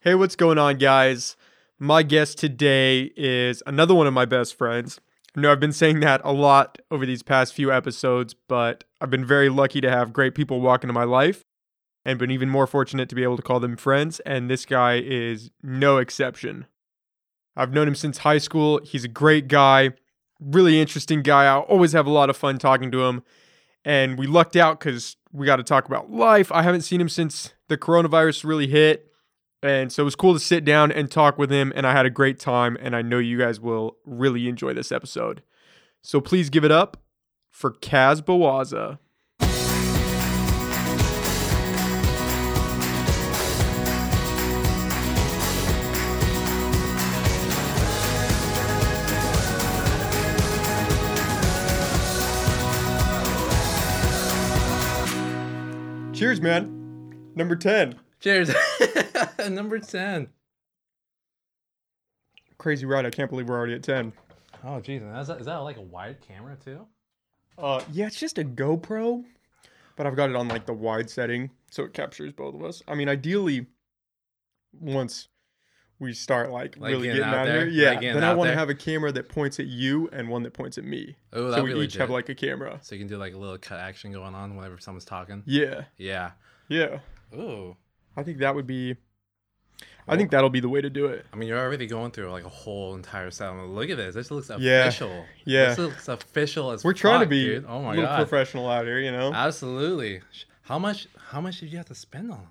Hey, what's going on, guys? My guest today is another one of my best friends. I know I've been saying that a lot over these past few episodes, but I've been very lucky to have great people walk into my life and been even more fortunate to be able to call them friends, and this guy is no exception. I've known him since high school. He's a great guy, really interesting guy. I always have a lot of fun talking to him, and we lucked out because we got to talk about life. I haven't seen him since the coronavirus really hit. And so it was cool to sit down and talk with him, and I had a great time, and I know you guys will really enjoy this episode. So please give it up for Kaz Bawaza. Cheers, man. Number 10. Cheers. Number 10. Crazy ride. I can't believe we're already at 10. Oh, geez. And is that, is that like a wide camera, too? Uh, yeah, it's just a GoPro, but I've got it on like the wide setting, so it captures both of us. I mean, ideally, once we start like, Like really getting getting out out, there? of here, yeah, Like getting then I out want to there? have a camera that points at you and one that points at me, Oh, so that'd we be each legit. have like a camera. so you can do like a little cut action going on whenever someone's talking. Yeah, Yeah. yeah. Ooh. I think that would be. I Cool. think that'll be the way to do it. I mean, you're already going through like a whole entire set. I'm like, Look at this. This looks Yeah. official. Yeah. This looks official as We're trying to fuck, be dude. Oh a my little god. professional out here, you know. Absolutely. Sh- How much? How much did you have to spend on?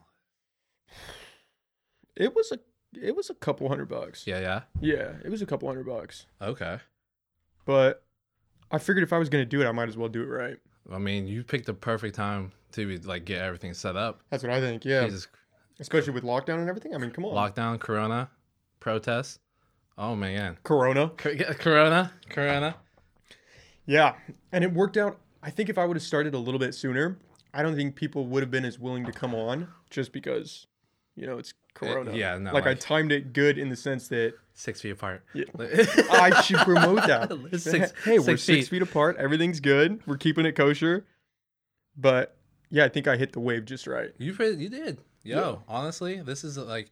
it? it was a it was a couple hundred bucks. Yeah. Yeah. yeah, it was a couple hundred bucks. Okay. but I figured if I was gonna do it, I might as well do it right. I mean, you picked the perfect time to like get everything set up. That's what I think. Yeah, Jesus. especially with lockdown and everything. I mean, come on, Lockdown, Corona, protests. Oh man. Corona. Cor- yeah, Corona, Corona. Yeah, and it worked out. I think if I would have started a little bit sooner, I don't think people would have been as willing to come on just because, you know, it's Corona. Eh, yeah, no, like, I like- timed it good in the sense that Six feet apart. Yeah. I should promote that. Six- hey, we're six six feet. feet apart. Everything's good. We're keeping it kosher. But yeah, I think I hit the wave just right. you pre- you did. Yo, honestly, this is like,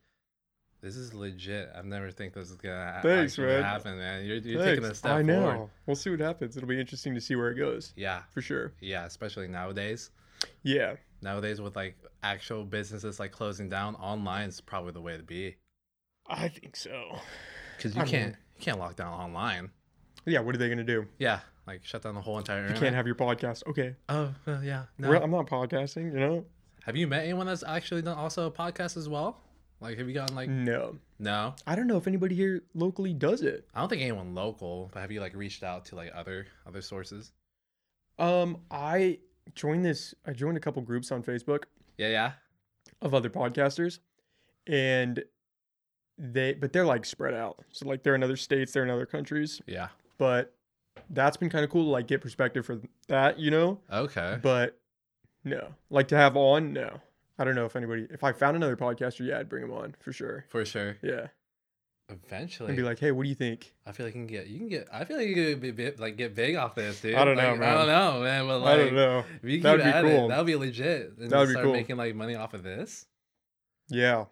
this is legit. I've never think this is gonna a- Thanks, actually man. happen, man. You're, you're Thanks. taking a step I know. forward. We'll see what happens. It'll be interesting to see where it goes Yeah, for sure. yeah. Especially nowadays. Yeah. Nowadays, with like actual businesses like closing down, online is probably the way to be. I think so. Because you I mean- can't you can't lock down online. Yeah, what are they going to do? Yeah, like shut down the whole entire. You internet. can't have your podcast. Okay. Oh well, yeah. No. We're- I'm not podcasting, you know? Have you met anyone that's actually done also a podcast as well? Like, have you gotten like No. no? I don't know if anybody here locally does it. I don't think anyone local, but have you like reached out to like other other sources? Um, I joined this, I joined a couple groups on Facebook Yeah, yeah. of other podcasters and they, but they're like spread out. So like they're in other states, they're in other countries, Yeah. but that's been kind of cool to like get perspective for that, you know? Okay. But no, like to have on, no. I don't know if anybody, if I found another podcaster, yeah, I'd bring them on for sure. For sure. Yeah. Eventually. And be like, hey, what do you think? I feel like you can get you can get I feel like you could be bit, like get big off this, dude. I don't know, Like, man. I don't know, man. But like I don't know. If you That'd keep be at cool. it, that would be legit. That'd And just be start cool. making like money off of this. Yeah.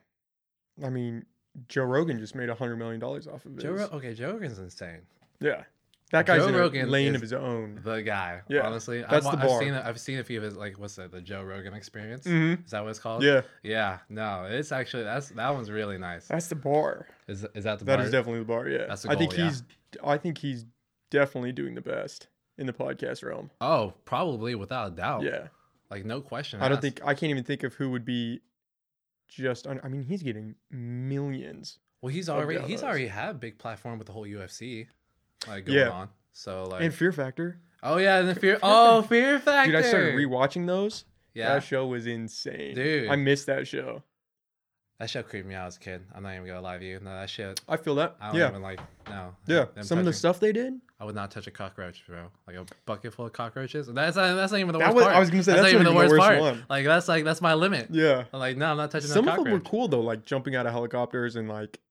I mean, Joe Rogan just made a $100 million off of it. Joe Ro- okay, Joe Rogan's insane. yeah. That guy's Joe in a Rogan lane is- of his own. The guy. Mm. Yeah, Honestly. that's I've, the wa- bar. I've seen a, I've seen a few of his like what's that, the Joe Rogan experience? hmm Is that what it's called? Yeah. Yeah. No, it's actually that's that one's really nice. That's the bar. Is is that the That bar? is definitely the bar. Yeah. That's the I think goal, yeah. he's, I think he's definitely doing the best in the podcast realm. Oh, probably without a doubt. Yeah. Like no question. I don't asked. think, I can't even think of who would be just, un- I mean, he's getting millions. Well, he's I've already got he's those. already had big platform with the whole UFC, like going Yeah. on. So like, and Fear Factor. oh yeah, and the fear. Fear Oh, Fear Factor. Dude, I started rewatching those. Yeah, That show was insane. Dude. I missed that show. that shit creeped me out as a kid. I'm not even gonna lie to you. No, that shit. I feel that. I don't Yeah. even like. No. Yeah. Them Some of the touching- stuff they did. I would not touch a cockroach, bro. Like a bucket full of cockroaches. That's not, that's not even the That worst was- I part. was gonna say, that's not not even the worst one. Like that's like that's my limit. Yeah. I'm like no, I'm not touching Some no of them cockroach. were cool though, like jumping out of helicopters and like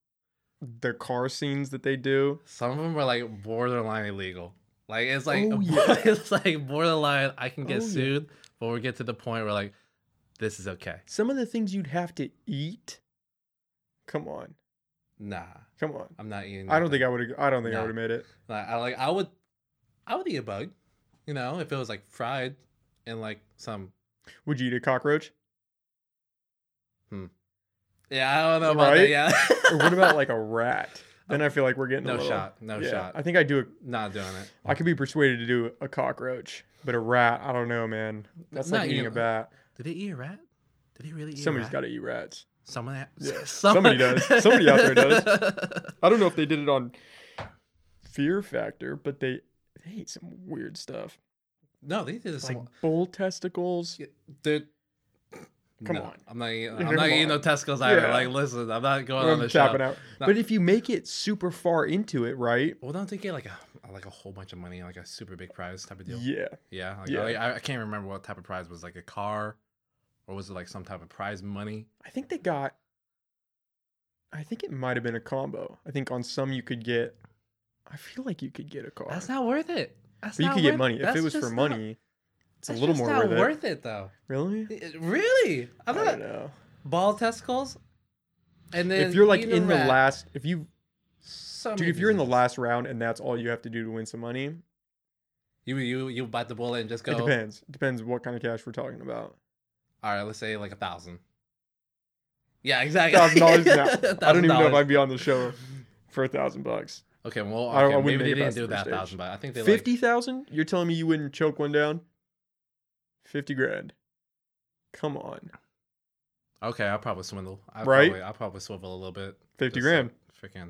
the car scenes that they do. Some of them were like borderline illegal. Like it's like Oh, yeah. it's like borderline. I can get Oh, yeah. sued, but we get to the point where like this is okay. Some of the things you'd have to eat Come on. Nah, Come on. I'm not eating. I don't think I would. I don't think I No. would have made it. I. I like. I would. I would eat a bug. You know, if it was like fried, and like some. Would you eat a cockroach? Yeah, I don't know about Right? that. Yeah. Or what about like a rat? Then I feel like we're getting a no little- shot? No Yeah, shot. I think I do. A, Not doing it. I could be persuaded to do a cockroach, but a rat. I don't know, man. That's Not like eating you. a bat. Did he eat a rat? Did he really eat Somebody's a got rat? to eat rats. Someone, ha- Yeah, someone- somebody does. Somebody out there does. I don't know if they did it on Fear Factor, but they they ate some weird stuff, no, they did this. like bull testicles. Dude. Come No, on. I'm not eating, Come I'm not eating no on. testicles either. Yeah. Like, listen, I'm not going on I'm the tapping shop. out. No. But if you make it super far into it, right? Well, don't they get like a like a whole bunch of money, like a super big prize type of deal? Yeah. Yeah, like, Yeah. I, I can't remember what type of prize was like a car, or was it like some type of prize money? I think they got. I think it might have been a combo. I think on some you could get. I feel like you could get a car. That's not worth it. That's but you not could get worth- money if that's it was for just not- money. it's a that's little just more not worth it. worth it though. Really? It- Really, I I'm not don't know. ball testicles. And then If you're like eating a in the rat. last, if you So dude, many if you're in the diseases. last round and that's all you have to do to win some money, you you you bite the bullet and just go. it depends. It depends what kind of cash we're talking about. All right, let's say like a thousand. Yeah, exactly. Thousand dollars now. I don't even know if $1,000. I'd be on the show for a thousand bucks. Okay, well, I don't- okay, I wouldn't maybe they make it past didn't do the first that stage. thousand, but I think they like Fifty thousand? You're telling me you wouldn't choke one down? Fifty grand. Come on. Okay, I'll probably swindle. I'll Right? Probably, I'll probably swivel a little bit. Fifty Just, grand. like, freaking.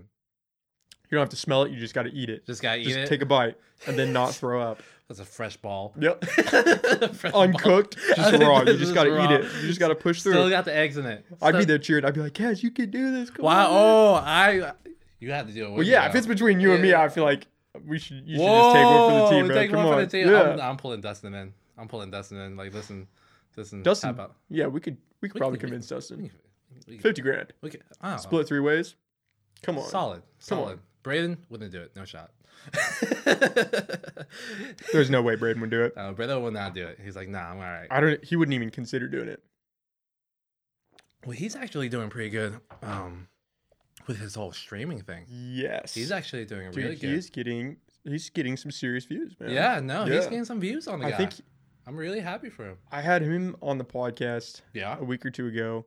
You don't have to smell it. You just got to eat it. Just gotta eat Just it. take a bite and then not throw up. That's a fresh ball. Yep. Fresh ball. Uncooked, just raw. You just got to Just eat raw. it. You just got to push Still through. got the eggs in it. I'd be Still- there cheering. I'd be like, Kaz, you can do this. Come Wow. on." Oh, I. You have to do it. Well, yeah, if it's between you and me, I feel like we should. You should just take one for the team, Whoa, bro. take Come one on. for the team. Yeah. I'm, I'm pulling Dustin in. I'm pulling Dustin in. Like, listen, listen. Dustin- tap out. yeah, we could. We could We probably can- convince Dustin. We, we, Fifty grand, we could, oh, split three ways. Come on. Solid. on. Solid. Braden wouldn't do it. No shot. There's no way Braden would do it. Uh, Braden will not do it. He's like, nah, I'm all right. I don't. He wouldn't even consider doing it. Well, he's actually doing pretty good um, with his whole streaming thing. Yes. He's actually doing Dude, really he good. is getting. He's getting some serious views, man. yeah, no, Yeah. he's getting some views on the I guy. think I'm really happy for him. I had him on the podcast Yeah. a week or two ago,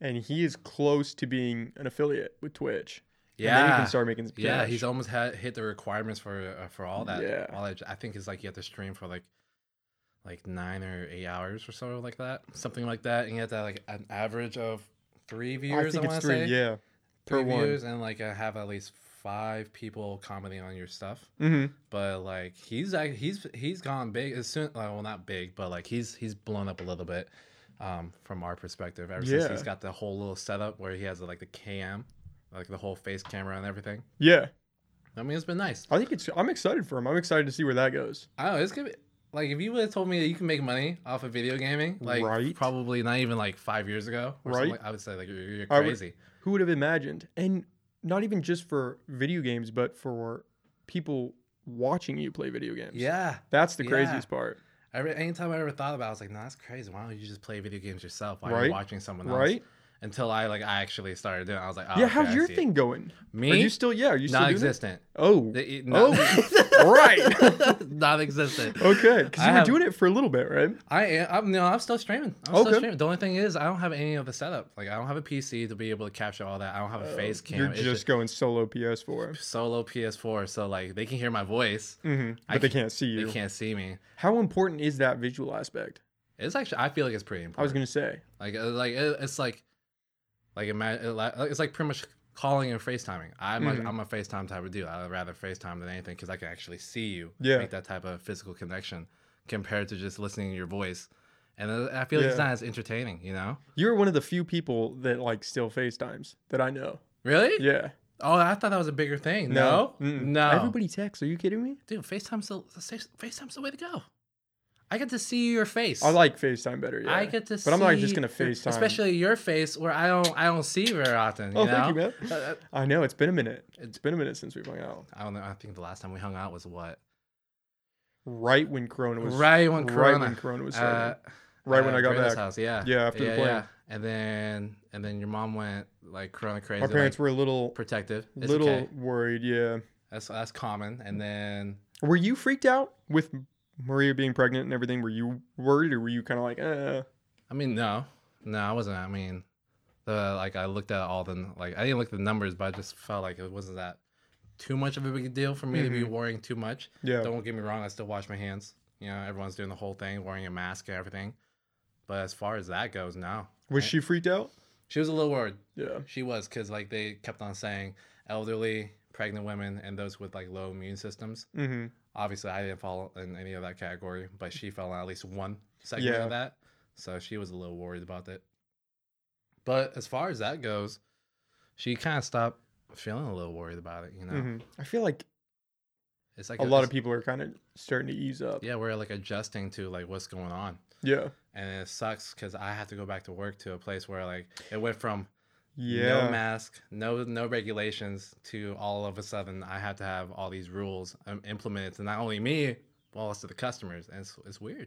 and he is close to being an affiliate with Twitch. And then you Yeah. can start making some Yeah, cash. he's almost had, hit the requirements for uh, for all that. Yeah. All that, I think it's like you have to stream for like like nine or eight hours or something like that, something like that, and you have to have like an average of three I viewers. I, think want it's to three. say. Yeah. Per three one. views and like uh, have at least five people commenting on your stuff. Mm-hmm. But like he's act- he's he's gone big as soon like, well not big but like he's he's blown up a little bit um, from our perspective ever since Yeah. he's got the whole little setup where he has like the cam like the whole face camera and everything. Yeah. I mean it's been nice. I think it's. I'm excited for him. I'm excited to see where that goes. I don't know it's gonna be like if you would have told me that you can make money off of video gaming like Right. probably not even like five years ago or something, Right. I would say like you're, you're I would- crazy. Who would have imagined? And not even just for video games, but for people watching you play video games. yeah. That's the Yeah. craziest part, Every anytime I ever thought about, it, I was like, "No, that's crazy. Why don't you just play video games yourself while Right. you're watching someone else?" right? Until I like I actually started doing. it. I was like, oh, yeah. okay, I how's your see. thing going? Me? Are you still? Yeah. Are you still doing it? non-existent. Oh. They- Oh, right. Oh. non-existent. Okay. Because I you were have- doing it for a little bit, right? I am. I'm, no, I'm still streaming. I'm Okay. still streaming. The only thing is, I don't have any of the setup. Like, I don't have a PC to be able to capture all that. I don't have a face cam. Oh, Uh, You're It's just going solo PS4. just solo PS4, so like they can hear my voice. Mm-hmm. But I they can't- can't see you. They can't see me. How important is that visual aspect? It's actually. I feel like it's pretty important. I was gonna say. Like uh, like it, it's like like imagine it's like pretty much calling and FaceTiming. I'm Mhm. a, I'm a FaceTime type of dude. I'd rather FaceTime than anything because I can actually see you. Yeah. Make that type of physical connection compared to just listening to your voice. And uh, I feel like it's Yeah. not as entertaining, you know? You're one of the few people that like still FaceTimes that I know. Really? Yeah. Oh, I thought that was a bigger thing. No, no, Mm-mm. Everybody texts. Are you kidding me? dude. FaceTime's the FaceTime's the way to go. I get to see your face. I like FaceTime better. Yeah. I get to, But I'm not just see gonna your- FaceTime. especially your face, where I don't, I don't see you very often. You Oh, know? thank you, man. Uh, uh, I know it's been a minute. It's been a minute since we've hung out. I don't know. I think the last time we hung out was what? Right when Corona was. right when right Corona. when Corona was uh, starting. right when uh, I got Brandon's back. House, yeah. Yeah, after the plane. And then and then your mom went like corona crazy. Our parents were a little were protective. It's little okay. worried. Yeah. That's that's common. And then Were you freaked out with Maria being pregnant and everything? Were you worried or were you kind of like, uh, I mean, no, no, I wasn't. I mean, the like I looked at all the like I didn't look at the numbers, but I just felt like it wasn't that too much of a big deal for me to Mm-hmm. be worrying too much. yeah, Don't get me wrong, I still wash my hands. You know, everyone's doing the whole thing, wearing a mask and everything. But as far as that goes, no. was she freaked out? She was a little worried. Yeah. She was because like they kept on saying elderly, pregnant women, and those with like low immune systems. Mm-hmm. Obviously, I didn't fall in any of that category, but she fell in at least one segment Yeah. of that, so she was a little worried about that. But as far as that goes, she kind of stopped feeling a little worried about it. You know, hmm I feel like it's like a lot of it's- people are kind of starting to ease up. Yeah, we're like adjusting to like what's going on, Yeah. and it sucks because I have to go back to work to a place where like it went from Yeah. no mask, no no regulations. To all of a sudden, I have to have all these rules um, implemented to not only me, but also the customers. And it's, it's weird.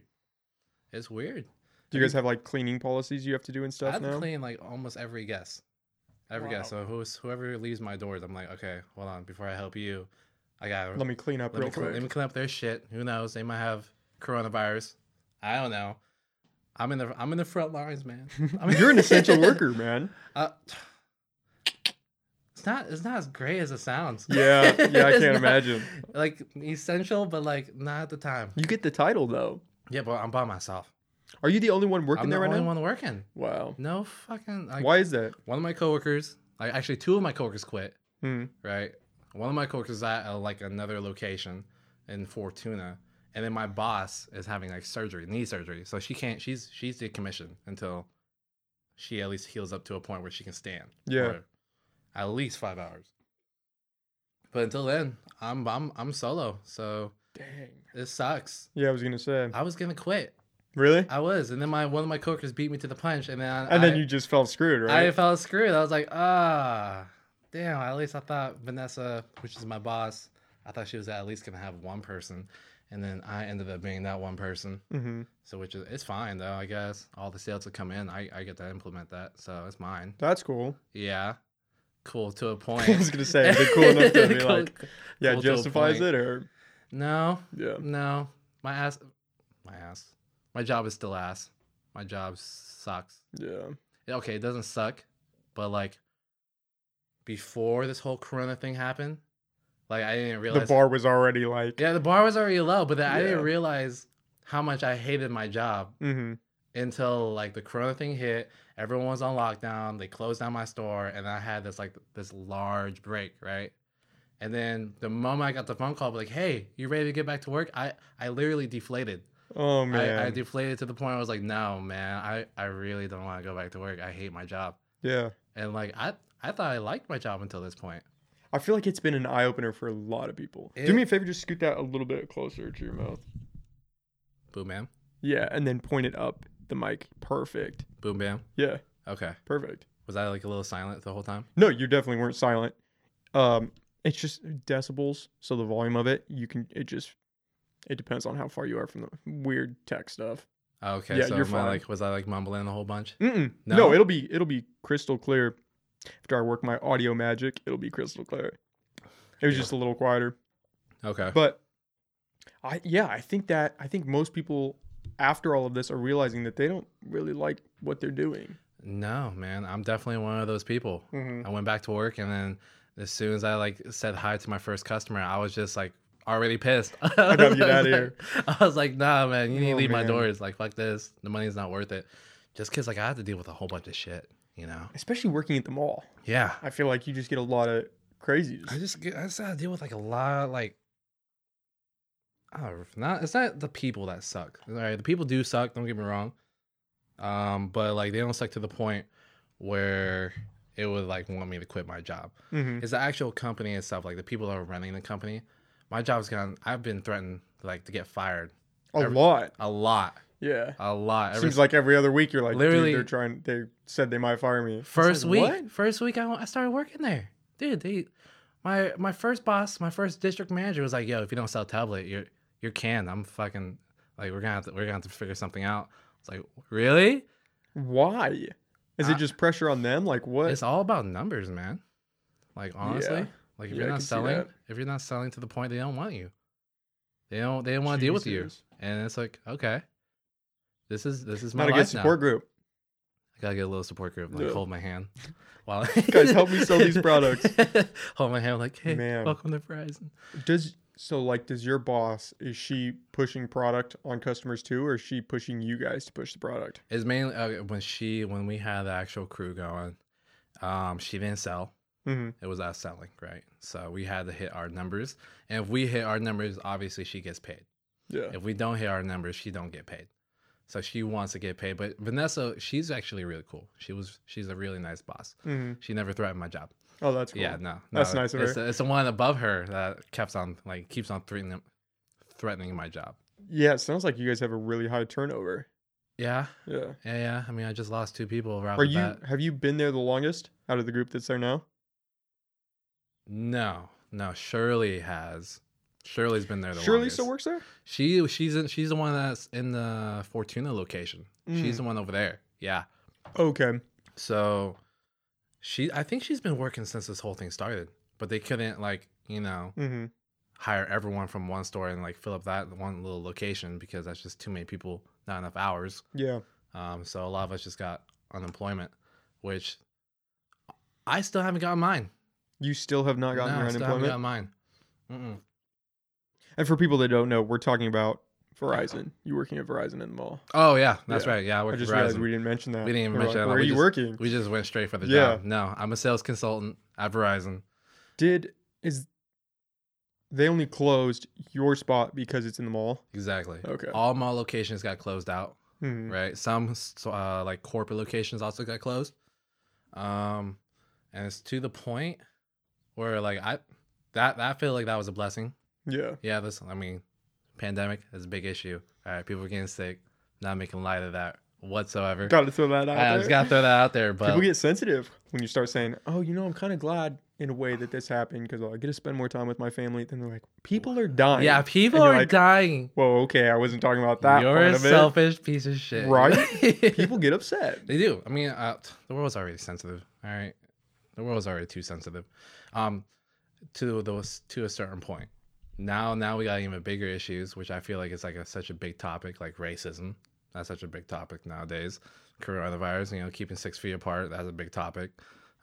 It's weird. Do you guys have like cleaning policies you have to do and I stuff have to now? clean like almost every guest, every guest. Wow. So who's whoever leaves my doors, I'm like, okay, hold on. Before I help you, I got Let me clean up let me, real cl- quick. let me clean up their shit. Who knows? They might have coronavirus. I don't know. I'm in the I'm in the front lines, man. I'm You're an essential worker, man. Uh, it's not it's not as great as it sounds. Yeah, yeah, I It's can't not- imagine. Like essential, but like not at the time. You get the title though. Yeah, but I'm by myself. Are you the only one working I'm the there right only now? one working. Wow. No fucking. Like, Why is that? One of my coworkers, like actually two of my coworkers quit. Hmm. Right. One of my coworkers is at uh, like another location in Fortuna, and then my boss is having like surgery, knee surgery, so she can't. She's she's decommissioned until she at least heals up to a point where she can stand. Yeah. for At least five hours. But until then, I'm I'm I'm solo, so Dang. it sucks. Yeah, I was gonna say. I was gonna quit. Really? I was, and then my one of my coworkers beat me to the punch, and then I, And I- then you just felt screwed, I right? felt screwed. I was like, ah, damn. At least I thought Vanessa, which is my boss, I thought she was at least gonna have one person, and then I ended up being that one person. mm-hmm. So which is it's fine though, I guess. All the sales that come in, I, I get to implement that, so it's mine. That's cool. Yeah, cool to a point. I was gonna say, is it cool enough to be Cool- like, yeah, cool to a justifies it point. or No, yeah. no, my ass, my ass, my job is still ass. My job sucks. Yeah. okay, it doesn't suck, but like before this whole corona thing happened, like I didn't The realize bar was already like Yeah, the bar was already low, but then I Yeah. didn't realize how much I hated my job mm-hmm. until like the corona thing hit, everyone was on lockdown, they closed down my store, and I had this like this large break, right? And then the moment I got the phone call like, "Hey, you ready to get back to work?" I I literally deflated. Oh man. I, I deflated to the point I was like, "No, man. I I really don't want to go back to work. I hate my job." yeah. And like I I thought I liked my job until this point. I feel like it's been an eye opener for a lot of people. Do It- me a favor, just scoot that a little bit closer to your mouth. Boom bam. Yeah, and then point it up the mic. Perfect. Boom bam. Yeah, Okay. perfect. Was I like a little silent the whole time? No, you definitely weren't silent. Um, it's just decibels, so the volume of it, you can. It just, it depends on how far you are from the weird tech stuff. Oh, okay. Yeah, so you're am I, fine. like was I like mumbling a whole bunch? Mm-mm. No. No? it'll be it'll be crystal clear. After I work my audio magic, it'll be crystal clear. It was Yeah. just a little quieter, Okay. but I yeah, I think that I think most people after all of this are realizing that they don't really like what they're doing. No, man. I'm definitely one of those people. I went back to work and then as soon as I like said hi to my first customer, I was just like already pissed. I gotta was get outta like- I was like, nah, man, you need to Oh, leave my man. doors. Like, fuck this. The money's not worth it. Just cause like I have to deal with a whole bunch of shit, you know? Especially working at the mall, Yeah. I feel like you just get a lot of crazies. I just get, I just gotta deal with like a lot of, like I don't know, not it's not the people that suck. All right, the people do suck. Don't get me wrong, um, but like they don't suck to the point where it would like want me to quit my job. Mm-hmm. It's the actual company itself, like the people that are running the company. My job's gone. I've been threatened like to get fired A Every- lot, a lot, yeah. a lot. Every Seems like every other week you're like, Literally- dude, they're trying. They said they might fire me. It's First like, week, what? first week I, went- I started working there, dude. They, my my first boss, my first district manager was like, "Yo, if you don't sell tablet, you're you're canned." I'm fucking like, we're gonna have to, we're gonna have to figure something out. It's like, really? Why? Is I- it just pressure on them? Like what? It's all about numbers, man. Like honestly, Yeah. like if Yeah, you're I not can see selling, that. if you're not selling to the point, they don't want you. They don't. They don't want to deal with you. Jesus. And it's like, okay, this is this is my Not a good life now. support group. I gotta get a little support group. Like Yeah. hold my hand. While Guys, help me sell these products. hold my hand. Like, hey, Man. welcome to Verizon. Does so like does your boss is she pushing product on customers too, or is she pushing you guys to push the product? It's mainly uh, when she when we had the actual crew going. Um, she didn't sell. Mm-hmm. It was us selling, right? So we had to hit our numbers, and if we hit our numbers, obviously she gets paid. Yeah. If we don't hit our numbers, she don't get paid. So she wants to get paid. But Vanessa, she's actually really cool. She was she's a really nice boss. Mm-hmm. She never threatened my job. Oh, that's cool. Yeah, no, no, That's nice of it's, her. The, it's the one above her that keeps on like keeps on threatening threatening my job. Yeah, it sounds like you guys have a really high turnover. Yeah, Yeah. yeah, yeah. I mean, I just lost two people. Right Are Are you have you been there the longest out of the group that's there now? No, no. Shirley has. Shirley's been there the Shirley longest. still works there? She she's in, she's the one that's in the Fortuna location. Mm. She's the one over there. Yeah. Okay. So she I think she's been working since this whole thing started. But they couldn't like, you know, Mm-hmm. hire everyone from one store and like fill up that one little location because that's just too many people, not enough hours. Yeah. Um, so a lot of us just got unemployment, which I still haven't gotten mine. You still have not gotten No, your I still haven't unemployment. gotten mine. Mm-mm. And for people that don't know, we're talking about Verizon. You working at Verizon in the mall? Oh yeah, that's Yeah. right. Yeah, I I work just for realized Verizon. we didn't mention that. We didn't even We're mention like, that. Where We are you just- working? we just went straight for the Yeah. job. No, I'm a sales consultant at Verizon. Did is they only closed your spot because it's in the mall? Exactly. Okay. All mall locations got closed out. Hmm. right? Some s- uh, like corporate locations also got closed, um, and it's to the point where like I that I feel like that was a blessing. Yeah. Yeah, this I mean, pandemic is a big issue. All right, people are getting sick. Not making light of that whatsoever. Got to throw that out. I there. just gotta throw that out there, but People get sensitive when you start saying, "Oh, you know, I'm kind of glad in a way that this happened because I get to spend more time with my family." Then they're like, "People are dying." yeah, people And you're are like, dying. Whoa, okay, I wasn't talking about that. You're part a of it." selfish piece of shit, Right? People get upset. They do. I mean, uh, t- the world's already sensitive. All right, the world's already too sensitive, um, to those to a certain point. Now, now we got even bigger issues, which I feel like is like a, such a big topic, like racism. That's such a big topic nowadays. Coronavirus, you know, keeping six feet apart. That's a big topic.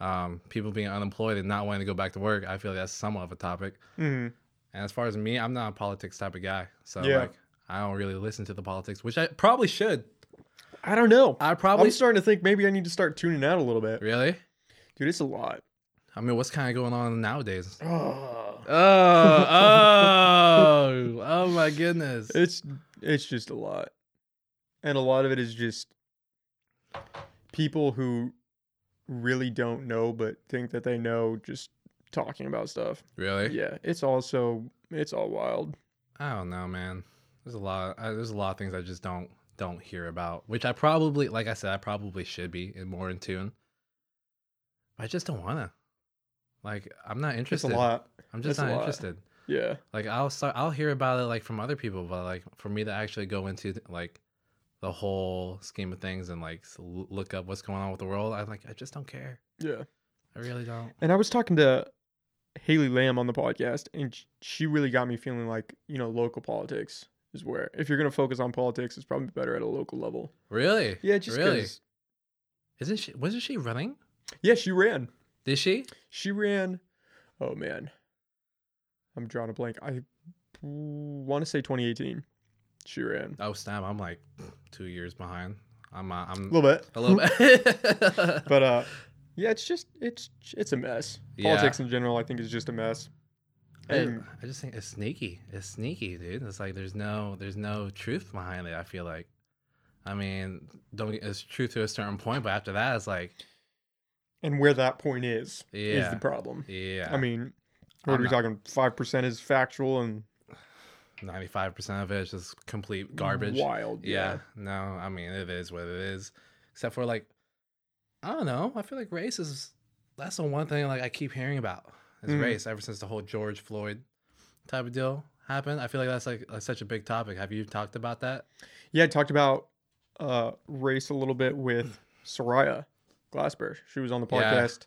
Um, people being unemployed and not wanting to go back to work. I feel that's somewhat of a topic. hmm And as far as me, I'm not a politics type of guy, so Yeah. like I don't really listen to the politics, which I probably should. I don't know. I I'm probably starting to think maybe I need to start tuning out a little bit, really. dude. It's a lot. I mean, what's kind of going on nowadays? Oh. Oh, oh, oh my goodness. It's it's just a lot, and a lot of it is just people who really don't know but think that they know, just talking about stuff. Really? Yeah, it's also it's all wild. I don't know, man. There's a lot. I, there's a lot of things I just don't don't hear about, which I probably, like I said, I probably should be in more in tune. I just don't wanna. Like, I'm not It's a interested. lot. I'm just It's a not lot. interested. Yeah. Like, I'll start. I'll hear about it like from other people, but like for me to actually go into like the whole scheme of things and like s- look up what's going on with the world, I'm like, I just don't care. Yeah. I really don't. And I was talking to Haley Lamb on the podcast, and sh- she really got me feeling like, you know, local politics is where, if you're going to focus on politics, it's probably better at a local level. Really? Yeah, just really. 'cause- Isn't she? Wasn't she running? Yeah, she ran. Did she? She ran. Oh, man. I'm drawing a blank. I want to say 2018. She ran. Oh snap! I'm like two years behind. I'm. Uh, A I'm little bit. a little bit. but, uh, yeah, it's just, it's, it's a mess. Yeah. Politics in general, I think, is just a mess. I, And I just think it's sneaky. It's sneaky, dude. It's like there's no there's no truth behind it. I feel like. I mean, don't get- it's true to a certain point, but after that, it's like and where that point is is Yeah. the problem. yeah. I mean, what I'm are we not- talking? Five percent is factual and ninety five percent of it is just complete garbage. Wild, yeah. yeah. No, I mean it is what it is. Except for like, I don't know. I feel like race is that's the one thing like I keep hearing about is Mhm. race. Ever since the whole George Floyd type of deal happened, I feel like that's like, like such a big topic. Have you talked about that? Yeah, I talked about uh, race a little bit with Soraya Glassberg. She was on the Yeah. podcast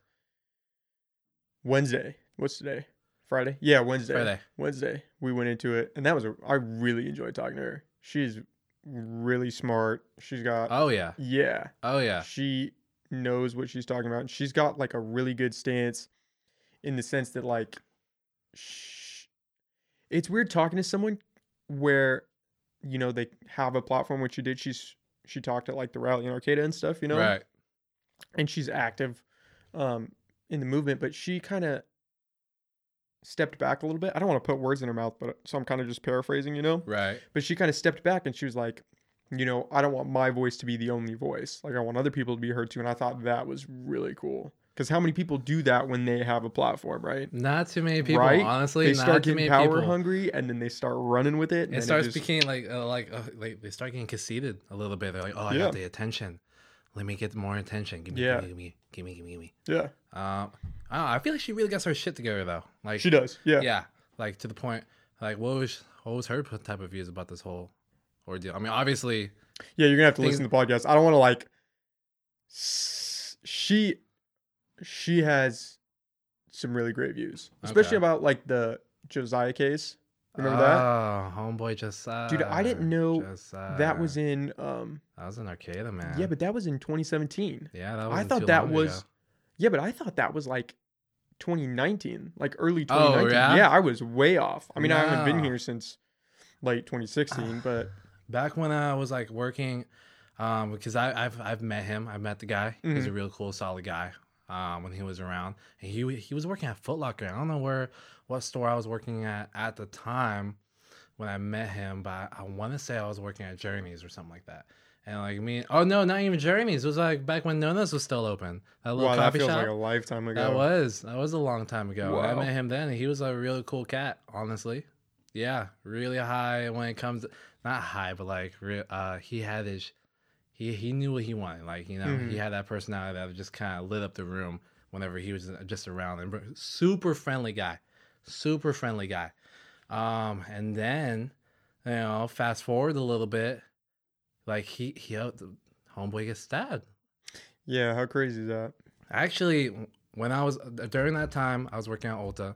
Wednesday. What's today? Friday? Yeah, Wednesday. Friday. Wednesday. We went into it, and that was a, I really enjoyed talking to her. She's really smart. She's got Oh yeah. yeah. Oh yeah. She knows what she's talking about. and She's got like a really good stance in the sense that like sh- it's weird talking to someone where you know they have a platform which she did. She's she talked at like the rally in Arcata and stuff, you know right. and she's active um, in the movement, but she kind of stepped back a little bit. I don't want to put words in her mouth, but uh, so I'm kind of just paraphrasing, you know. Right. But she kind of stepped back and she was like, you know, I don't want my voice to be the only voice. Like I want other people to be heard too. And I thought that was really cool because how many people do that when they have a platform, right? Not too many people. Right? Honestly, They not start too getting many power people. hungry and then they start running with it. And then It starts just- becoming like uh, like uh, like they start getting conceited a little bit. They're like, oh, I Yeah. got the attention. Let me get more attention. Give me, Yeah. give me, give me, give me, give me. yeah, Um, I, don't know, I feel like she really gets her shit together though. Like she does. Yeah. Yeah. like to the point. Like, what was what was her p- type of views about this whole ordeal? I mean, obviously, Yeah, you're gonna have to Things- listen to the podcast. I don't want to like. s- She, she has some really great views, especially Okay. about like the Josiah case. Remember that? Oh, homeboy just Dude, I didn't know just, that? That was in, um, that was an Arcata man. yeah, but that was in 2017. yeah, that I wasn't thought too that long was ago. Yeah, but I thought that was like 2019, like early Oh, 2019. yeah? I was way off. I mean, I haven't been No. here since late 2016, but Ah. back when I was like working, um, because I, I've I've met him. I've met the guy. He's Mm-hmm. a real cool, solid guy. Um, when he was around, and he he was working at Foot Locker. I don't know where what store I was working at at the time when I met him, but I want to say I was working at Journeys or something like that. And like me, oh no, not even Journeys. It was like back when Nona's was still open. That little wow, that coffee feels shop. like a lifetime ago. That was that was a long time ago. I Wow. met him then. and He was a really cool cat, honestly. Yeah, really high when it comes not high, but like re- uh he had his he he knew what he wanted. Like, you know, Mhm. he had that personality that just kind of lit up the room whenever he was uh, just around and br- super friendly guy. Super friendly guy. Um and then, you know, fast forward a little bit, like he he uh, the homeboy gets stabbed. Yeah, how crazy is that? Actually, when I was during that time, I was working at Ulta.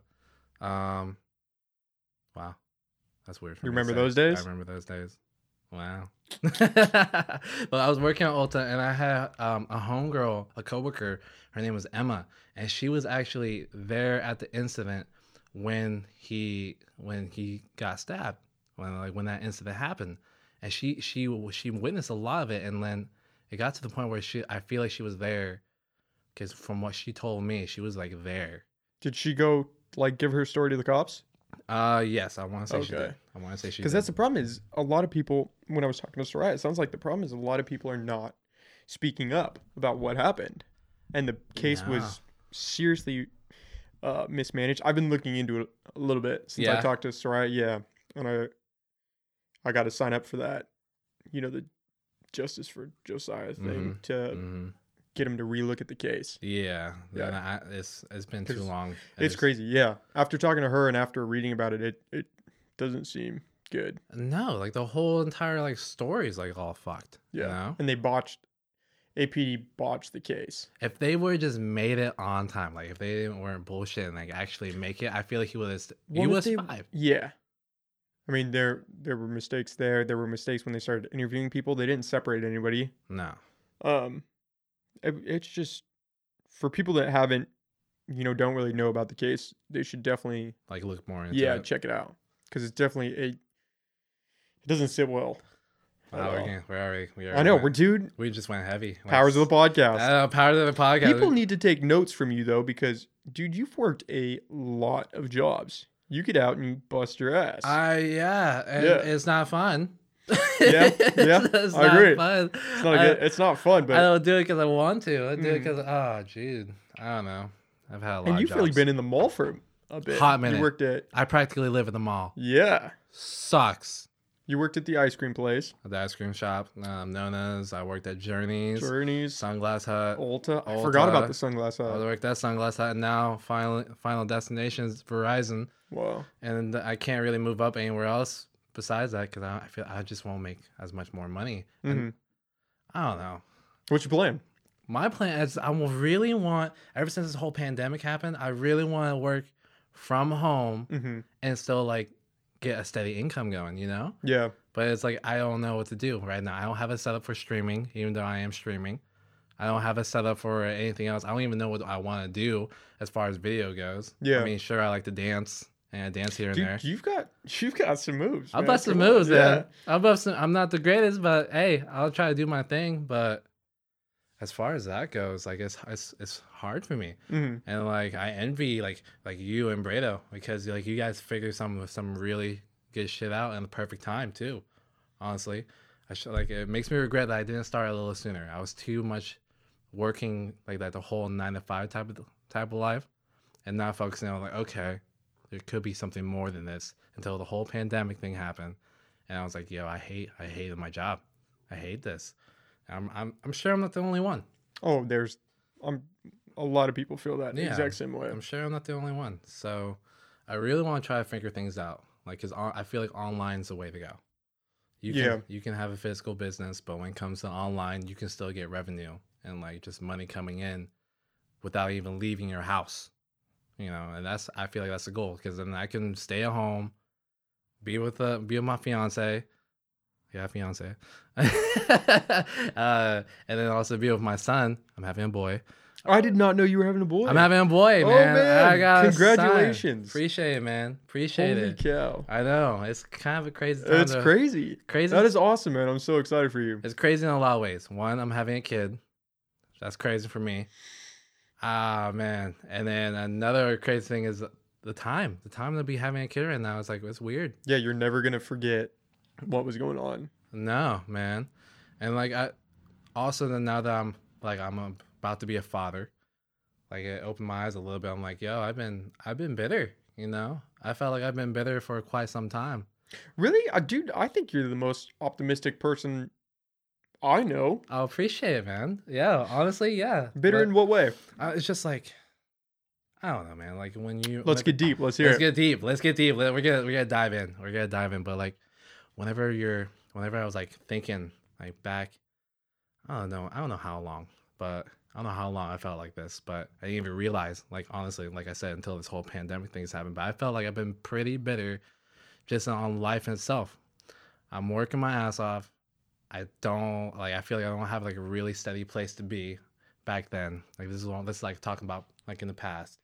Um, wow, that's weird. for You me to remember say. those days? I remember those days. Wow. but I was working at Ulta, and I had um, a homegirl, a coworker. Her name was Emma, and she was actually there at the incident when he when he got stabbed. When like when that incident happened, and she she she witnessed a lot of it, and then it got to the point where she I feel like she was there because from what she told me, she was like there. Did she go like give her story to the cops? Uh, yes, I want to say she Okay. did. I want to say she because did. that's the problem is a lot of people when i was talking to soraya it sounds like the problem is a lot of people are not speaking up about what happened and the case was seriously uh, mismanaged i've been looking into it a little bit since i Yeah. talked to soraya yeah and i i got to sign up for that you know the justice for josiah thing to hmm get him to relook at the case Yeah, Yeah. yeah. I, it's it's been too 'Cause long. and it's crazy yeah after talking to her and after reading about it it, it doesn't seem good No, like the whole entire like story is like all fucked. Yeah. Yeah. You know? and they botched apd botched the case If they would have just made it on time, like if they didn't weren't bullshit and like actually make it, I feel like he was What he if was they- five. Yeah. I mean there there were mistakes there. There were mistakes when they started interviewing people. They didn't separate anybody. No. Um it, it's just for people that haven't you know don't really know about the case, they should definitely Like look more into yeah, it. check it out cuz it's definitely a it doesn't sit well. at Wow, we're, all. getting- we're already, we already I know, went- we're dude we just went heavy. Like, powers of the podcast. Uh, powers of the podcast. People need to take notes from you though because dude, you've worked a lot of jobs. You get out and you bust your ass. I yeah, and Yeah. it's not fun. yeah, it's I not agree. Fun. it's not I, good. It's not fun, but I don't do it because I want to. I do it Mhm. because oh, dude, I don't know. I've had a lot. And of you've really jobs. been in the mall for a bit. Hot minute. You worked at I practically live in the mall. yeah. Sucks. You worked at the ice cream place, The ice cream shop, um, Nona's. I worked at Journeys, Journeys, Oh, uh, Sunglass Hut. Ulta. I Ulta. forgot about the sunglass I hut. worked at Sunglass Hut, and now final final destinations Verizon, Wow. and I can't really move up anywhere else besides that because I, I feel I just won't make as much more money. And hmm I don't know. What's your plan? My plan is I will really want ever since this whole pandemic happened, I really want to work from home Mm-hmm. and still like get a steady income going, you know? Yeah. But it's like I don't know what to do right now. I don't have a setup for streaming, even though I am streaming. I don't have a setup for anything else. I don't even know what I want to do as far as video goes. Yeah. I mean, sure, I like to dance and I dance here and there. Dude, you've got you've got some moves. I'll man. bust some Come on. moves, yeah. I'll bust some, I'm not the greatest, but hey, I'll try to do my thing. But as far as that goes, like it's it's, it's hard for me, Mhm. and like I envy like like you and Bredo because like you guys figure some some really good shit out in the perfect time too. Honestly, I should like it makes me regret that I didn't start a little sooner. I was too much working like that the whole nine to five type of type of life, and not focusing on like okay, there could be something more than this until the whole pandemic thing happened, and I was like, yo, I hate I hated my job, I hate this. I'm I'm I'm sure I'm not the only one. Oh, there's um a lot of people feel that the Yeah. exact same way. I'm sure I'm not the only one. So I really want to try to figure things out. Like, cause on, I feel like online's the way to go. You can, Yeah. you can have a physical business, but when it comes to online, you can still get revenue and like just money coming in without even leaving your house. You know, and that's I feel like that's the goal because then I can stay at home, be with the be with my fiance, yeah, fiance, uh, and then also be with my son. I'm having a boy. I did not know you were having a boy. I'm having a boy, Oh, man. I man. got a Congratulations. son. Appreciate it, man. Appreciate Holy it. cow. I know it's kind of a crazy time. It's to- crazy. Crazy. That is awesome, man. I'm so excited for you. It's crazy in a lot of ways. One, I'm having a kid. That's crazy for me. Ah man. And then another crazy thing is the time. The time to be having a kid right now is like it's weird. Yeah, you're never gonna forget what was going on. No, man. And like I also then now that I'm like I'm about to be a father, like it opened my eyes a little bit. I'm like, yo, I've been I've been bitter, you know? I felt like I've been bitter for quite some time. Really, I dude, I think you're the most optimistic person I know. I appreciate it, man. Yeah, honestly, yeah. Bitter But in what way? I, it's just like I don't know, man. Like when you Let's when- get deep. Let's hear let's it. get deep. Let's get deep. Let- We're gonna we're gonna dive in. We're gonna dive in. But like, whenever you're, whenever I was like thinking like back, I don't know, I don't know how long, but I don't know how long I felt like this. But I didn't even realize, like honestly, like I said, until this whole pandemic thing's happened. But I felt like I've been pretty bitter, just on life itself. I'm working my ass off. I don't like. I feel like I don't have like a really steady place to be back then. Like this is one. This is like talking about like in the past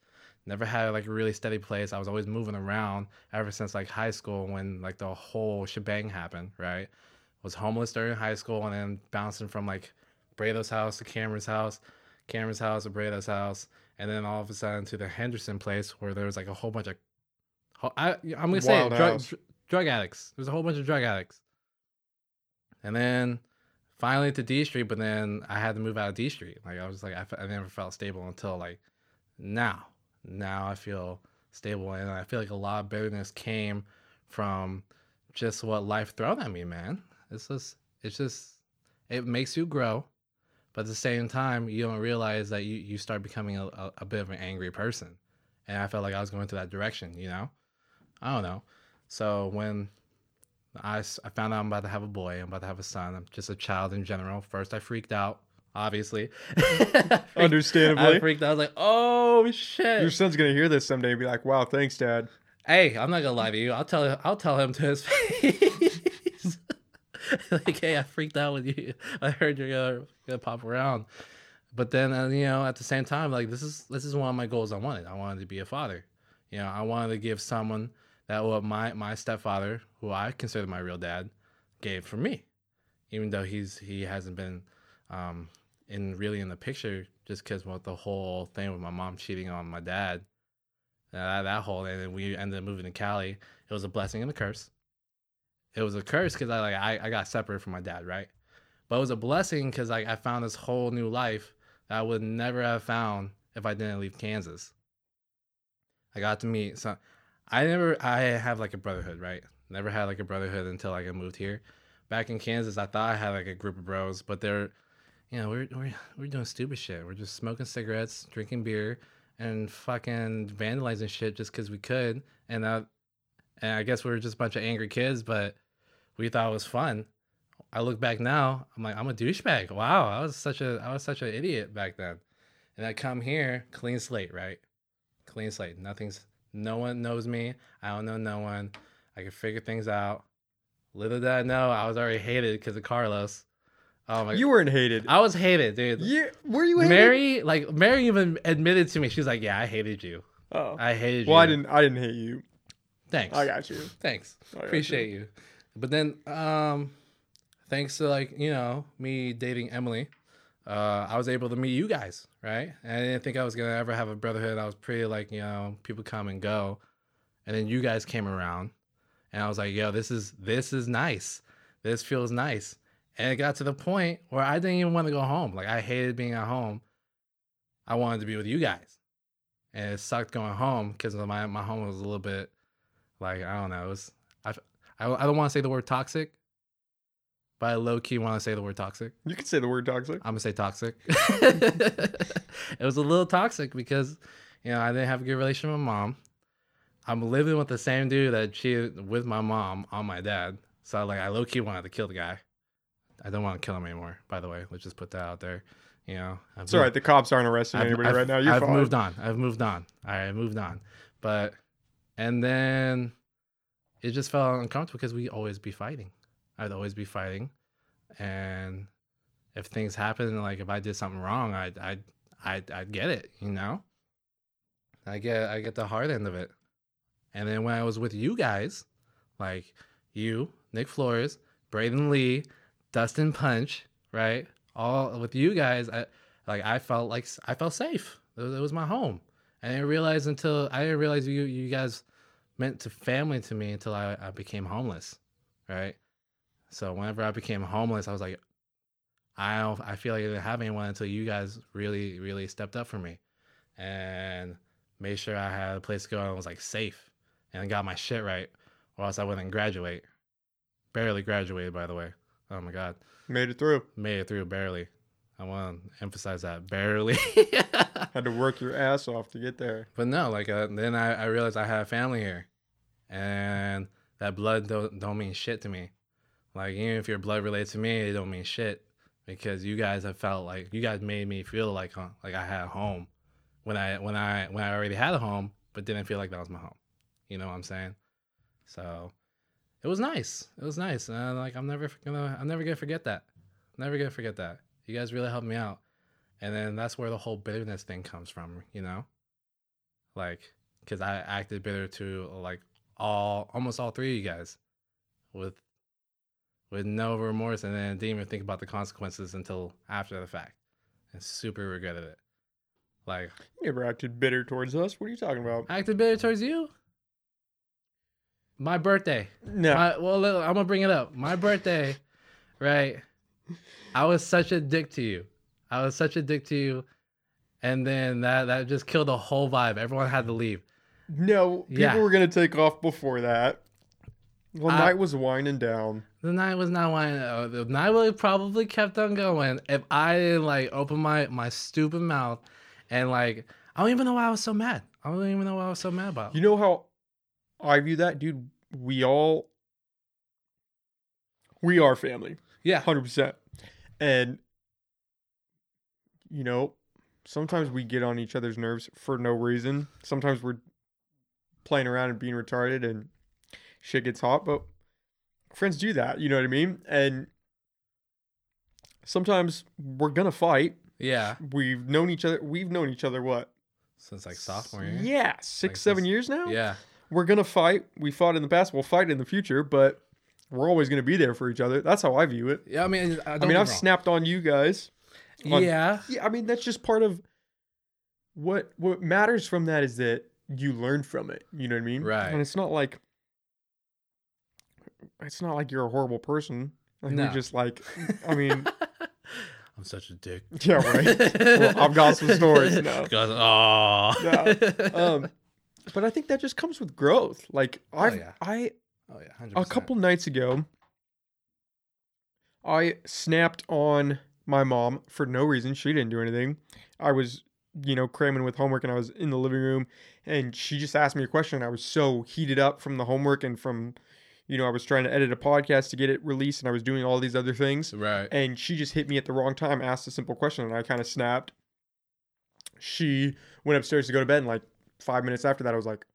never had like a really steady place. I was always moving around ever since like high school when like the whole shebang happened, right? Was homeless during high school and then bouncing from like Bredo's house to Cameron's house, Cameron's house to Bredo's house, and then all of a sudden to the Henderson place where there was like a whole bunch of ho- I, I'm gonna say it, Wild drug, house. dr- drug addicts. There's a whole bunch of drug addicts, and then finally to D Street. But then I had to move out of D Street. Like I was like I, fe- I never felt stable until like now. Now I feel stable, and I feel like a lot of bitterness came from just what life thrown at me, man. It's just, it's just, it makes you grow, but at the same time, you don't realize that you you start becoming a, a, a bit of an angry person, and I felt like I was going to that direction, you know. I don't know. So when I, s- I found out I'm about to have a boy, I'm about to have a son, I'm just a child in general. First, I freaked out, obviously. I Understandably. freaked out. I was like, oh shit. Your son's gonna hear this someday and be like, "Wow, thanks, Dad." Hey, I'm not gonna lie to you. I'll tell I'll tell him to his face. like, hey, I freaked out when you. I heard you're gonna, gonna pop around. But then, uh, you know, at the same time, like this is this is one of my goals. I wanted. I wanted to be a father. You know, I wanted to give someone that what my my stepfather, who I consider my real dad, gave for me, even though he's he hasn't been um, in really in the picture just because what the whole thing with my mom cheating on my dad and that, that whole and then we ended up moving to Cali. It was a blessing and a curse. It was a curse because I like I, I got separated from my dad, right? But it was a blessing because like I found this whole new life that I would never have found if I didn't leave Kansas. I got to meet some. I never I have like a brotherhood, right? Never had like a brotherhood until like I moved here. Back in Kansas, I thought I had like a group of bros, but they're, you know, we're we're, we're doing stupid shit. We're just smoking cigarettes, drinking beer, and fucking vandalizing shit just because we could. And, uh, and I guess we were just a bunch of angry kids, but we thought it was fun. I look back now, I'm like, I'm a douchebag. Wow, I was such a I was such an idiot back then. And I come here, clean slate, right? Clean slate. Nothing's no one knows me. I don't know no one. I can figure things out. Little did I know, I was already hated because of Carlos. Oh my! You weren't hated. I was hated, dude. You, were you hated? Mary, like Mary, even admitted to me. She's like, "Yeah, I hated you. Oh. I hated you." well, I didn't. I didn't hate you. Thanks. I got you. Thanks. Oh, I got Appreciate you. But then, um, thanks to like you know me dating Emily, uh, I was able to meet you guys, right? And I didn't think I was gonna ever have a brotherhood. I was pretty like you know people come and go, and then you guys came around, and I was like, yo, this is this is nice. This feels nice. And it got to the point where I didn't even want to go home. Like I hated being at home. I wanted to be with you guys, and it sucked going home because my my home was a little bit like I don't know. It was I I, I don't want to say the word toxic, but I low key want to say the word toxic. You could say the word toxic. I'm gonna say toxic. it was a little toxic because you know I didn't have a good relationship with my mom. I'm living with the same dude that cheated with my mom on my dad. So like I low key wanted to kill the guy. I don't want to kill him anymore. By the way, let's just put that out there. You know, I've It's all right. The cops aren't arresting anybody right now. You're I've fine. moved on. I've moved on. All right, I moved on. But and then it just felt uncomfortable because we always be fighting. I'd always be fighting, and if things happened, like if I did something wrong, I I I I get it, you know. I get I get the hard end of it, and then when I was with you guys, like you, Nick Flores, Braden Lee, Dustin Punch, right? All with you guys, I like I felt like I felt safe. It was, it was my home. I didn't realize until I didn't realize you you guys meant to family to me until I, I became homeless, right? So whenever I became homeless, I was like, I don't, I feel like I didn't have anyone until you guys really really stepped up for me, and made sure I had a place to go and was like safe and got my shit right, or else I wouldn't graduate. Barely graduated, by the way. Oh my god Made it through. made it through barely. I want to emphasize that barely. Had to work your ass off to get there. but no, like uh, then I, I realized I had family here, and that blood don't don't mean shit to me. Like even if your blood relates to me, it don't mean shit because you guys have felt like you guys made me feel like huh, like I had a home when I when I when I already had a home, but didn't feel like that was my home. You know what I'm saying? So it was nice. It was nice, and like I'm never gonna I'm never gonna forget that. Never gonna forget that. You guys really helped me out, and then that's where the whole bitterness thing comes from. You know, like because I acted bitter to like all almost all three of you guys, with with no remorse, and then didn't even think about the consequences until after the fact, and super regretted it. Like You never acted bitter towards us. What are you talking about? I acted bitter towards you. My birthday. No. My, well, look, I'm gonna bring it up. My birthday, right? I was such a dick to you. I was such a dick to you, and then that that just killed the whole vibe. Everyone had to leave. no. People Yeah. were gonna take off before that. Well, I- night was winding down. The night was not winding. Uh, the night would have probably kept on going if I didn't like open my my stupid mouth, and like I don't even know why I was so mad. I don't even know why I was so mad about. You know how I view that, dude. We all we are family. yeah, hundred percent. And you know, sometimes we get on each other's nerves for no reason. Sometimes we're playing around and being retarded, and shit gets hot. But friends do that. You know what I mean? And sometimes we're gonna fight. yeah. We've known each other. We've known each other what? Since like sophomore year. Yeah, six, Like seven since- years now. Yeah. We're gonna fight. We fought in the past. We'll fight in the future, but we're always gonna be there for each other. That's how I view it. Yeah, I mean, I, I mean, I've snapped on you guys. on- Yeah, yeah, I mean that's just part of what what matters from that is that you learn from it. You know what I mean? Right. And it's not like it's not like you're a horrible person. Like No. You're just like I mean, I'm such a dick. yeah, right. Well, I've got some stories now. Guys, aw. No, Um, but I think that just comes with growth. Like Oh, I, yeah. I oh yeah, 100%. a couple nights ago, I snapped on my mom for no reason. She didn't do anything. I was, you know, cramming with homework and I was in the living room and she just asked me a question. I was so heated up from the homework and from, you know, I was trying to edit a podcast to get it released and I was doing all these other things. Right. And she just hit me at the wrong time, asked a simple question, and I kind of snapped. She went upstairs to go to bed, and like five minutes after that, I was like,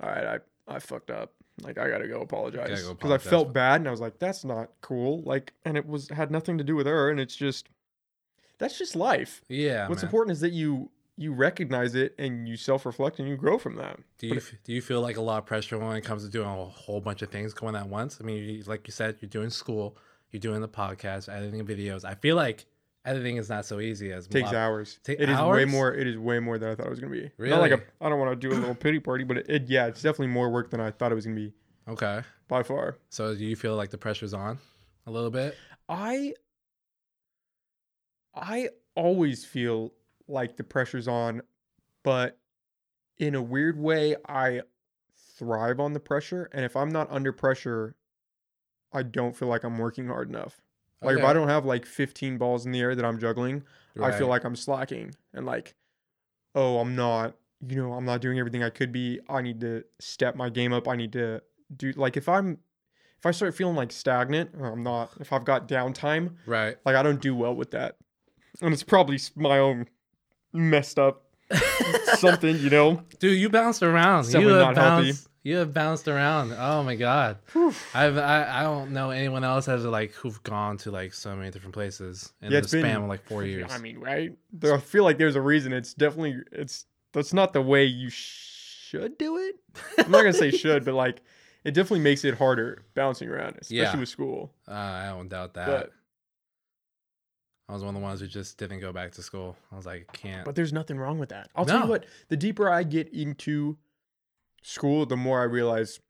all right, I, I fucked up. Like, I gotta go apologize. go Because I apologize felt for- bad, and I was like, that's not cool. Like, and it was had nothing to do with her, and it's just, that's just life. Yeah. What's man. important is that you you recognize it and you self reflect and you grow from that. Do you f- do you feel like a lot of pressure when it comes to doing a whole bunch of things going at once? I mean, you, like you said, you're doing school, you're doing the podcast, editing videos. I feel like editing is not so easy as takes mo- hours. take It is way hours? more. It is way more than I thought it was gonna be. Not like Really? a, I don't want to do a little pity party, but it, it- yeah, it's definitely more work than I thought it was gonna be Okay, by far. so do you feel like the pressure's on a little bit? I I always feel like the pressure's on, but in a weird way, I thrive on the pressure. And if I'm not under pressure, I don't feel like I'm working hard enough. Like if Okay. I don't have like 15 balls in the air that I'm juggling, I feel Right. like I'm slacking and like, oh, I'm not, you know, I'm not doing everything I could be. I need to step my game up. I need to do like if I'm if I start feeling like stagnant, or I'm not if I've got downtime, right. like I don't do well with that. And it's probably s- my own messed up something, you know. Dude, you bounced around. You Definitely not have healthy. bounced. You have bounced around. Oh my god. I've I, I don't know anyone else has like who've gone to like so many different places in Yeah, the it's span been- of like four years. I mean, right? There, I feel like there's a reason. It's definitely it's that's not the way you should do it. I'm not gonna say should, but like it definitely makes it harder bouncing around, especially Yeah. with school. Uh, I don't doubt that. But- I was one of the ones who just didn't go back to school. I was like, can't. But there's nothing wrong with that. I'll tell No. you what, the deeper I get into school, the more I realize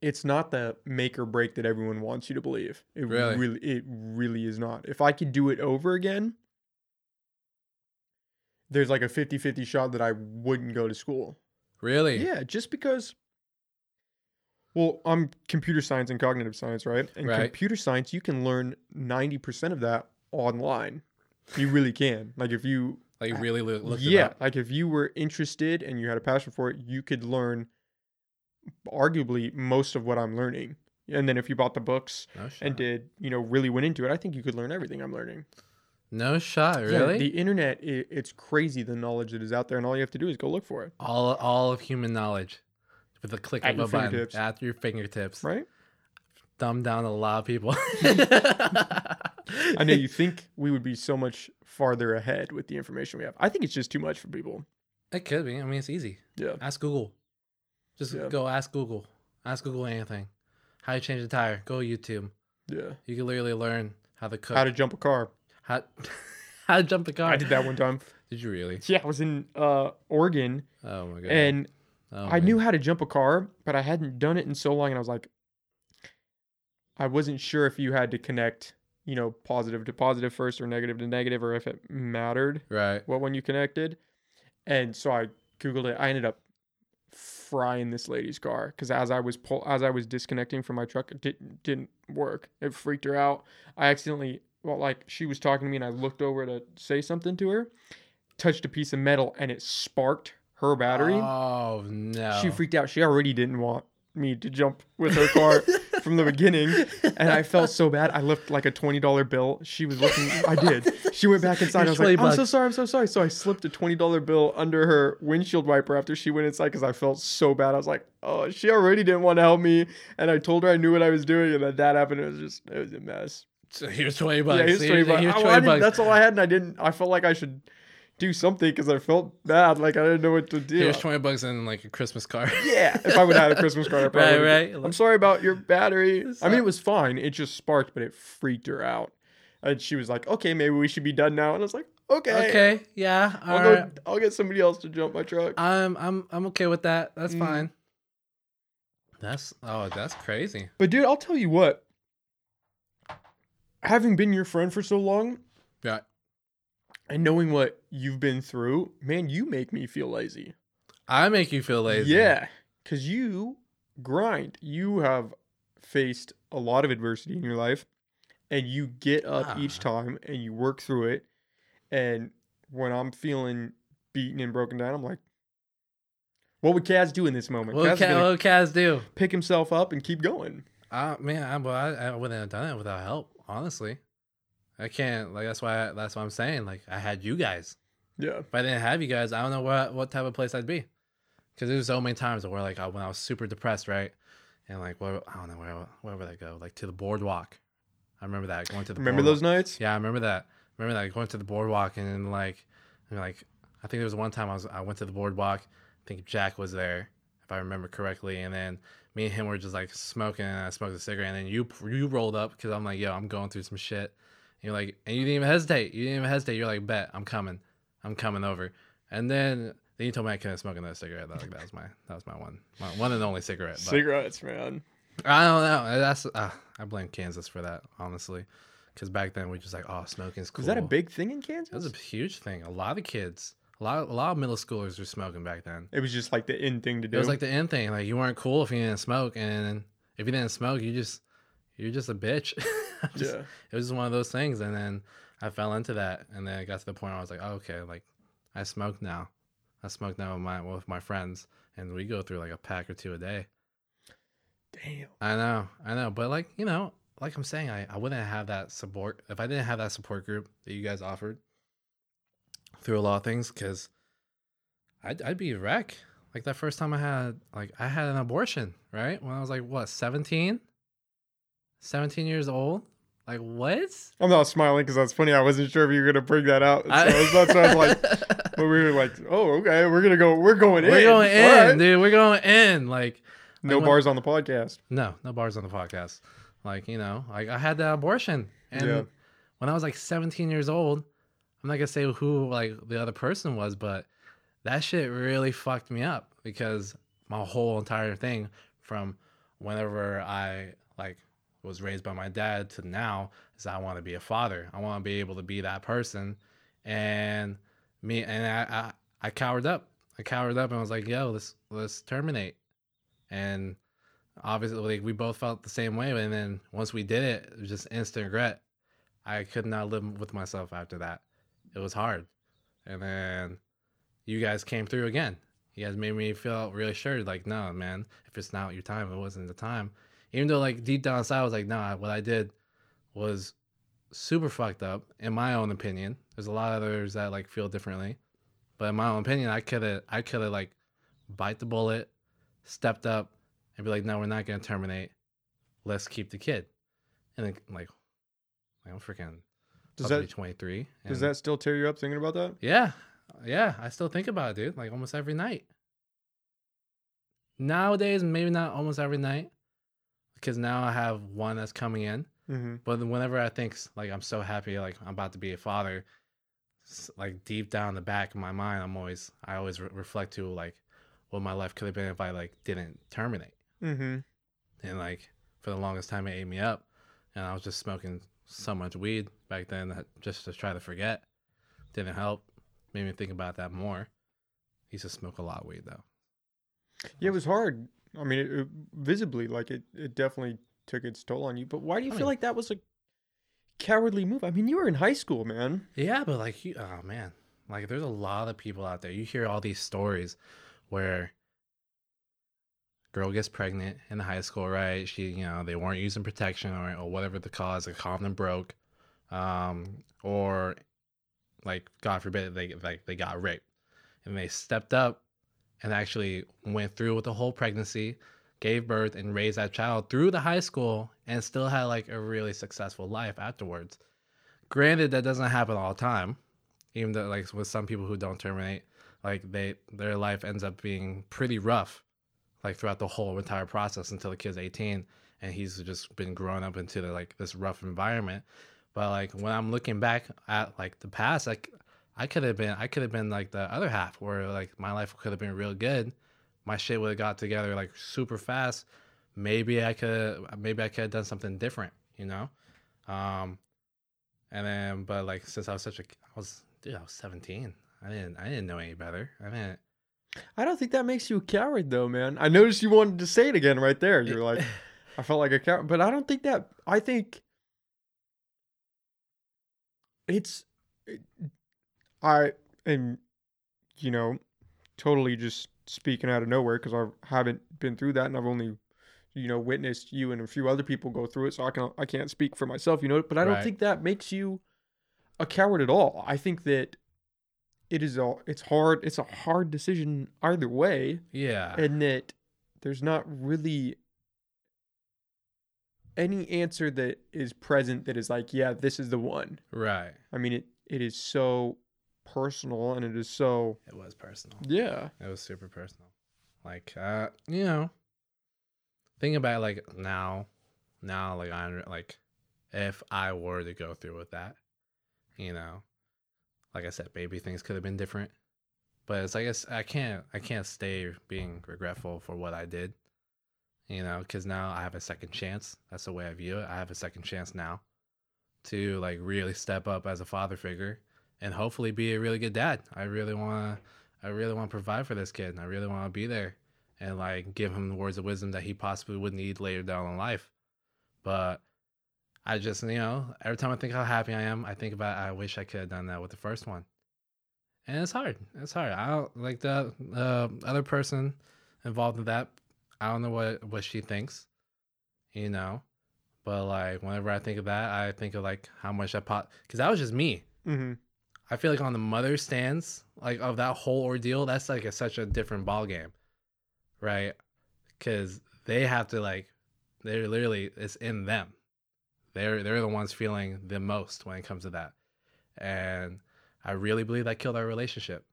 it's not the make or break that everyone wants you to believe. It Really? really, it really is not. If I could do it over again, there's like a 50-50 shot that I wouldn't go to school. really? Yeah, just because well, I'm computer science and cognitive science, right? And Right. computer science, you can learn 90% of that online. You really can. Like if you Like really lo- looked it yeah up. like if you were interested and you had a passion for it you could learn arguably most of what i'm learning and then if you bought the books No shot. and did you know really went into it i think you could learn everything i'm learning no shot. Yeah, Really? the internet i it's crazy the knowledge that is out there and all you have to do is go look for it all all of human knowledge with the click At of your a button fingertips. at your fingertips. right Thumb down a lot of people. i know you think we would be so much farther ahead with the information we have i think it's just too much for people It could be. I mean, it's easy. yeah Ask Google. Just Yeah. go ask Google. Ask Google anything. How to change a tire? Go YouTube. yeah You can literally learn how to cook. how to jump a car How how to jump the car? i did that one time Did you really? yeah i was in uh oregon Oh my god! and Oh I man. knew how to jump a car, but I hadn't done it in so long, and I was like, I wasn't sure if you had to connect, you know, positive to positive first or negative to negative, or if it mattered Right. what one you connected. And so I googled it. I ended up frying this lady's car because as I was pull as I was disconnecting from my truck, it didn't didn't work. It freaked her out. I accidentally well, like she was talking to me, and I looked over to say something to her, touched a piece of metal, and it sparked her battery. Oh no! She freaked out. She already didn't want me to jump with her car from the beginning. And I felt so bad. I left like a $20 bill. She was looking. I did. She went back inside. I Your was like, 20 I'm so bucks. sorry. I'm so sorry. So I slipped a $20 bill under her windshield wiper after she went inside because I felt so bad. I was like, oh, she already didn't want to help me. And I told her I knew what I was doing. And then that happened. It was just, it was a mess. So here's twenty bucks. yeah, here's 20 bucks. Here's I- well, 20 I didn't- bucks. That's all I had. And I didn't, I felt like I should do something because I felt bad. Like I didn't know what to do. Here's twenty bucks and like a Christmas card. Yeah, if I would have had a Christmas card, I probably Right, would've- right. I'm sorry about your battery. It's I mean, not- it was fine. It just sparked, but it freaked her out. And she was like, "Okay, maybe we should be done now." And I was like, "Okay, okay. Uh Yeah. I'll All go. right. I'll get somebody else to jump my truck." I'm I'm I'm okay with that. That's Mm. fine. That's oh that's crazy. but dude, I'll tell you what. Having been your friend for so long Yeah. and knowing what you've been through, man, you make me feel lazy. I make you feel lazy. Yeah, because you grind. You have faced a lot of adversity in your life, and you get up each Ah. time and you work through it. And when I'm feeling beaten and broken down, I'm like, What would Kaz do in this moment? Kaz What is can gonna what Kaz do? pick himself up and keep going. Uh, man, I, well, I, I wouldn't have done it without help. Honestly, I can't. Like that's why that's what I'm saying. Like I had you guys. Yeah. If I didn't have you guys, I don't know what what type of place I'd be. Because there's so many times where like I, when I was super depressed, right? And like where, I don't know where where would I go? Like to the boardwalk. I remember that going to the Remember boardwalk. those nights? Yeah, I remember that. Remember that going to the boardwalk and then like, and like I think there was one time I was I went to the boardwalk. I think Jack was there, if I remember correctly, and then me and him were just like smoking, and I smoked a cigarette, and then you you rolled up because I'm like, yo, I'm going through some shit. And you're like, and you didn't even hesitate. You didn't even hesitate. You're like, bet I'm coming, I'm coming over. And then then you told me I couldn't smoke another cigarette. That, that was my that was my one my one and only cigarette. but- Cigarettes, man. I don't know. That's uh, I blame Kansas for that, honestly, because back then we just like, oh, smoking's cool. Was that a big thing in Kansas? That was a huge thing. A lot of kids, a lot, a lot of middle schoolers were smoking back then. it was just like the end thing to do. It was like the end thing. Like you weren't cool if you didn't smoke, and if you didn't smoke, you just you're just a bitch. Just- yeah. It was just one of those things, and then I fell into that, and then it got to the point where I was like, oh, okay, like I smoke now. I smoke now with my with my friends, and we go through like a pack or two a day. Damn. I know, I know, but like you know, like I'm saying, I, I wouldn't have that support if I didn't have that support group that you guys offered through a lot of things. Because I'd I'd be a wreck. Like that first time I had like I had an abortion right when I was like what 17, 17 years old. Like what? I'm not smiling because that's funny. I wasn't sure if you were gonna bring that out. So that's- that's why I was like, but we were like, oh, okay, we're gonna go. We're going in. we're going in, All right. dude. We're going in. Like No Like, when- bars on the podcast. No, no bars on the podcast. Like, you know, like I had that abortion. And Yeah. when I was like 17 years old, I'm not gonna say who like the other person was, but that shit really fucked me up because my whole entire thing from whenever I like was raised by my dad to now is I want to be a father. I want to be able to be that person. And me and I, I I cowered up. I cowered up and was like, yo, let's let's terminate. And obviously like we both felt the same way and then once we did it it was just instant regret i could not live with myself after that it was hard and then you guys came through again you guys made me feel really sure like no man if it's not your time it wasn't the time even though like deep down inside i was like nah what i did was super fucked up in my own opinion there's a lot of others that like feel differently but in my own opinion i could have i could have like bite the bullet stepped up and be like, no, we're not gonna terminate. Let's keep the kid. And then like, like I'm freaking Does about to that be 23. does and- that still tear you up thinking about that? Yeah, yeah. I still think about it, dude. Like almost every night. Nowadays, maybe not almost every night, because now I have one that's coming in. Mm-hmm. But then whenever I think like I'm so happy, like I'm about to be a father, s- like deep down in the back of my mind, I'm always I always re- reflect to like what my life could have been if I like didn't terminate Mm-hmm. and like for the longest time it ate me up and i was just smoking so much weed back then that just to try to forget didn't help made me think about that more used to smoke a lot of weed though Yeah, it was hard. I mean, it, it- visibly, like it, it definitely took its toll on you. But why do you I feel mean- like that was a cowardly move? I mean, you were in high school, man. yeah but like you oh man like there's a lot of people out there you hear all these stories where girl gets pregnant in high school right she you know they weren't using protection or, or whatever the cause a condom broke um or like god forbid they like they got raped and they stepped up and actually went through with the whole pregnancy gave birth and raised that child through the high school and still had like a really successful life afterwards granted that doesn't happen all the time even though like with some people who don't terminate like they their life ends up being pretty rough like throughout the whole entire process until the kid's 18 and he's just been grown up into the, like this rough environment but like when i'm looking back at like the past like i could have been i could have been like the other half where like my life could have been real good my shit would have got together like super fast maybe i could maybe i could have done something different you know um and then but like since i was such a i was dude i was 17 i didn't i didn't know any better i didn't I don't think that makes you a coward, though, man. I noticed you wanted to say it again right there. You're like, I felt like a coward, but I don't think that. I think it's I am, you know, totally just speaking out of nowhere because I haven't been through that and I've only, you know, witnessed you and a few other people go through it. So I can I can't speak for myself, you know. But I don't Right. think that makes you a coward at all. I think that it is all it's hard. It's a hard decision either way, Yeah. and that there's not really any answer that is present that is like, yeah, this is the one. right. I mean, it it is so personal and it is so It was personal. yeah. It was super personal. Like, uh, you know, think about it, like now, now, like I under- like, if I were to go through with that, you know, like I said, maybe things could have been different. But it's like it's, I can't, I can't stay being regretful for what I did, you know, because now I have a second chance. That's the way I view it. I have a second chance now to like really step up as a father figure and hopefully be a really good dad. I really want to. I really want to provide for this kid. And I really want to be there and like give him the words of wisdom that he possibly would need later down in life. But I just, you know, every time I think how happy I am, I think about I wish I could have done that with the first one. And it's hard. It's hard. I don't like the uh, other person involved in that. I don't know what what she thinks, you know. But like whenever I think of that, I think of like how much I pot because that was just me. Mm-hmm. I feel like on the mother stands, like of that whole ordeal, that's like a, such a different ball game, right? Because they have to like, they're literally it's in them. They're they're the ones feeling the most when it comes to that, and I really believe that killed our relationship.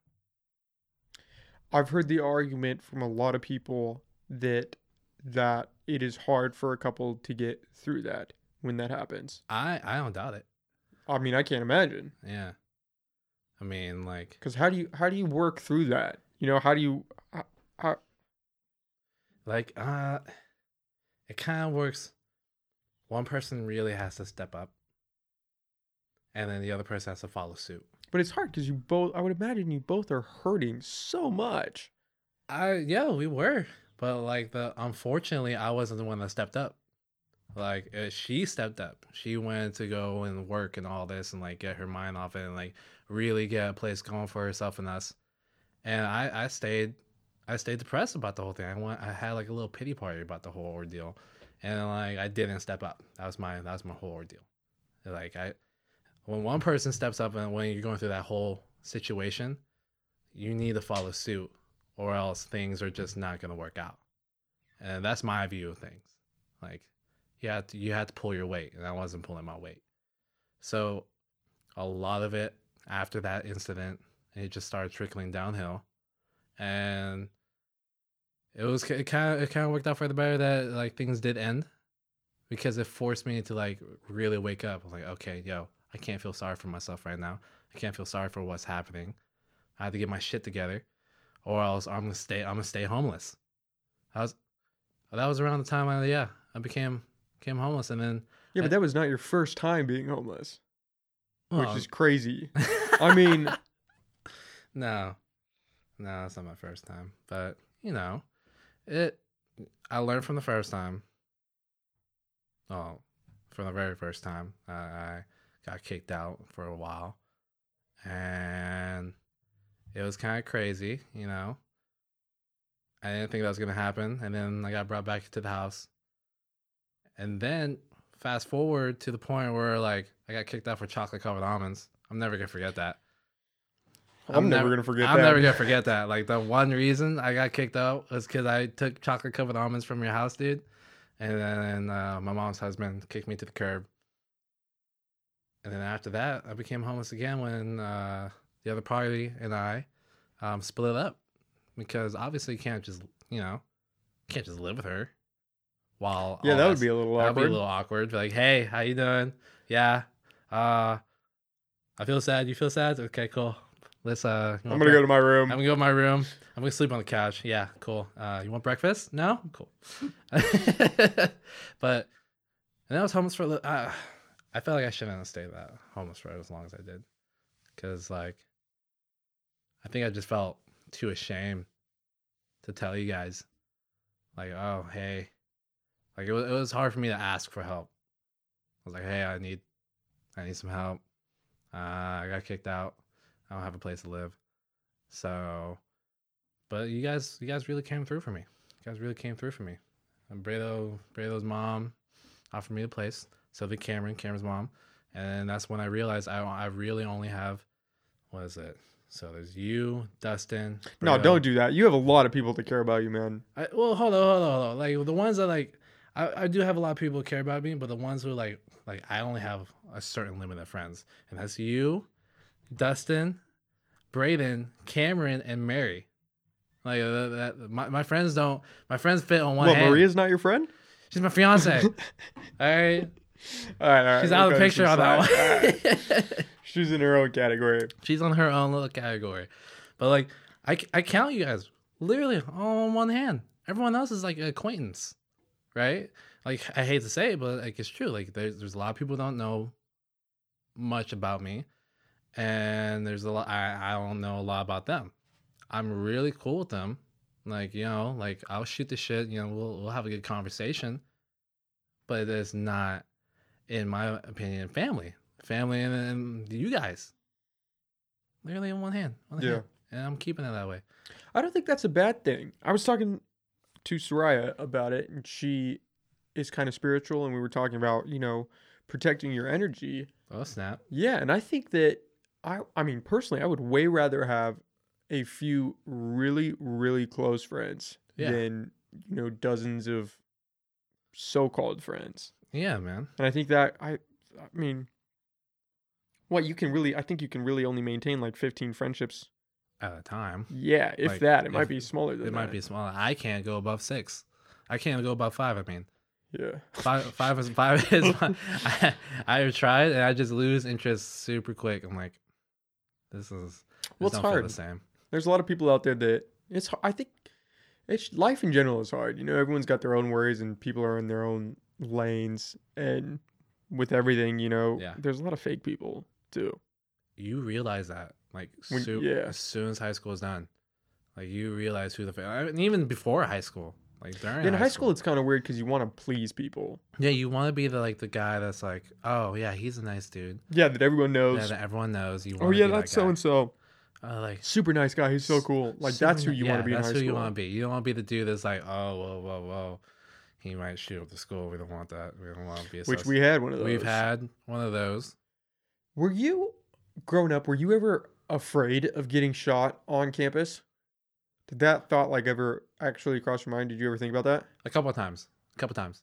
I've heard the argument from a lot of people that that it is hard for a couple to get through that when that happens. I I don't doubt it. I mean, I can't imagine Yeah, I mean like because how do you how do you work through that? You know, how do you? How, how, like uh, it kind of works. One person really has to step up, and then the other person has to follow suit. but it's hard because you both. I would imagine you both are hurting so much. I yeah, we were, but like the unfortunately, I wasn't the one that stepped up. Like uh, she stepped up. She went to go and work and all this and like get her mind off it and like really get a place going for herself and us. And I I stayed I stayed depressed about the whole thing. I went I had like a little pity party about the whole ordeal. And like I didn't step up. That was my that was my whole ordeal. Like I when one person steps up and when you're going through that whole situation, you need to follow suit or else things are just not going to work out. And that's my view of things. Like you had to, you had to pull your weight, and I wasn't pulling my weight. So a lot of it after that incident, it just started trickling downhill, and it was it kind of it kind of worked out for the better that like things did end because it forced me to like really wake up. I was like, okay, yo, I can't feel sorry for myself right now. I can't feel sorry for what's happening. I have to get my shit together or else I'm gonna stay. I'm gonna stay homeless. I was, that was around the time I yeah I became became homeless, and then Yeah, Uh, but that was not your first time being homeless, well, which is crazy. I mean, no, no, that's not my first time, but you know, it. I learned from the first time. Oh, from the very first time I, I got kicked out for a while, and it was kind of crazy, you know. I didn't think that was gonna happen, and then I got brought back to the house, and then fast forward to the point where like I got kicked out for chocolate covered almonds. I'm never gonna forget that. I'm, never gonna forget I'm that. never gonna forget that. Like the one reason I got kicked out was because I took chocolate covered almonds from your house, dude, and then uh, my mom's husband kicked me to the curb. And then after that, I became homeless again when uh, the other party and I um, split up because obviously you can't just you know can't just live with her while yeah, all that that's- would be a little That'd awkward. be a little awkward. Be like, hey, how you doing? Yeah. Uh I feel sad. You feel sad? Okay, cool. Let's uh you I'm want gonna go brec- to my room. I'm gonna go to my room. I'm gonna sleep on the couch. Yeah, cool. Uh you want breakfast? No? Cool. but and I was homeless for a little uh, I felt like I shouldn't have stayed that homeless for as long as I did. Cause like I think I just felt too ashamed to tell you guys. Like, oh hey. Like it was, it was hard for me to ask for help. I was like, hey, I need I need some help. Uh, I got kicked out. I don't have a place to live. So But you guys, you guys really came through for me. You guys really came through for me. And Bredo, Bredo's mom offered me the place. So did Cameron, Cameron's mom, and that's when I realized I I really only have what is it? So there's you, Dustin. No, Bredo. don't do that. You have a lot of people that care about you, man. I, well, hold on, hold on, hold on. Like the ones that like, I, I do have a lot of people who care about me, but the ones who like, like I only have a certain limit of friends, and that's you, Dustin, Braden, Cameron, and Mary. Like uh, that, that- my, my friends don't. My friends fit on one What, hand. Maria's not your friend? She's my fiance. all right, All right, all right. she's we're out of going the picture to on side. All right. that one. She's in her own category. She's on her own little category. But like, I, I count you guys literally all on one hand. Everyone else is like acquaintance, right? Like, I hate to say it, but like, it's true. Like, there's, there's a lot of people don't know much about me, and there's a lot, I, I don't know a lot about them. I'm really cool with them. Like, you know, like I'll shoot the shit, you know, we'll, we'll have a good conversation, but it's not, in my opinion, family. Family and, and you guys literally in one hand. One Yeah. hand. And I'm keeping it that way. I don't think that's a bad thing. I was talking to Soraya about it, and she is kind of spiritual, and we were talking about, you know, protecting your energy. Oh snap! Yeah, and I think that I I mean personally I would way rather have a few really really close friends Yeah. than you know dozens of so-called friends. Yeah, man. And I think that I I mean what you can really I think you can really only maintain like 15 friendships. At a time, Yeah, if Like, that. It if- might be smaller than it might that. be smaller. I can't go above six. I can't go above five. I mean, Yeah. five, five is five is. my- I, I've tried, and I just lose interest super quick. I'm like, this is. Well, This it's don't feel hard. the same. There's a lot of people out there that it's h- I think it's life in general is hard. You know, everyone's got their own worries and people are in their own lanes and with everything, you know, Yeah. there's a lot of fake people too. You realize that, like, When- su- yeah. as soon as high school is done, like you realize who the. Fa- I mean, even before high school, like during in high school, it's kind of weird because you want to please people. yeah, you want to be the like the guy that's like, oh yeah, he's a nice dude. Yeah, that everyone knows. Yeah, that everyone knows you. oh wanna yeah, be that that's so and so. guy. Uh, like Super nice guy. He's so cool. Like that's who Superman- you want yeah, to be in high That's school. who you want to be. You don't want to be the dude that's like, oh, whoa, whoa, whoa, he might shoot up the school. We don't want that. We don't want to be. Which we associated- had one of those. we've had one of those. Were you growing up? Were you ever afraid of getting shot on campus? Did that thought like ever actually cross your mind? Did you ever think about that? A couple of times. A couple of times.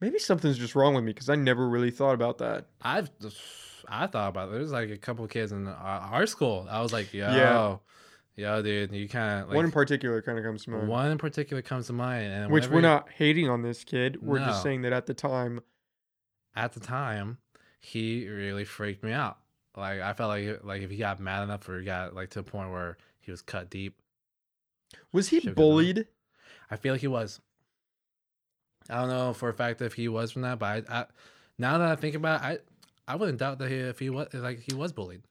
Maybe something's just wrong with me because I never really thought about that. I've I thought about it. There's like a couple of kids in our, our school. I was like, yo, Yeah. yo, dude, you kind of like one in particular kind of comes to mind, one in particular comes to mind, and which we're whenever- not hating on this kid. We're just No. saying that at the time, at the time, he really freaked me out. Like I felt like like if he got mad enough or got like to a point where he was cut deep, was he Shook it up. bullied? I feel like he was. I don't know for a fact if he was from that, but I, I, now that I think about it, I, I wouldn't doubt that he, if he was like he was bullied.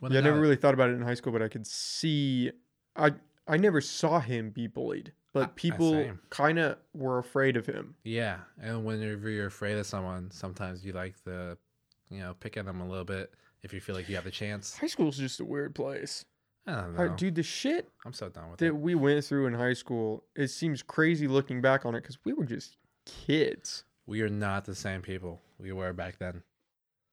yeah, I Wouldn't never doubt it. really thought about it in high school, but I could see. I I never saw him be bullied, I- I but people same. kind of were afraid of him. Yeah, and whenever you're afraid of someone, sometimes you like the, you know, pick at them a little bit if you feel like you have the chance. High school's just a weird place, I don't Hi- know, dude. The shit I'm so done with that it. we went through in high school, it seems crazy looking back on it because we were just kids. We are not the same people we were back then.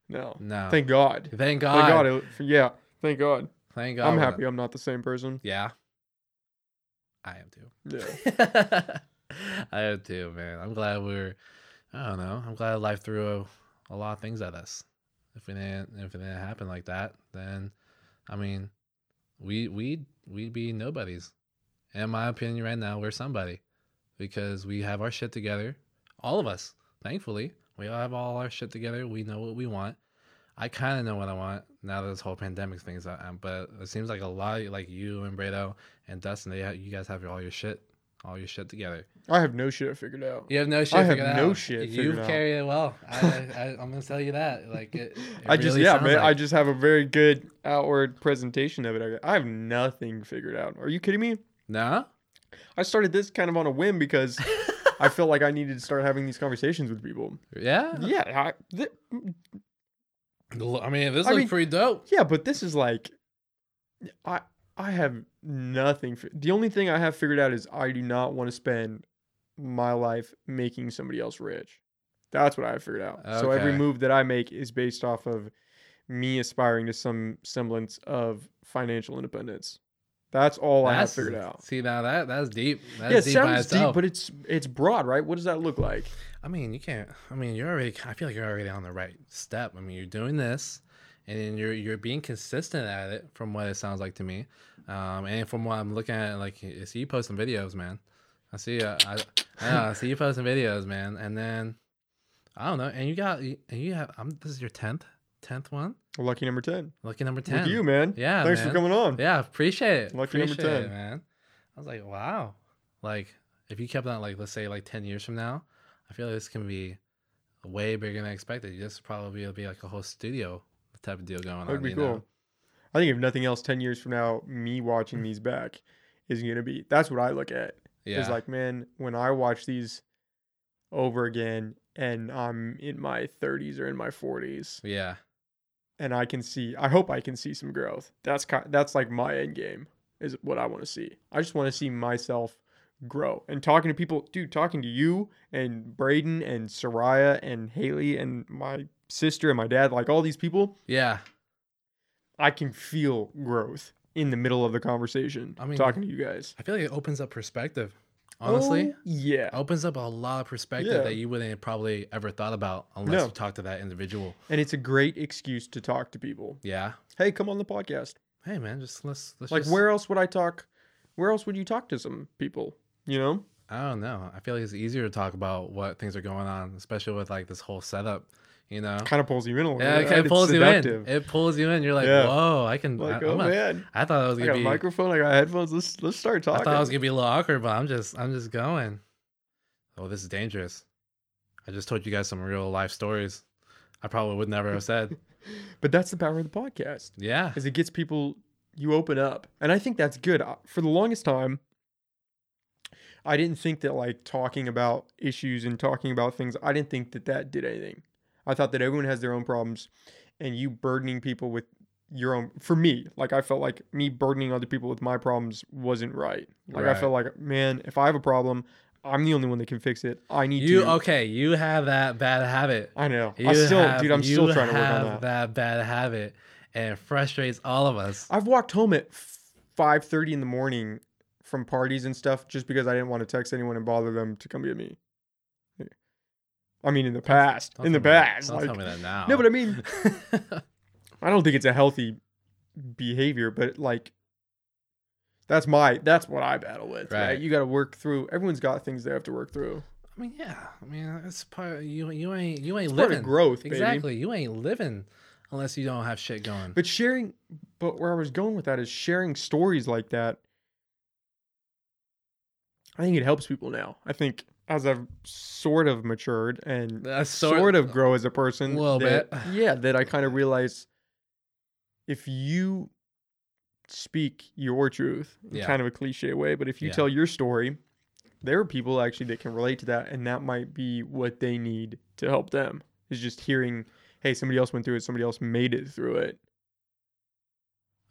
No, No, thank God. Thank God. Thank God. it- yeah, thank God. Thank God. I'm we're happy not- I'm not the same person. Yeah. I am too. Yeah. I am too, man. I'm glad we're. I don't know. I'm glad life threw a, a lot of things at us. If it didn't, if it didn't happen like that, then, I mean, we we we'd be nobodies. In my opinion, right now we're somebody, because we have our shit together. All of us, thankfully, we all have all our shit together. We know what we want. I kind of know what I want now that this whole pandemic thing's out. um, But it seems like a lot, of, like you and Bredo and Dustin, they ha- you guys have your- all your shit, all your shit together. I have no shit figured out. You have no shit. I have figured no out. shit You've figured out. carried it well. I, I, I'm gonna tell you that. Like it. it I just really yeah, sounds man. I like- just have a very good outward presentation of it. I I have nothing figured out. Are you kidding me? no. I started this kind of on a whim because I felt like I needed to start having these conversations with people. Yeah. Yeah, I, th- L- I mean, this I looks mean- pretty dope. yeah, but this is like, I I have nothing. fi- the only thing I have figured out is I do not want to spend my life making somebody else rich. That's what I have figured out. So every Okay. move that I make is based off of me aspiring to some semblance of financial independence. That's all I have That's- figured out. See now that that's deep. That's Yeah, it deep by sounds deep, itself. but it's it's broad, right? What does that look like? I mean, you can't. I mean, you're already. I feel like you're already on the right step. I mean, you're doing this, and then you're you're being consistent at it, from what it sounds like to me, um, and from what I'm looking at. Like, I see you posting videos, man. I see you. I, yeah, I see you posting videos, man. And then, I don't know. And you got. And you have. I'm. This is your tenth, tenth one. Lucky number ten. Lucky number ten. With you, man. Yeah, Thanks man. for coming on. Yeah, appreciate it. Lucky number appreciate 10. it, man. I was like, wow. Like, if you kept on, like, let's say, like, ten years from now, I feel like this can be way bigger than I expected. This probably will be like a whole studio type of deal going That'd on. be you cool. know? Hmm. I think if nothing else, ten years from now, me watching these back is gonna be. That's what I look at. Yeah. It's like, man, when I watch these over again, and I'm in my 30s or in my 40s, yeah. and I can see. I hope I can see some growth. That's kind. That's like my end game is what I want to see. I just want to see myself grow and talking to people dude talking to you and braden and soraya and haley and my sister and my dad like all these people Yeah. I can feel growth in the middle of the conversation. I mean- talking to you guys. I feel like it opens up perspective. Honestly, Oh, yeah, opens up a lot of perspective Yeah. that you wouldn't have probably ever thought about unless No. you talked to that individual. and it's a great excuse to talk to people. Yeah. Hey, come on the podcast. Hey, man, just let's let's Like, just- where else would I talk? Where else would you talk to some people? You know, I don't know. I feel like it's easier to talk about what things are going on, especially with like this whole setup. You know, kind of pulls you in a little. Oh. yeah, bit, it right? kind It's of pulls you in. seductive. It pulls you in. You're like, Yeah. whoa, I can. Like, I, oh I'm a- man, I thought I was I gonna got a be. microphone. I got headphones. Let's let's start I talking. thought I was gonna be a little awkward, but I'm just, I'm just going. Oh, this is dangerous. I just told you guys some real life stories. I probably would never have said. but that's the power of the podcast. Yeah, is it gets people you open up and i think that's good I- for the longest time i didn't think that like talking about issues and talking about things i didn't think that that did anything i thought that everyone has their own problems and you burdening people with your own for me like i felt like me burdening other people with my problems wasn't right like i Right. felt like man if i have a problem i'm the only one that can fix it i need you to okay? You have that bad habit. i know You i still have- dude i'm still you trying to work on have that that bad habit, and it frustrates all of us. I've walked home at five thirty in the morning from parties and stuff just because I didn't want to text anyone and bother them to come get me. I mean, in the past, Don't in the tell me that- past, Don't like tell me that now. no, but I mean, I don't think it's a healthy behavior, but like. That's my that's what I battle with. Right. Right. You gotta work through everyone's got things they have to work through. I mean, yeah. I mean, it's part you. You ain't. You ain't It's part living. of growth, baby. Exactly. You ain't living unless you don't have shit going. But sharing, but where I was going with that is sharing stories like that. I think it helps people now. I think as I've sort of matured and Uh, sort, sort- of grow as a person, Little that- bit. yeah, that I kind of realize if you speak your truth, in Yeah. kind of a cliche way, but if you Yeah. tell your story, there are people actually that can relate to that, and that might be what they need to help them. Is just hearing, hey, somebody else went through it, somebody else made it through it.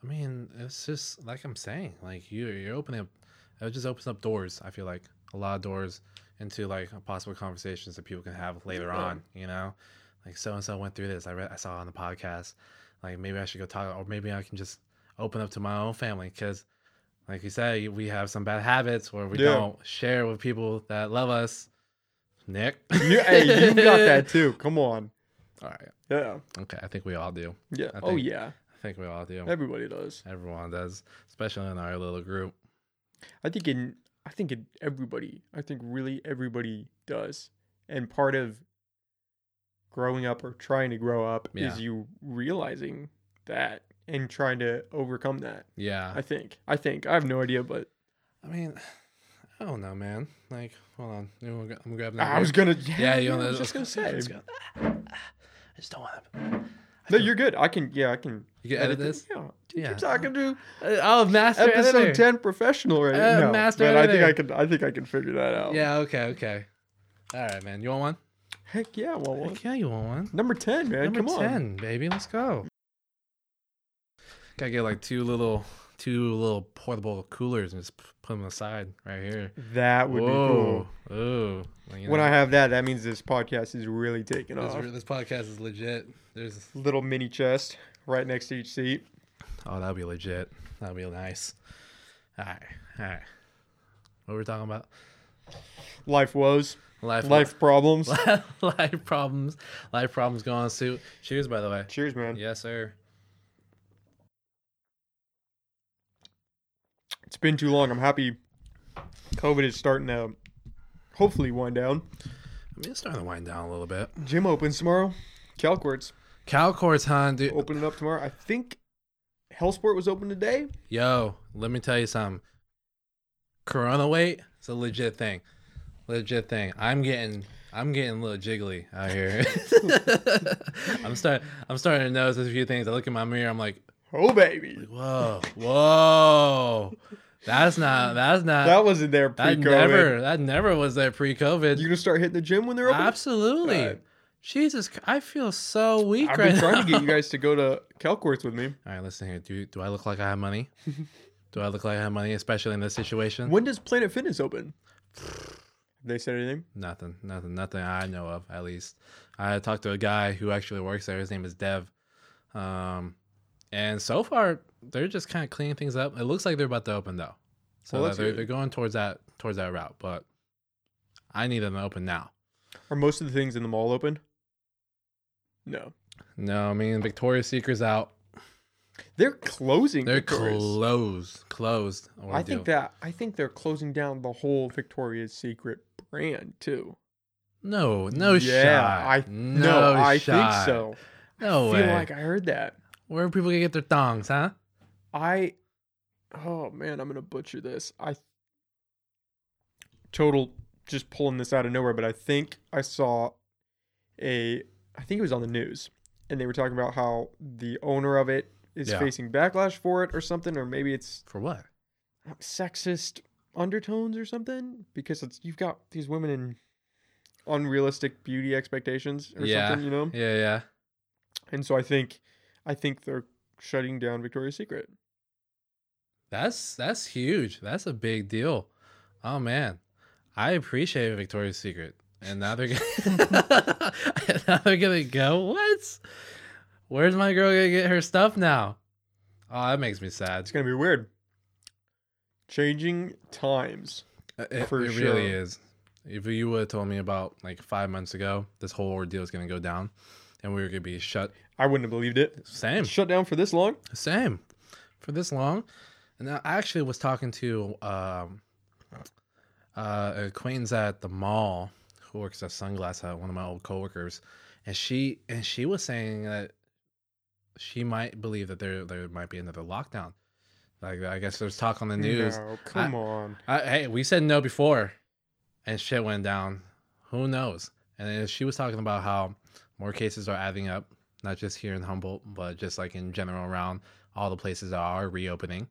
I mean, it's just like I'm saying. Like you, you're opening up. It just opens up doors. I feel like a lot of doors into like possible conversations that people can have later Yeah. on. You know, like so and so went through this. I read, I saw on the podcast. Like maybe I should go talk, or maybe I can just open up to my own family because, like you said, we have some bad habits where we Yeah. don't share with people that love us. Nick, You, hey, you got that too. Come on. All right. Yeah. Okay, I think we all do. Yeah. I Oh think- yeah. I think we all do. Everybody does. Everyone does, especially in our little group. I think in I think in everybody. I think really everybody does. And part of growing up or trying to grow up Yeah. is you realizing that and trying to overcome that. Yeah. I think. I think. I have no idea, but I mean, I don't know, man. Like, hold on. You wanna gra- I'm grabbing that. I was beer. gonna. Yeah, you I wanna- was just gonna let's say. go- let's go. I just don't want to. No, you're good. I can. Yeah, I can. You can edit this? Yeah. Dude, Yeah. You're talking to Oh, master episode editor. ten professional right Uh, now. No, master man, I think editor. I can. I think I can figure that out. Yeah. Okay. Okay. All right, man. You want one? Heck yeah. Well, well Heck yeah, you want one. Number 10, man. Number Come on. ten, baby. Let's go. Gotta get like two little, two little portable coolers and just p- put them aside right here. That would Whoa. Ooh. be cool. When I have that, that means this podcast is really taking this, off. re- this podcast is legit. There's Little mini chest right next to each seat. oh, that'd be legit. That'd be nice. All right, all right. What were we talking about? Life woes, Life, life problems. life problems, life problems going on. Suit. Cheers, by the way. Cheers, man. Yes, sir. It's been too long. I'm happy COVID is starting to hopefully wind down. I mean, it's starting to wind down a little bit. Gym opens tomorrow. Calquartz Calcor's on, dude. opening up tomorrow. I think Hellsport was open today. Yo, let me tell you something. Corona weight is a legit thing. Legit thing. I'm getting I'm getting a little jiggly out here. I'm start I'm starting to notice a few things. I look in my mirror, I'm like, Oh baby, whoa, whoa. That's not that's not that wasn't there that pre-COVID. never that never was there You pre-COVID. gonna start hitting the gym when they're open? Absolutely. God. Jesus, Christ, I feel so weak I've right been trying to now. get you guys to go to Calquartz with me. All right, listen here. Do do I look like I have money? do I look like I have money, especially in this situation? When does Planet Fitness open? Have they said anything? Nothing, nothing, nothing I know of. At least I talked to a guy who actually works there. His name is Dev, um, and so far they're just kind of cleaning things up. It looks like they're about to open though, so Well, that that's they're, good. they're going towards that towards that route. But I need them to open now. Are most of the things in the mall open? No, No, I mean Victoria's Secret's out. they're closing. They're Victoria's. closed, closed. What I do you think do? that I think they're closing down the whole Victoria's Secret brand too. no, no yeah, shot. I no, I shot. think so. No I way. feel like I heard that. Where are people gonna get their thongs, huh? I oh man, I'm gonna butcher this. I total just pulling this out of nowhere, but I think I saw a I think it was on the news, and they were talking about how the owner of it is Yeah. facing backlash for it or something, or maybe it's For what? sexist undertones or something because it's you've got these women in unrealistic beauty expectations or Yeah. something, you know. Yeah, yeah. And so I think I think they're shutting down Victoria's Secret. That's that's huge. That's a big deal. Oh man, I appreciate Victoria's Secret, and now they're gonna, now they're gonna go. What? Where's my girl gonna get her stuff now? Oh, that makes me sad. It's gonna be weird. Changing times. It, for it sure. really is. If you would have told me about like five months ago, this whole ordeal is gonna go down, and we were gonna be shut. I wouldn't have believed it. Same. Shut down for this long? Same for this long. And I actually was talking to um, uh, an acquaintance at the mall who works at Sunglass Hut, one of my old coworkers, and she and she was saying that she might believe that there there might be another lockdown. Like I guess there's talk on the news. No, come on. I, hey, we said no before, and shit went down. Who knows? And then she was talking about how more cases are adding up, not just here in Humboldt, but just like in general around all the places that are reopening,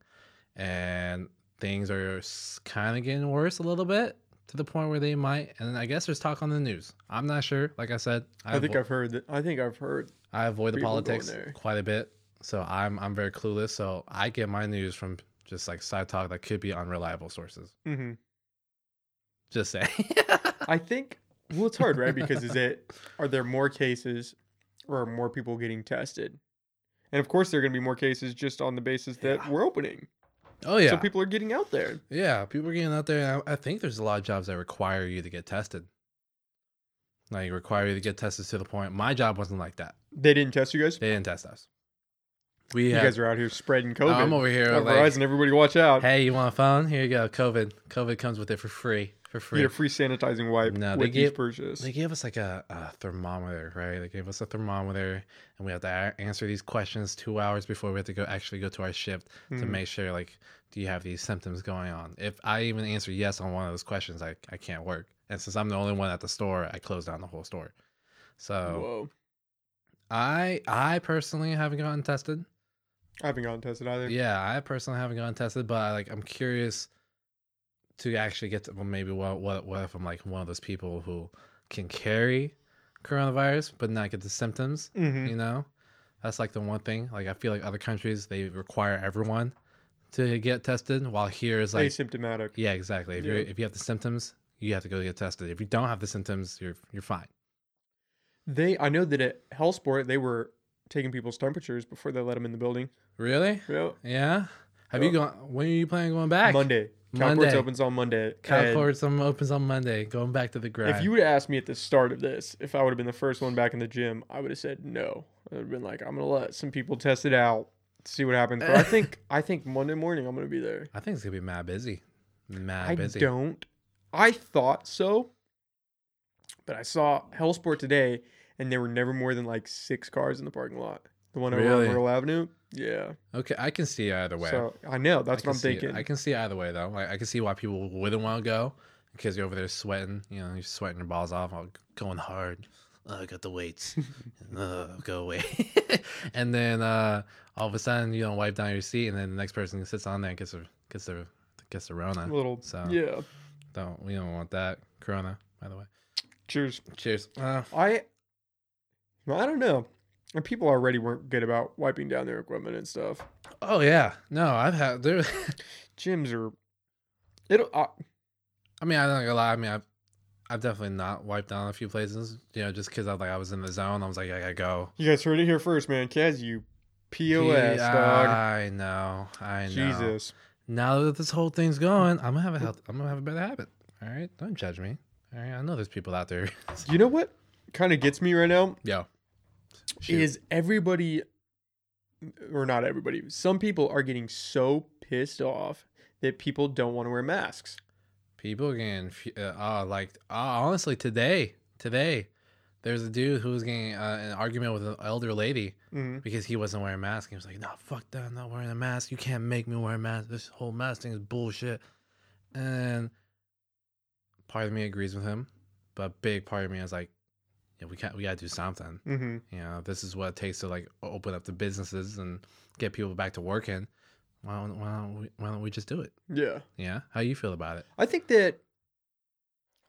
and things are kind of getting worse a little bit to the point where they might. And I guess there's talk on the news. I'm not sure. Like I said, I, think avo- I've heard that I think I've heard I avoid the people going politics there. quite a bit, so I'm I'm very clueless. So I get my news from just like side talk that could be unreliable sources. Mhm. Just saying. I think well it's hard, right? Because is it are there more cases or are more people getting tested? And of course there are gonna be more cases just on the basis that Yeah. we're opening. oh yeah, So people are getting out there. yeah. People are getting out there. and I, I think there's a lot of jobs that require you to get tested. Like require you to get tested to the point. My job wasn't like that. They didn't test you guys? They didn't test us. We You had, guys are out here spreading COVID. I'm over here. on like, Verizon, everybody watch out. hey, you want a phone? Here you go. COVID. COVID comes with it for free. For You free. Get a free sanitizing wipe No, they with each get- purchase. They gave us like a, a thermometer, right? They gave us a thermometer, and we have to a- answer these questions two hours before we have to go actually go to our shift to Mhm. make sure like, do you have these symptoms going on? If I even answer yes on one of those questions, I I can't work. And since I'm the only one at the store, I close down the whole store. So Whoa. I I personally haven't gotten tested. I haven't gotten tested either. Yeah, I personally haven't gotten tested, but I, like I'm curious to actually get to well, maybe what what what if I'm like one of those people who can carry coronavirus but not get the symptoms, Mm-hmm. you know? That's like the one thing. Like I feel like other countries they require everyone to get tested, while here is like asymptomatic. yeah, exactly. If you Yeah. if you have the symptoms, you have to go get tested. If you don't have the symptoms, you're you're fine. They, I know that at Hellsport they were taking people's temperatures before they let them in the building. Really? Yeah. Yeah. Have you Yeah. gone? When are you planning on going back? Oh. Monday. Calports Monday. opens on Monday. and Calports um, opens on Monday. Going back to the grind. If you would have asked me at the start of this if I would have been the first one back in the gym, I would have said no. I would have been like, I'm gonna let some people test it out, see what happens. But I think I think Monday morning I'm gonna be there. I think it's gonna be mad busy. Mad I busy. don't. I thought so, but I saw Hellsport today, and there were never more than like six cars in the parking lot. The one over Really? on Myrtle Avenue. Yeah. Okay, I can see either way. So I know that's I what can I'm see- thinking. I can see either way though. Like I can see why people wouldn't want to go because you're over there sweating. You know, you're sweating your balls off, uh, going hard. Uh, I got the weights. uh, go away. and then uh, all of a sudden, you don't wipe down your seat, and then the next person sits on there and gets a gets a gets the Rona. Little. uh, So Yeah. don't we don't want that Corona. By the way, Cheers. cheers. Uh, I. Well, I don't know. And people already weren't good about wiping down their equipment and stuff. oh yeah, no, I've had there. Gyms are. It'll. Uh, I mean, I don't gonna lie. I mean, I've, I've definitely not wiped down a few places. You know, just because I like I was in the zone. I was like, I gotta go. you guys heard it here first, man. Kaz, you Yeah, POS dog. I know. I know. Jesus. Now that this whole thing's going, I'm gonna have a health. I'm gonna have a better habit. All right. Don't judge me. All right. I know there's people out there. You know what kind of gets me right now? Yo. is everybody or not everybody some people are getting so pissed off that people don't want to wear masks people getting fu- uh, uh, like uh, honestly today today there's a dude who was getting uh, an argument with an elder lady Mhm. because he wasn't wearing a mask. He was like, "No, fuck that! I'm not wearing a mask. You can't make me wear a mask. This whole mask thing is bullshit." And part of me agrees with him, but a big part of me is like, "Yeah, we can't. We gotta do something. Mhm. You know, this is what it takes to like open up the businesses and get people back to working. Why don't, why don't we? Why don't we just do it? yeah Yeah. How you feel about it? i think that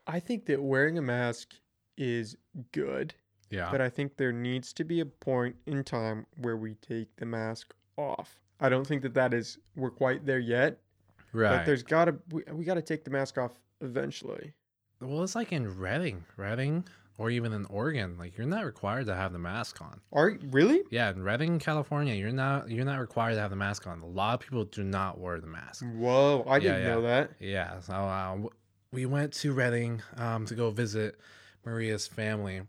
i think that wearing a mask is good Yeah. but i think there needs to be a point in time where we take the mask off i don't think that that is we're quite there yet but right. there's gotta we, we gotta take the mask off eventually Well, it's like in Reading, Reading, or even in Oregon. Like you're not required to have the mask on. are really Yeah, in Reading, California, you're not you're not required to have the mask on. A lot of people do not wear the Mm. mask. whoa i Yeah, didn't yeah. know that Yeah, so uh, w- we went to Reading um, to go visit Maria's family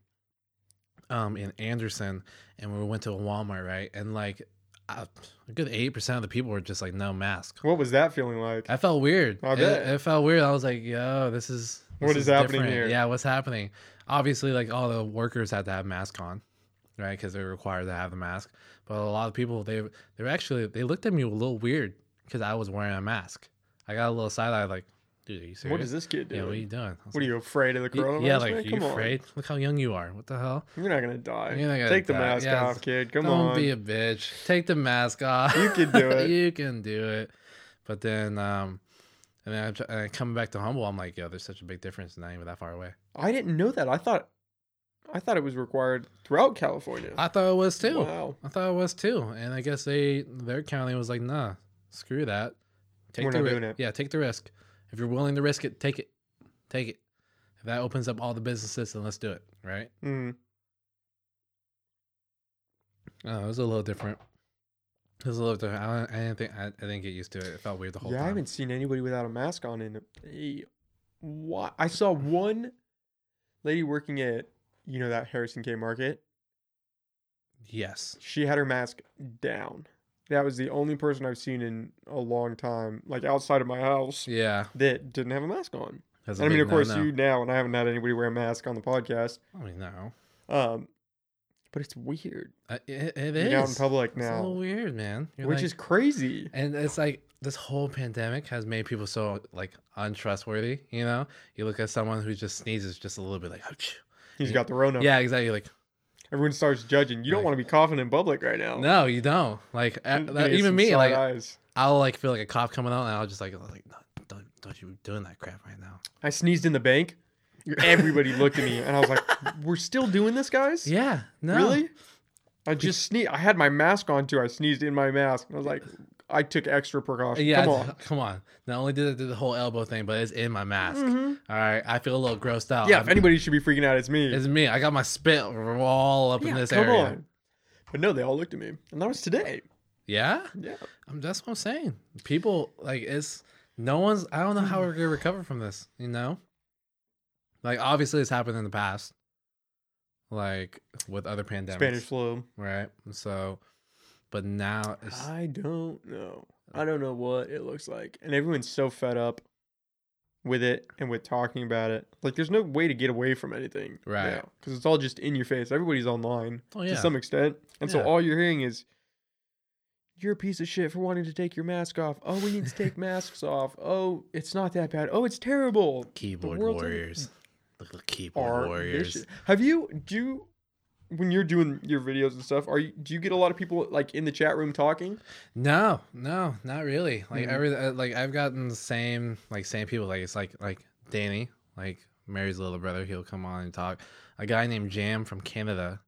um, in Anderson, and we went to a Walmart, right? And like uh, a good eighty percent of the people were just like, no mask. what was that feeling like I felt weird. I It- bet. It, felt weird. I was like, yo, this is What this is happening here? Yeah, what's happening? Obviously, like all the workers had to have masks on, right? Because they're required to have the mask. But a lot of people, they they were actually they looked at me a little weird because I was wearing a mask. I got a little side eye, like, dude, are you serious? what is this kid doing Yeah, what are you doing? I was What are like, you afraid of the "Y- coronavirus? Yeah, like, man? are Come you on. afraid? Look how young you are. What the hell? You're not gonna die. You're not gonna Take the die. mask Yeah, off, kid. Come Don't on. be a bitch. Take the mask off. You can do it. you can do it. But then, um, and then I, tr- and I come back to humble. I'm like, yo, there's such a big difference. Not even that far away. I didn't know that. I thought, I thought it was required throughout California. I thought it was too. Wow. I thought it was too. And I guess they their county was like, nah, screw that. Take We're the not ri- doing it. Yeah, take the risk. If you're willing to risk it, take it. Take it. If that opens up all the businesses, then let's do it. Right? Mm. Oh, it was a little different. It was a little different. I, I didn't think I, I didn't get used to it. It felt weird the Yeah, whole I time. haven't seen anybody without a mask on in a. What I saw one lady working at you know that Harrison K Market. yes. She had her mask down. That was the only person I've seen in a long time, like outside of my house, Yeah. that didn't have a mask on. That's a And I mean, big of course, no-no. you now, and I haven't had anybody wear a mask on the podcast. I mean, no. Um, but it's weird. I, it, it Being is. out in public It's a now, little weird, man. You're which like- is crazy. and it's like this whole pandemic has made people so like untrustworthy. You know, you look at someone who just sneezes just a little bit, like, ouch. He's got the Rona. Yeah, exactly. Like, Everyone starts judging. You don't Like- want to be coughing in public right now. no, you don't. Like, uh, You that- get even some me, side like, eyes. I'll like feel like a cough coming out, and I'll just like, like, no, don't, don't you be doing that crap right now. I sneezed in the bank. Everybody looked at me, and I was like, "We're still doing this, guys? Yeah. No. Really?" I just sneezed. I had my mask on too. I sneezed in my mask. and I was like, I took extra precaution. Yeah, Come on. come on. Not only did I do the whole elbow thing, but it's in my mask. Mhm. All right, I feel a little grossed out. Yeah, I'm- if anybody should be freaking out, it's me. it's me. I got my spit all up in Yeah, this come area. on. But no, they all looked at me, and that was today. Yeah, Yeah, i that's what I'm saying. People like it's no one's. I don't know how we're gonna recover from this. You know, like obviously it's happened in the past, like with other pandemics, Spanish flu. right? So, but now it's I don't know. I don't know what it looks like, and everyone's so fed up with it and with talking about it. Like, there's no way to get away from anything, Right. Because it's all just in your face. Everybody's online oh yeah, to some extent, and so Yeah. all you're hearing is. You're a piece of shit for wanting to take your mask off. Oh, we need to take masks off. Oh, it's not that bad. Oh, it's terrible. keyboard world's in- warriors, look at keyboard are warriors. vicious. Have you do you, when you're doing your videos and stuff? Are you do you get a lot of people like in the chat room talking? No, no, not really. Like Mhm. every uh, like I've gotten the same like same people. Like it's like like Danny, like Mary's little brother. He'll come on and talk. A guy named Jam from Canada.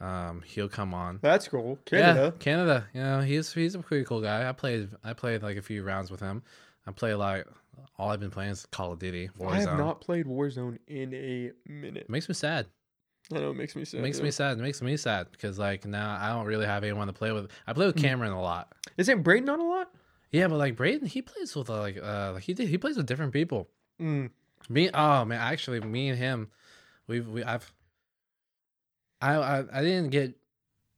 Um, he'll come on. That's cool. Canada. Yeah, Canada. You know, he's he's a pretty cool guy. I played I played like a few rounds with him. I play like all I've been playing is Call of Duty. Warzone. I have not played Warzone in a minute. It makes me sad. I know it makes me sad. It makes me sad. It makes me sad because like now I don't really have anyone to play with. I play with Hmm. Cameron a lot. Isn't Braden on a lot? Yeah, but like Braden, he plays with uh, like uh like he did he plays with different people. Mm. Me oh man, actually me and him, we've we I've I I, I didn't get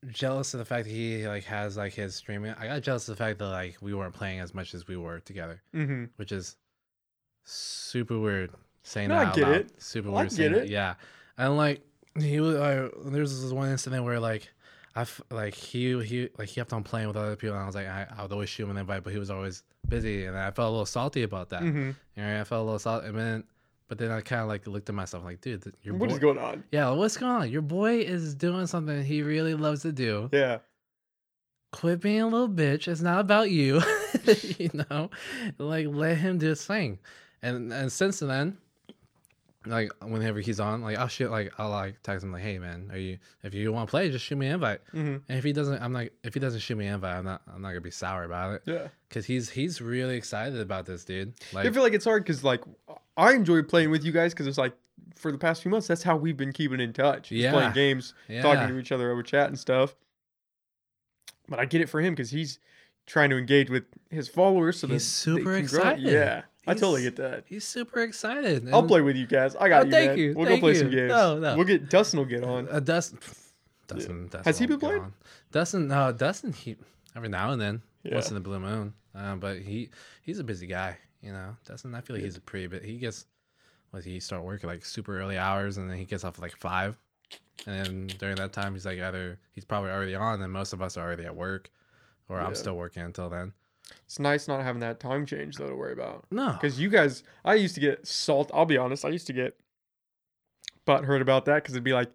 jealous of the fact that he like has like his streaming. I got jealous of the fact that like we weren't playing as much as we were together, hmm which is super weird saying No, that I out get loud. it. Oh, Super I weird get saying that. it. Yeah. And like he was uh, there's this one incident where like I f- like he he like he kept on playing with other people and I was like I, I would always shoot him an invite but he was always busy and I felt a little salty about that. hmm You know, I felt a little salty and then but then I kind of like looked at myself like dude th- your What boy- is going on? yeah, what's going on? Your boy is doing something he really loves to do. Yeah. Quit being a little bitch. It's not about you. you know? Like let him do his thing. And and since then, like whenever he's on, like I'll shoot like I'll like text him like, hey man, are you if you wanna play, just shoot me an invite. hmm And if he doesn't I'm like if he doesn't shoot me an invite, I'm not I'm not gonna be sour about it. Yeah. Cause he's he's really excited about this dude. I Like feel like it's hard because like I enjoy playing with you guys because it's like for the past few months that's how we've been keeping in touch. Just Yeah. Playing games, yeah. talking to each other over chat and stuff. But I get it for him because he's trying to engage with his followers. So that He's they super can grow. excited. Yeah, I He's- totally get that. He's super excited. I'll and- play with you guys. I got Oh, you, thank man. you, We'll thank go play you. some games. No, no. We'll get Dustin. Will get on. Uh, Dustin, Dustin, Dustin Has he won't been be playing? on. Dustin, no, Dustin. He every now and then, Yeah. once in the blue moon. Um, but he he's a busy guy, you know. Dustin, I feel like he's a pretty bit. He gets like he start work at like super early hours, and then he gets off at like five. And then during that time, he's like either he's probably already on, and most of us are already at work, or Yeah. I'm still working until then. It's nice not having that time change though to worry about. No, Because you guys, I used to get salt. I'll be honest. I used to get butt hurt about that because it'd be like,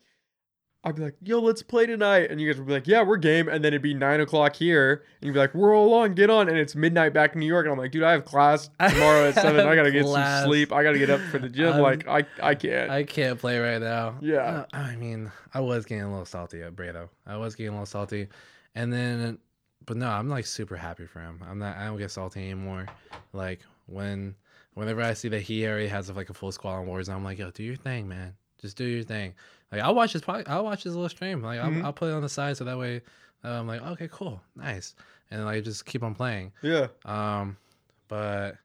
I'd be like, yo, let's play tonight. And you guys would be like, yeah, we're game. And then it'd be nine o'clock here. And you'd be like, we're all on, get on. And it's midnight back in New York. And I'm like, dude, I have class tomorrow at I seven. I have got to get class. some sleep. I got to get up for the gym. I'm- like, I, I can't. I can't play right now. Yeah. Uh, I mean, I was getting a little salty at Bredo. I was getting a little salty. And then, but no, I'm like super happy for him. I'm not, I don't get salty anymore. Like when, whenever I see that he already has like a full squad on Warzone, I'm like, yo, do your thing, man. Just do your thing. Like I'll watch his, pod- I'll watch his little stream. Like Mhm. I'll, I'll put it on the side. So that way uh, I'm like, okay, cool. Nice. And like, just keep on playing. yeah. Um, but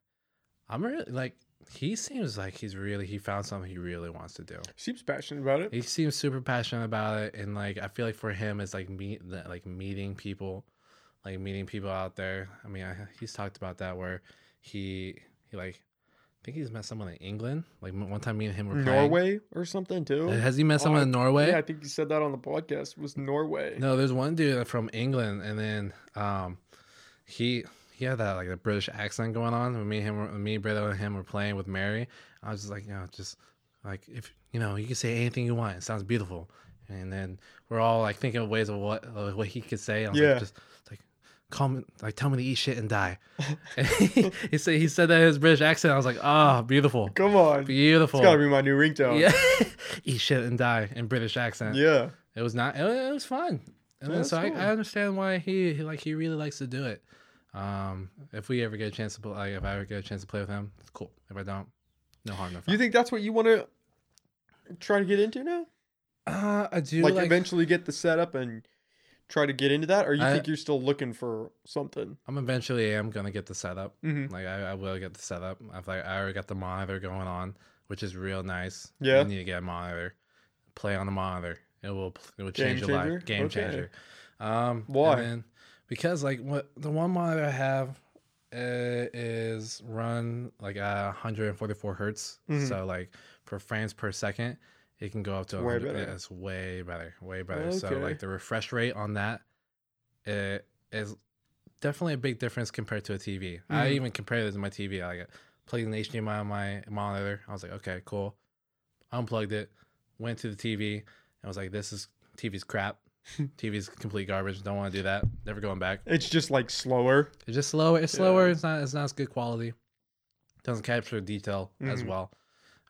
I'm really like he seems like he's really he found something he really wants to do. Seems passionate about it. He seems super passionate about it, and like I feel like for him it's like meet the, like meeting people, like meeting people out there. I mean, I, he's talked about that where he he like I think he's met someone in England. Like m- one time, me and him were playing. Norway or something too. Has he met someone in Norway? Yeah, I think you said that on the podcast. It was Norway. No, there's one dude from England, and then um, he he had that like a British accent going on. When me and him, were- me Brito and him were playing with Mary, I was just like, you know, just like if you know, you can say anything you want. It sounds beautiful. And then we're all like thinking of ways of what of what he could say. I was Yeah. like, just like call me, like tell me to eat shit and die. And he, he said he said that in his British accent. I was like, ah, beautiful, Come on. beautiful. It's got to be my new ringtone. yeah, eat shit and die in British accent. Yeah. It was not. It, wa- it was fun. And Yeah, then, so that's I, cool. I understand why he, he like he really likes to do it. Um, if we ever get a chance to play, like, if I ever get a chance to play with him, it's cool. If I don't, no harm, no foul. You think that's what you want to try to get into now? Uh, I do like, eventually get the setup and try to get into that, or you I- think you're still looking for something? I'm eventually am gonna get the setup. Mm-hmm. Like I, I will get the setup. I've like I already got the monitor going on, which is real nice. Yeah. You need to get a monitor. Play on the monitor. It will pl- it will change Game your life. changer? Game Okay. changer. Um and Why? then- because like what the one monitor I have uh, is run like uh, 144 hertz. Mhm. So like for frames per second, it can go up to Way 100 better. It's way better, way better. So Okay. like the refresh rate on that, it is definitely a big difference compared to a TV. I Mhm. even compared it to my TV. I like, plugged an HDMI on my monitor. I was like, okay, cool. Unplugged it, went to the TV, and I was like, this is TV's crap. TV's complete garbage. Don't want to do that. Never going back. It's just like slower. It's just slower. It's slower. Yeah. It's not. It's not as good quality. Doesn't capture detail as Mhm. well.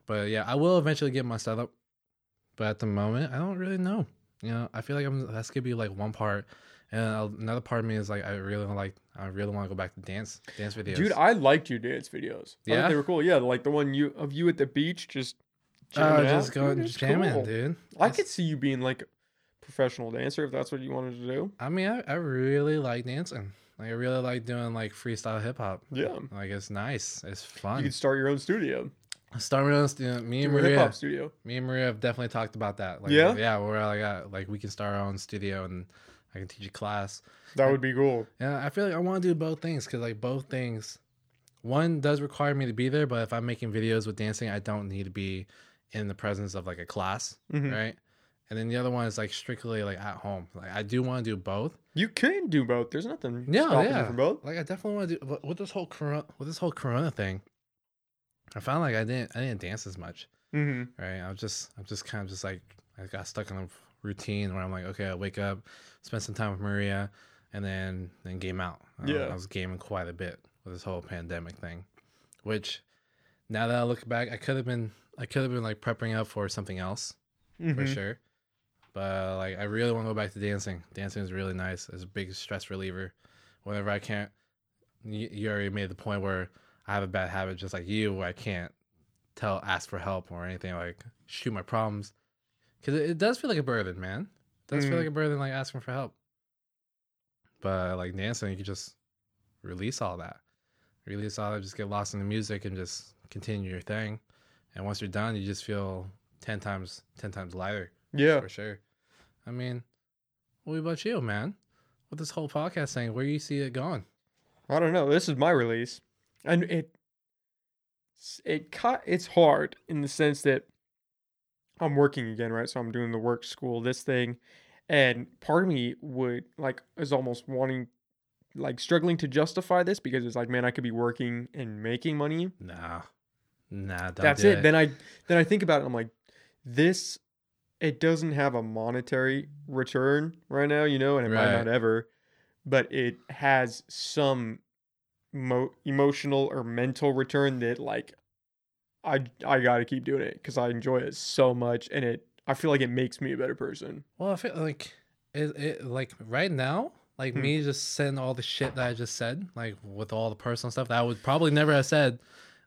But yeah, I will eventually get my setup. But at the moment, I don't really know. You know, I feel like I'm. That's gonna be like one part, and another part of me is like, I really like. I really want to go back to dance dance videos. Dude, I liked your dance videos. I Yeah? thought they were cool. Yeah, like the one you of you at the beach just oh, Uh, jamming just out. going Dude, it's jamming, cool. dude. I That's- could see you being like a professional dancer if that's what you wanted to do. I mean, I, I really like dancing. Like, I really like doing like freestyle hip hop. Yeah. Like, it's nice. It's You fun. could start your own studio. Start with us, you know, me Do and a hip Maria. hop studio. Me and Maria have definitely talked about that. Like, Yeah? yeah. Where like, uh, like we can start our own studio and I can teach a class. That would be cool. And I feel like I want to do both things because like both things, one does require me to be there. But if I'm making videos with dancing, I don't need to be in the presence of like a class, Mhm. right? And then the other one is like strictly like at home. Like I do want to do both. You can do both. There's nothing Yeah, stopping yeah. you from both. Like I definitely want to do but with this whole corona with this whole corona thing. I found like I didn't I didn't dance as much. Mm-hmm. right? I'm just, I'm just kind of just like, I got stuck in a routine where I'm like, okay, I wake up, spend some time with Maria, and then then game out. I- Yeah. I was gaming quite a bit with this whole pandemic thing, which now that I look back, I could have been, I could have been like prepping up for something else Mm-hmm. for sure. But like, I really want to go back to dancing. Dancing is really nice. It's a big stress reliever. Whenever I can't, you, you already made the point where I have a bad habit, just like you, where I can't tell, ask for help or anything, like shoot my problems, because it, it does feel like a burden, man. It does feel Mm. like a burden, like asking for help. But like dancing, you can just release all that, release all that, just get lost in the music and just continue your thing. And once you're done, you just feel ten times, ten times lighter Mm-hmm. Yeah. for sure. I mean, what about you, man? With this whole podcast thing, where you see it going? I don't know. This is my release, and it it cut. It's hard in the sense that I'm working again, right? So I'm doing the work, school, this thing, and part of me would like is almost wanting, like struggling to justify this because it's like, man, I could be working and making money. Nah, nah, don't That's do it. Then I then I think about it. I'm like, this it doesn't have a monetary return right now, you know, and it might Right. not ever, but it has some mo- emotional or mental return that like I I got to keep doing it because I enjoy it so much, and it I feel like it makes me a better person. well, I feel like it, it like right now, like Hmm. me just saying all the shit that I just said, like with all the personal stuff that I would probably never have said,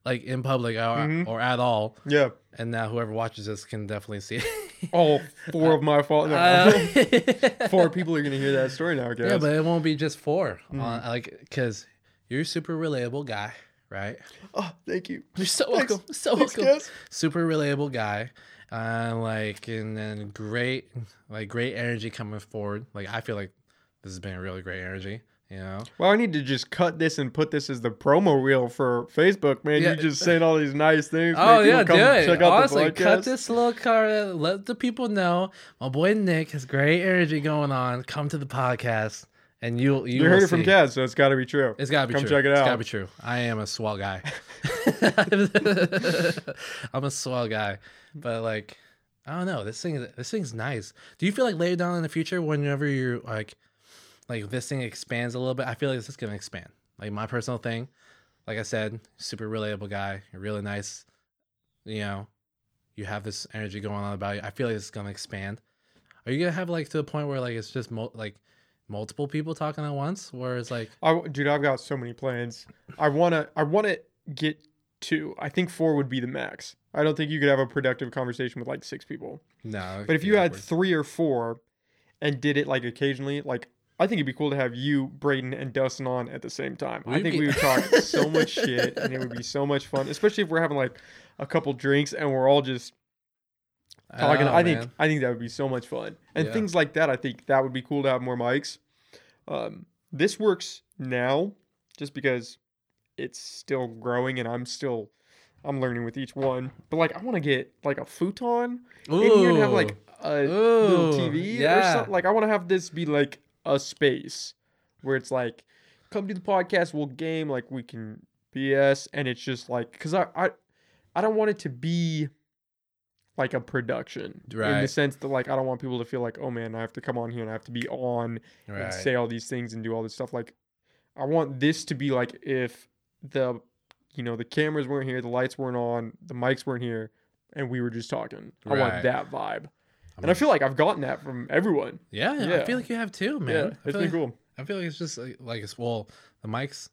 like in public or, Mhm. or at all. Yeah. And now whoever watches this can definitely see it. All four of my fault. No. Uh, "Oh, four people are gonna hear that story now, I guess. Yeah, but it won't be just four. Mhm. Uh, like, because you're a super relatable guy, right? oh, thank you. You're so Thanks. welcome. So Thanks, welcome. guys. Super relatable guy. Uh, like, and then great, like, great energy coming forward. Like, I feel like this has been a really great energy, you know? Well, I need to just cut this and put this as the promo reel for Facebook, man. Yeah. You just saying all these nice things. Oh, Make people yeah, come do it. check out the Honestly, cut podcast. this little card. Let the people know my boy Nick has great energy going on. Come to the podcast, and you, you, You will heard it from see. Kaz, so it's got to be true. It's gotta be Come true. check it It's out. gotta be true. I am a swell guy. I'm a swell guy, but like, I don't know. This thing, this thing's nice. Do you feel like later down in the future, whenever you're like, like this thing expands a little bit, I feel like this is gonna expand. Like my personal thing, like I said, super relatable guy, really nice. You know, you have this energy going on about you. I feel like it's gonna expand. Are you gonna have like to the point where like it's just mo- like multiple people talking at once, where it's like I, dude, I've got so many plans. I wanna, I wanna get two. I think four would be the max. I don't think you could have a productive conversation with like six people. no. But if you had awkward. three or four, and did it like occasionally, like I think it'd be cool to have you, Braden, and Dustin on at the same time. I We'd think be- we would talk so much shit, and it would be so much fun, especially if we're having like a couple drinks and we're all just I don't talking. know, I think Oh, man. I think that would be so much fun, and Yeah. things like that. I think that would be cool to have more mics. Um, this works now, just because it's still growing, and I'm still I'm learning with each one. But like, I want to get like a futon in here and have like Ooh. a little Ooh, TV or yeah. something. Like, I want to have this be like a space where it's like, come to the podcast, we'll game, like we can BS, and it's just like, because I, I, I don't want it to be like a production in the Right. sense that like I don't want people to feel like, oh man, I have to come on here and I have to be on and Right. say all these things and do all this stuff. Like, I want this to be like if the, you know, the cameras weren't here, the lights weren't on, the mics weren't here, and we were just talking. I want Right. that vibe. And I mean, feel like I've gotten that from everyone. yeah, yeah. I feel like you have too, man. yeah, I it's feel been like, cool. I feel like it's just like, like it's well, the mics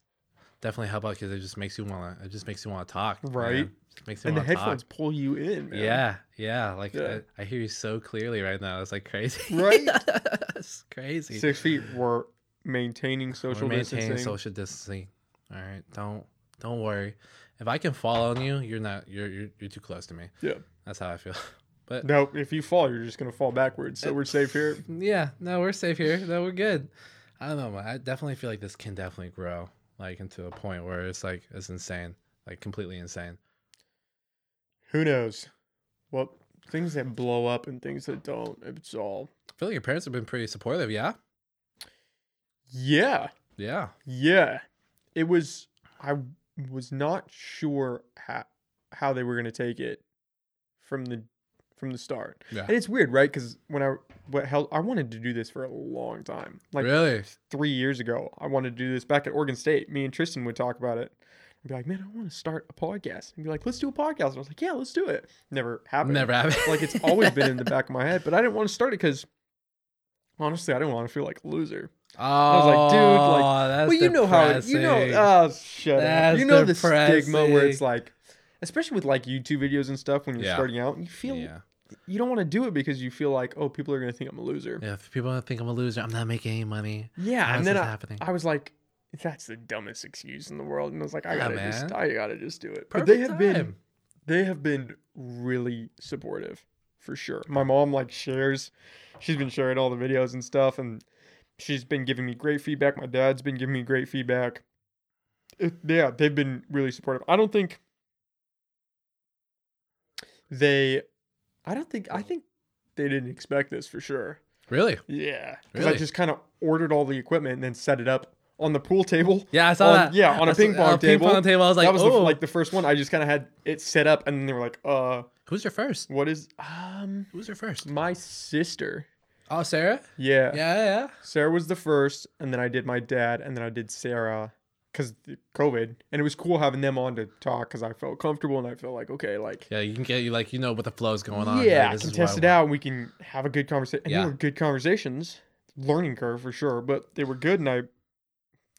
definitely help out because it just makes you want to. It just makes you want to talk, Right. Man. Just makes you And the want to talk. headphones pull you in, man. Yeah, yeah. Like Yeah. I, I hear you so clearly right now. It's like crazy, Right? it's crazy. Six feet. We're maintaining We're social maintaining distancing. social distancing. All right, don't don't worry. If I can fall on you, you're not. You're you're, you're too close to me. Yeah. that's how I feel. But No, if you fall, you're just gonna fall backwards. So we're safe here. yeah, no, we're safe here. No, we're good. I don't know. man. I definitely feel like this can definitely grow, like into a point where it's like it's insane, like completely insane. Who knows? Well, things that blow up and things that don't. It's all. I feel like your parents have been pretty supportive. Yeah, Yeah. yeah. Yeah. It was I was not sure how how they were going to take it from the from the start. Yeah. And it's weird, right? Cuz when I what hell I wanted to do this for a long time. Like really? 3 years ago, I wanted to do this back at Oregon State. Me and Tristan would talk about it. I'd be like, "Man, I want to start a podcast." And be like, "Let's do a podcast." And I was like, "Yeah, let's do it." Never happened. Never happened. Like it's always been in the back of my head, but I didn't want to start it cuz honestly, I didn't want to feel like a loser. Oh, was like, dude, like- that's well, you know how it, you know. depressing. Oh, shut up. That's You know the stigma where it's depressing. like, especially with like YouTube videos and stuff when you're Yeah. starting out, you feel yeah. you don't want to do it because you feel like, oh, people are gonna think I'm a loser. Yeah, Yeah, if people think I'm a loser, I'm not making any money. How's and then this I, happening? I was like, that's the dumbest excuse in the world, and I was like, I Yeah, gotta just, man. I gotta just do it. but Perfect they have been, time. they have been really supportive for sure. My mom like shares, she's been sharing all the videos and stuff, and she's been giving me great feedback. My dad's been giving me great feedback. It- yeah, they've been really supportive. I don't think they, I don't think I think they didn't expect this for sure. really. Yeah, because I Really? just kind of ordered all the equipment and then set it up on the pool table. Yeah, I saw On- that. yeah, on a I saw- ping pong table. Ping pong table. I was like, that was the, oh, like the first one. I just kind of had it set up, and then they were like, "Uh, who's your first? what is um Who's your first? my sister?" Oh, Sarah. Yeah. Yeah, yeah. yeah. Sarah was the first, and then I did my dad, and then I did Sarah because COVID, and it was cool having them on to talk because I felt comfortable and I felt like okay, like Yeah, you can get you like you know what the flow's going on. yeah, Like, I this can is what test it want. out, and we can have a good conversation. And Yeah. they were good conversations, learning curve for sure, but they were good, and I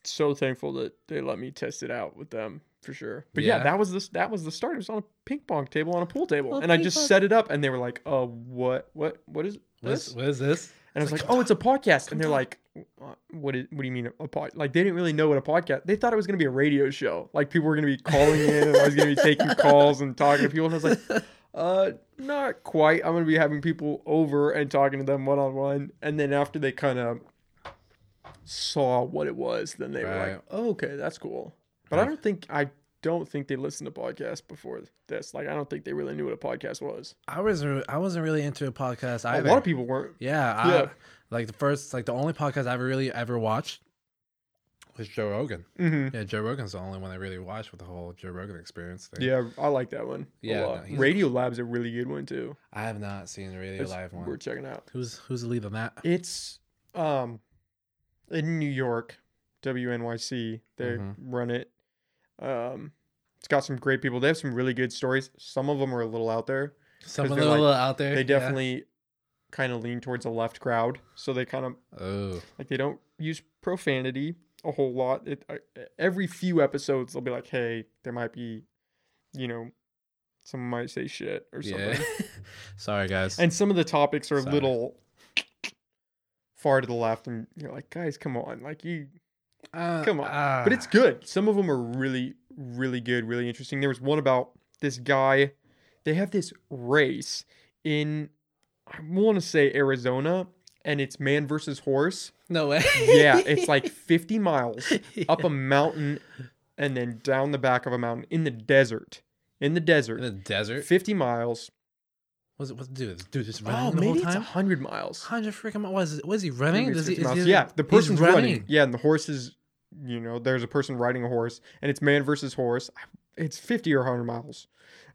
so thankful that they let me test it out with them for sure. But yeah, Yeah. that was this that was the start. It was on a ping pong table on a pool table, Well, and I ping just pong- set it up, and they were like, "Uh, what, what, what is What this?" is, what is this? And I was It's like, like, "Oh, it's a podcast." come And they're like, "Uh, "What? Is, what do you mean a pod?" Like they didn't really know what a podcast. They thought it was gonna be a radio show. Like people were gonna be calling in, and I was gonna be taking calls and talking to people. And I was like, "Uh, not quite. I'm gonna be having people over and talking to them one on one." And then after they kind of saw what it was, then they were like, Right. oh, "Okay, that's cool." But I Right. don't think I don't think they listened to podcasts before this. Like I don't think they really knew what a podcast was. I was I wasn't really into a podcast A either. lot of people weren't. Yeah, I, Yeah. Like the first, like the only podcast I've really ever watched was Joe Rogan. hmm Yeah, Joe Rogan's the only one I really watched with the whole Joe Rogan experience thing. Yeah, I like that one. Yeah, a no, lot. he's- Radio Lab's a really good one too. I have not seen the Radio That's- Live one. We're checking out. Who's who's the lead on that? It's um in New York, WNYC. They Mhm. run it. Um, it's got some great people. They have some really good stories. Some of them are a little out there. Some they're of the like- little out there. They Eh, yeah. definitely kind of lean towards a left crowd, so they kind of Oh, like they don't use profanity a whole lot. It, I, every few episodes, they'll be like, "Hey, there might be, you know, someone might say shit or something." Yeah. Sorry, guys. And some of the topics are a Sorry. little far to the left, and you're like, "Guys, come on!" Like you, Uh, come on. ah. but it's good. Some of them are really, really good, really interesting. There was one about this guy. They have this race in, I want to say Arizona, and it's man versus horse. no way. Yeah, it's like 50 miles up a mountain and then down the back of a mountain in the desert. In the in desert, the desert. 50 miles. What's it? What's dude? Dude, just running Oh, the whole maybe it's time. 100 miles. Hundred freaking miles. Was it? Was he running? Maybe Does it's he, 50 is miles. he? yeah, the he's person's running. Yeah, and the horse is, you know, there's a person riding a horse, and it's man versus horse. It's 50 or 100 miles.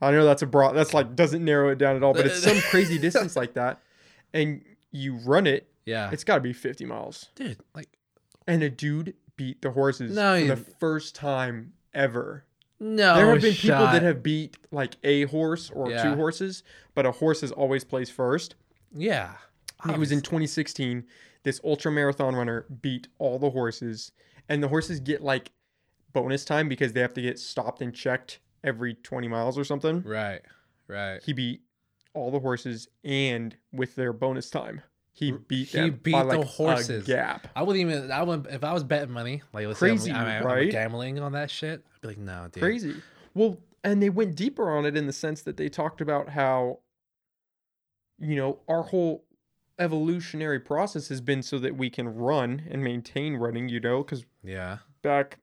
I know that's a broad, that's like, doesn't narrow it down at all, but it's some crazy distance like that. And you run it, Yeah, it's got to be 50 miles. dude. Like And a dude beat the horses No, for you- the first time ever. no. there have been people shot. that have beat like a horse or Yeah. two horses, but a horse is always placed first. Yeah. It was in 2016. This ultra marathon runner beat all the horses, and the horses get like bonus time because they have to get stopped and checked every 20 miles or something. Right. Right. He beat all the horses, and with their bonus time, he beat he them beat by the like horses. a gap. I wouldn't even. I would not if I was betting money. Like let's Crazy, say I'm, I'm, right? I'm gambling on that shit. I'd be like, no, dude. Crazy. Well, and they went deeper on it in the sense that they talked about how, you know, our whole evolutionary process has been so that we can run and maintain running, you know, because Yeah. back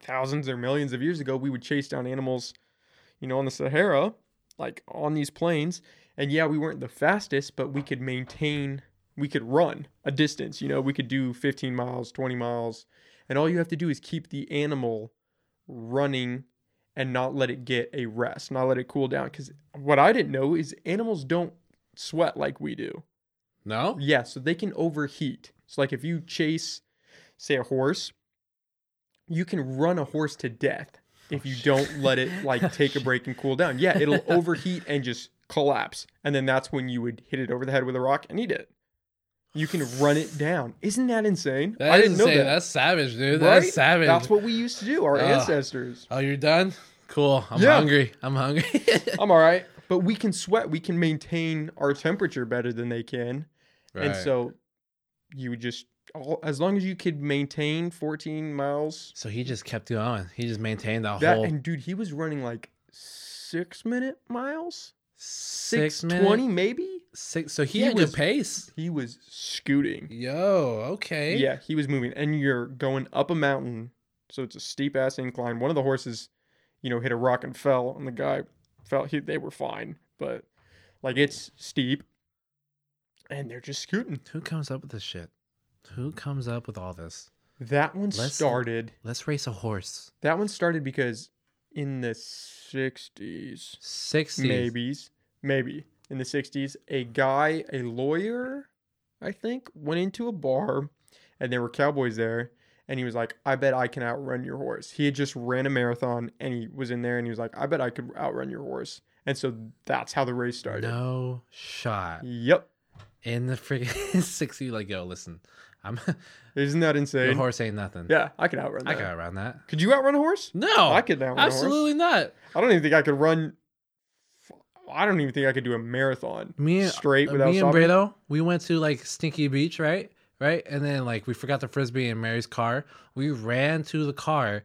thousands or millions of years ago, we would chase down animals, you know, on the Sahara, like on these plains. And yeah, we weren't the fastest, but we could maintain, we could run a distance, you know, we could do 15 miles, 20 miles. And all you have to do is keep the animal running and not let it get a rest, not let it cool down. Because what I didn't know is animals don't sweat like we do. No. Yeah, so they can overheat. So like if you chase, say a horse, you can run a horse to death Oh, if you don't let it like take a break and cool down. Yeah, it'll overheat and just collapse, and then that's when you would hit it over the head with a rock and eat it. You can run it down. Isn't that insane? That I didn't know that. That's savage, dude. Right? That's Ah. savage. That's what we used to do, our Ugh. ancestors. oh, you're done. Cool. I'm Yeah. hungry. I'm hungry. I'm all right, but we can sweat. We can maintain our temperature better than they can. And Right. so you would just all, as long as you could maintain 14 miles. So he just kept going. He just maintained that, That whole and dude, he was running like 6 minute miles? six, six 20 maybe? Six. So he, He had was- good pace. He was scooting. Yo. Okay. Yeah, he was moving and you're going up a mountain. So it's a steep ass incline. One of the horses, you know, hit a rock and fell and the guy fell he, they were fine, but like it's steep and they're just scooting. Who comes up with this shit? Who comes up with all this? That one Let's- started Let's race a horse. That one started because in the 60s, Sixty. maybes, maybe in the 60s, a guy, a lawyer, I think, went into a bar and there were cowboys there. And he was like, I bet I can outrun your horse. He had just ran a marathon and he was in there and he was like, I bet I could outrun your horse. And so that's how the race started. No shot. Yep. In the freaking sixty. Like yo, listen. I'm. Isn't that Your insane? horse ain't nothing. Yeah, I could outrun I that. got around that. Could you outrun a horse? No. I could outrun a horse. Absolutely not. I don't even think I could run. I don't even think I could do a marathon Me and straight uh, without me and stopping. Bredo, we went to like Stinky Beach, right? Right, and then like we forgot the frisbee in Mary's car. We ran to the car,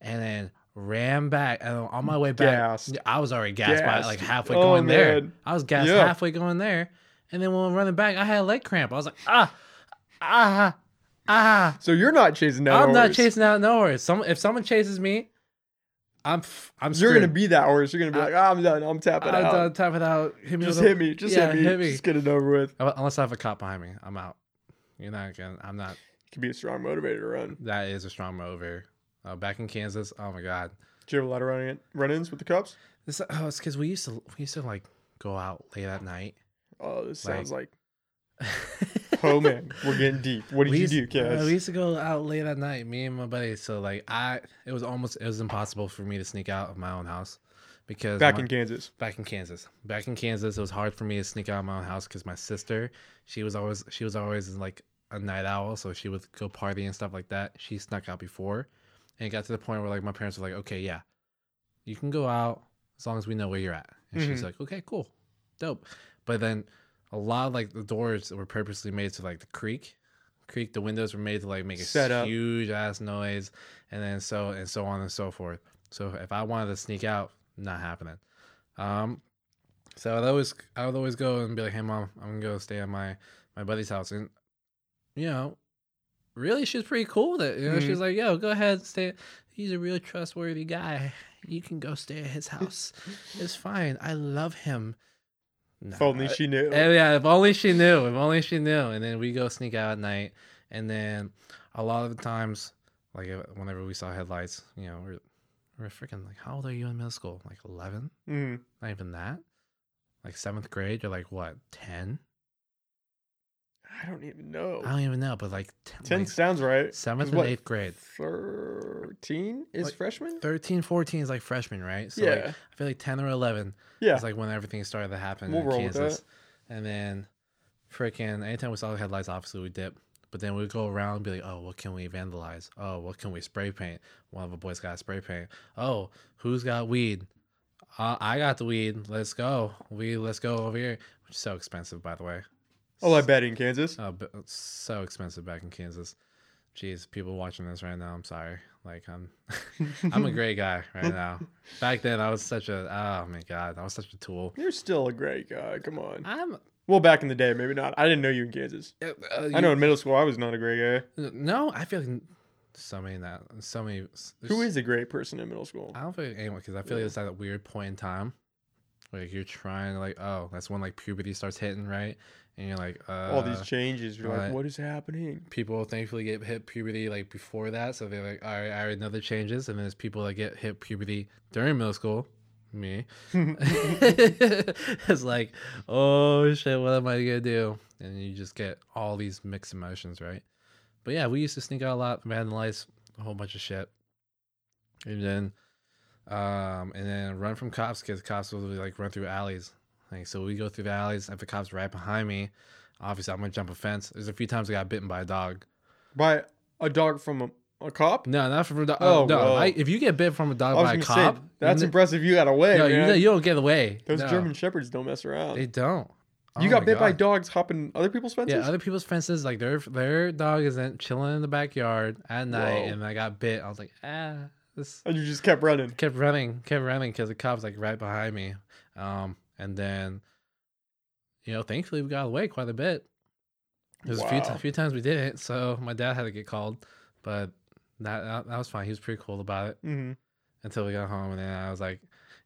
and then ran back. And on my way back, Gassed. I was already gassed, by Gassed. like halfway Oh, going there. man. I was gassed Yeah. halfway going there, and then when I'm running back, I had a leg cramp. I was like, ah, ah, ah. So you're not chasing that I'm horse. not chasing out nowhere. Some if someone chases me, I'm f- I'm You're screwed. gonna be that horse. You're gonna be I- like, "Ah, I'm done. I'm tapping I'm out. done. Time without hit me. Just with a- hit me. Just Yeah, hit me. hit me. Just get it over with. Un- Unless I have a cop behind me, I'm out. You're not gonna. I'm not. Could be a strong motivator to run. That is a strong mover. Uh, back in Kansas, oh my god, Do you have a lot of run run-ins with the cops? this, oh, it's because we used to we used to like go out late at night. Oh, this Like- sounds like. Oh man, we're getting deep. What did We you used- do, Kaz? uh, we used to go out late at night, me and my buddy. So like I, it was almost it was impossible for me to sneak out of my own house because Back my- in Kansas. back in Kansas. Back in Kansas, it was hard for me to sneak out of my own house because my sister, she was always she was always like a night owl, so she would go party and stuff like that. She snuck out before, and it got to the point where like my parents were like, "Okay, yeah, you can go out as long as we know where you're at." And she's Mhm. like, "Okay, cool, dope." But then a lot of like the doors were purposely made to like the creek, creek. The windows were made to like make a Set up. huge ass noise, and then so and so on and so forth. So if I wanted to sneak out, not happening. Um, so I'd always I would always go and be like, "Hey, mom, I'm gonna go stay at my my buddy's house," and you know, really, she was pretty cool with it. You know, she Mhm. was like, "Yo, go ahead, stay. He's a real trustworthy guy. You can go stay at his house. it's fine. I love him." No, If only I- eh, she knew. and Oh, yeah, if only she knew. If only she knew. And then we go sneak out at night. And then a lot of the times, like uh, whenever we saw headlights, you know, we're, we're freaking like, how old are you in middle school? Like 11? Mhm. Not even that. Like seventh grade, you're like, what, 10? I don't even know. I don't even know, but like 10, Ten like sounds right. is seventh and what- eighth grade. Thirteen is Like, freshman. 13, 14 is like freshman, right? So yeah, like, I feel like 10 or 11 yeah. It's like when everything started to happen We'll in roll with Kansas. And then freaking anytime we saw the headlights, obviously we dip. But then we'd go around and be like, oh, what can we vandalize? Oh, what can we spray paint? One of the boys got spray paint. Oh, who's got weed? Uh, I got the weed. Let's go. We let's go over here. Which is so expensive, by the way. Oh, I bet in Kansas. Oh, but it's so expensive back in Kansas. Jeez, people watching this right now, I'm sorry. Like I'm, I'm a great guy right now. Back then, I was such a oh my god, I was such a tool. You're still a great guy. Come on. I'm Well, back in the day, maybe not. I didn't know you in Kansas. Uh, uh, I know in middle school, I was not a great guy. you- No, I feel like so many that so many. Who is a great person in middle school? I don't feel like anyone because I feel like Yeah. it's at a weird point in time. Like you're trying to like oh that's when like puberty starts hitting right and you're like uh, All these changes. You're like, right. what is happening? people thankfully get hit puberty like before that so they're like all right I already know the changes and then there's people that get hit puberty during middle school me it's like oh shit what am I gonna do and you just get all these mixed emotions right But yeah, we used to sneak out a lot, vandalize a whole bunch of shit, and then, um, and then run from cops because cops will like run through alleys. Like so, we go through the alleys. If the cops right behind me, obviously I'm gonna jump a fence. There's a few times I got bitten by a dog. By a dog from a, a cop? No, not from a dog. Oh, Oh, no, well. I, if you get bit from a I dog was uh, by a gonna cop, say that's you, impressive. You got away, no, you, man. know- you don't get away. Those No, German shepherds don't mess around. they don't. Oh you got my bit by God. dogs hopping other people's fences. Yeah, other people's fences, like their their dog isn't chilling in the backyard at night, Whoa. and I got bit. I was like, ah, this and you just kept running. kept running, kept running because the cop's like right behind me. Um, and then, you know, thankfully we got away quite a bit. There's a few t- Wow. few times we did it, so my dad had to get called, but that, that that was fine. He was pretty cool about it hmm until we got home, and then I was like,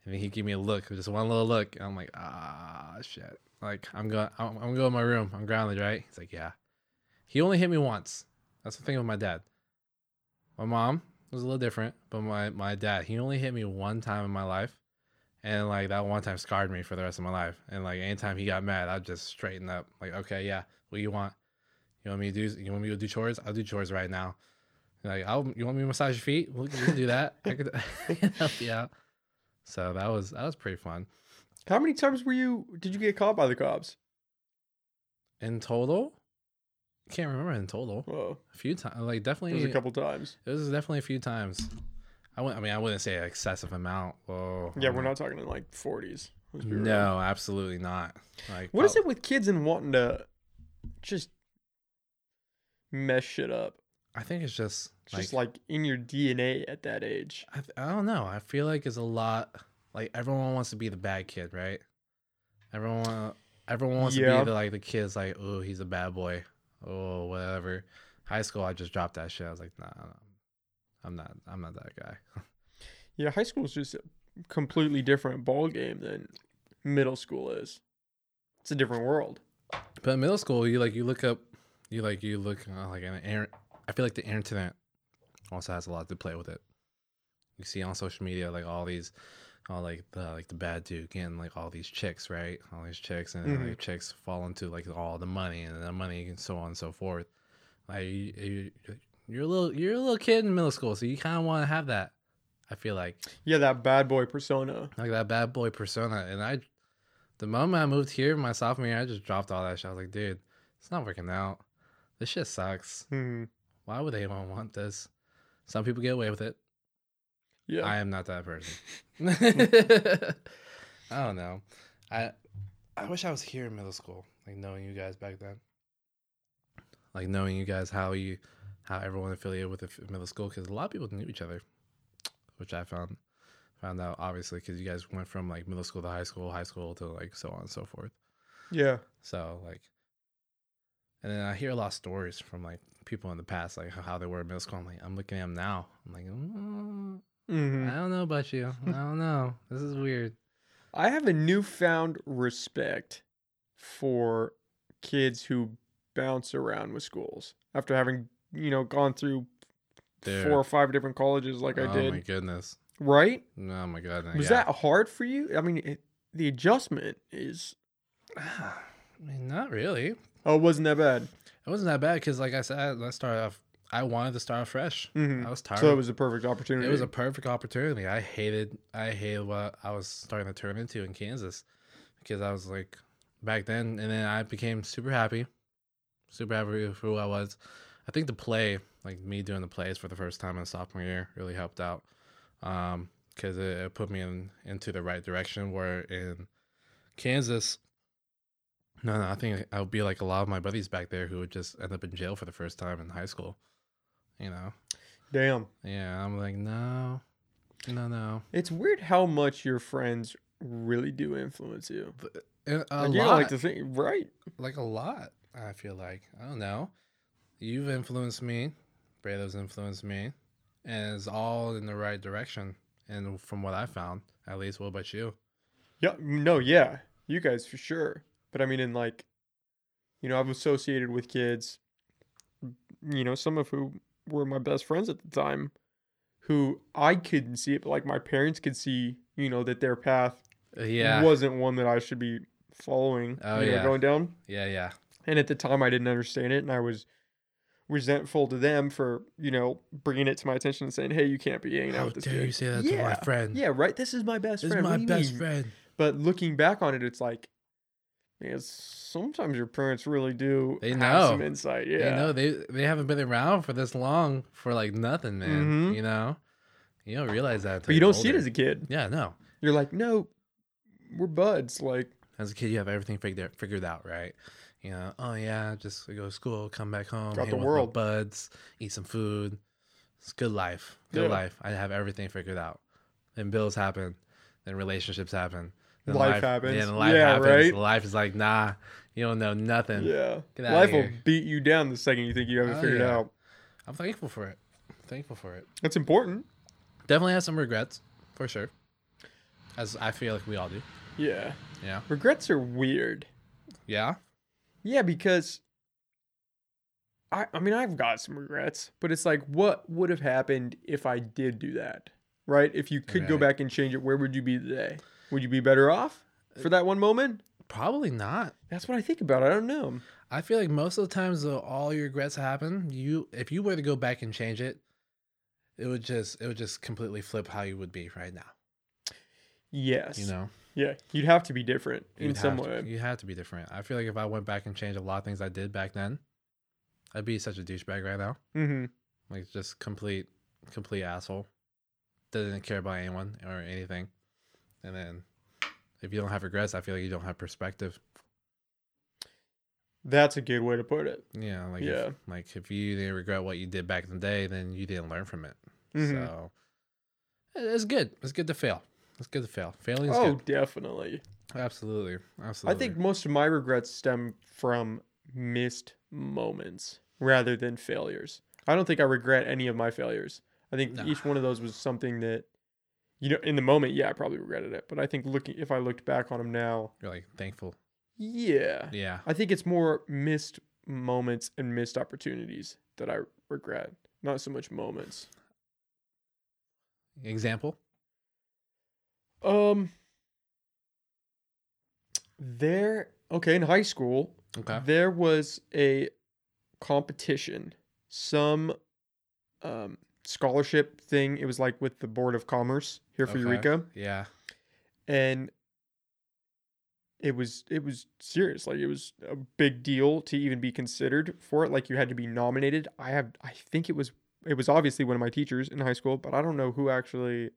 and then he gave me a look, just one little look, and I'm like, ah, shit. Like I'm going, I'm, I'm going to my room. I'm grounded, right? He's like, yeah. He only hit me once. That's the thing with my dad. My mom was a little different, but my my dad, he only hit me one time in my life, and like that one time scarred me for the rest of my life. And like anytime he got mad, I'd just straighten up. Like, okay, yeah, what you want? You want me to do? You want me to do chores? I'll do chores right now. Like, I'll, you want me to massage your feet? Well, you can do that. I could help you out. So that was that was pretty fun. How many times were you? Did you get caught by the cops? In total, can't remember in total. Whoa, A few times, like it definitely was a couple times. It was definitely a few times. I wouldn't. I mean, I wouldn't say an excessive amount. Whoa. Yeah, I'm we're like- not talking in like 40s. Let's be real. Um, No, absolutely not. Like, What is prob- it with kids and wanting to just mess shit up? I think it's just It's like, just like in your DNA at that age. I, th- I don't know. I feel like it's a lot. Like everyone wants to be the bad kid, right? Everyone, wa- everyone wants to Yeah. be the, like the kids. Like, oh, he's a bad boy. Oh, whatever. High school, I just dropped that shit. I was like, nah, I'm not. I'm not that guy. Yeah, high school is just a completely different ball game than middle school is. It's a different world. But in middle school, you like you look up, you like you look uh, like an air. I feel like the internet also has a lot to play with it. You see on social media like all these, all like the like the bad dude getting like all these chicks, right? All these chicks and then, like chicks fall into like all the money and the money and so on and so forth. Like you, you, you're a little you're a little kid in middle school, so you kind of want to have that. I feel like Yeah, that bad boy persona. like that bad boy persona. And I, the moment I moved here my sophomore year, I just dropped all that shit. I was like, dude, it's not working out. This shit sucks. Hmm. Why would they even want this? Some people get away with it. Yeah. I am not that person. I don't know. I I wish I was here in middle school, like knowing you guys back then, like knowing you guys how you how everyone affiliated with the f- middle school because a lot of people knew each other, which I found found out obviously because you guys went from like middle school to high school, high school to like so on and so forth. yeah. So like, and then I hear a lot of stories from like people in the past, like how they were in middle school. I'm like, I'm looking at them now. I'm like, mm, hmm I don't know about you. I don't know. This is weird. I have a newfound respect for kids who bounce around with schools after having, you know, gone through Dude. four or five different colleges like I oh did. my goodness. Right? Oh my god. Was yeah. that hard for you? I mean, it, the adjustment is I mean, not really. It oh, it wasn't that bad. wasn't that bad because, like I said, I started off. I wanted to start off fresh. Mhm. I was tired. So it was a perfect opportunity. Oh, It was a perfect opportunity. I hated. I hated what I was starting to turn into in Kansas, because I was like, back then, and then I became super happy, super happy for who I was. I think the play, like me doing the plays for the first time in sophomore year, really helped out, because it, it put me in into the right direction. Where in Kansas, no, no, I think I would be like a lot of my buddies back there who would just end up in jail for the first time in high school, you know. damn. Yeah, I'm like, no, no, no. It's weird how much your friends really do influence you. And A Like, you don't lot, like like, to think, right? a lot. I feel like I don't know. You've influenced me. Bredo's influenced me, and it's all in the right direction. And from what I found, at least. What about you? Yeah, no, yeah, you guys for sure. But I mean, in like, you know, I've associated with kids, you know, some of who were my best friends at the time, who I couldn't see it, but like my parents could see, you know, that their path Uh, Yeah, wasn't one that I should be following, Oh, you know, yeah. going down. yeah, yeah. And at the time, I didn't understand it, and I was resentful to them for, you know, bringing it to my attention and saying, "Hey, you can't be hanging out How with this dare kid." you say that to my Yeah. friend? Yeah, right. This is my best this is friend. my What do you best mean? friend. But looking back on it, it's like, man, sometimes your parents really do They have some know. insight. Yeah, You know they they haven't been around for this long for like nothing, man. Mhm. You know, you don't realize that. but you don't see it as a kid. yeah, no. You're like, no, we're buds. Like, as a kid you have everything figured out, figured out right you know oh yeah just go to school come back home Got hang the with my world. buds eat some food it's good life good Yeah. life i have everything figured out then bills happen then relationships happen then Life happens. then life Yeah, happens right? life is like nah you don't know nothing yeah, Get outta life will here. beat you down the second you think you have it Oh, figured yeah. out. i'm thankful for it thankful for it That's important. definitely have some regrets for sure as i feel like we all do Yeah, yeah regrets are weird. yeah Yeah, because I I mean I've got some regrets, but it's like what would have happened if I did do that? Right? If you could go Right. back and change it, where would you be today? Would you be better off Uh, for that one moment? probably not That's what I think about. I don't know. I feel like most of the times though all your regrets happen, you if you were to go back and change it, it would just it would just completely flip how you would be right now. Yes. You know, Yeah, you'd have to be different in You'd some have to- way. you had to be different. I feel like if I went back and changed a lot of things I did back then, I'd be such a douchebag right now. Mm-hmm. Like just complete, complete asshole. Doesn't care about anyone or anything. And then if you don't have regrets, I feel like you don't have perspective. That's a good way to put it. Yeah, like Yeah. If, like if you didn't regret what you did back in the day, then you didn't learn from it. Mhm. So it- it's good. It's good to fail. It's good to fail. Failing is Oh, good. definitely. Absolutely. Absolutely. Oh. I think most of my regrets stem from missed moments rather than failures. I don't think I regret any of my failures. I think Nah. each one of those was something that, you know, in the moment, yeah, I probably regretted it. But I think looking, if I looked back on them now, you're like thankful. yeah, Yeah. I think it's more missed moments and missed opportunities that I regret, not so much moments. Example. Um, there, okay, in high school, Okay. There was a competition, some um, scholarship thing. It was like with the Board of Commerce here for Okay. Eureka, Yeah. and it was it was serious. Like it was a big deal to even be considered for it. Like you had to be nominated. I have I think it was it was obviously one of my teachers in high school, but I don't know who actually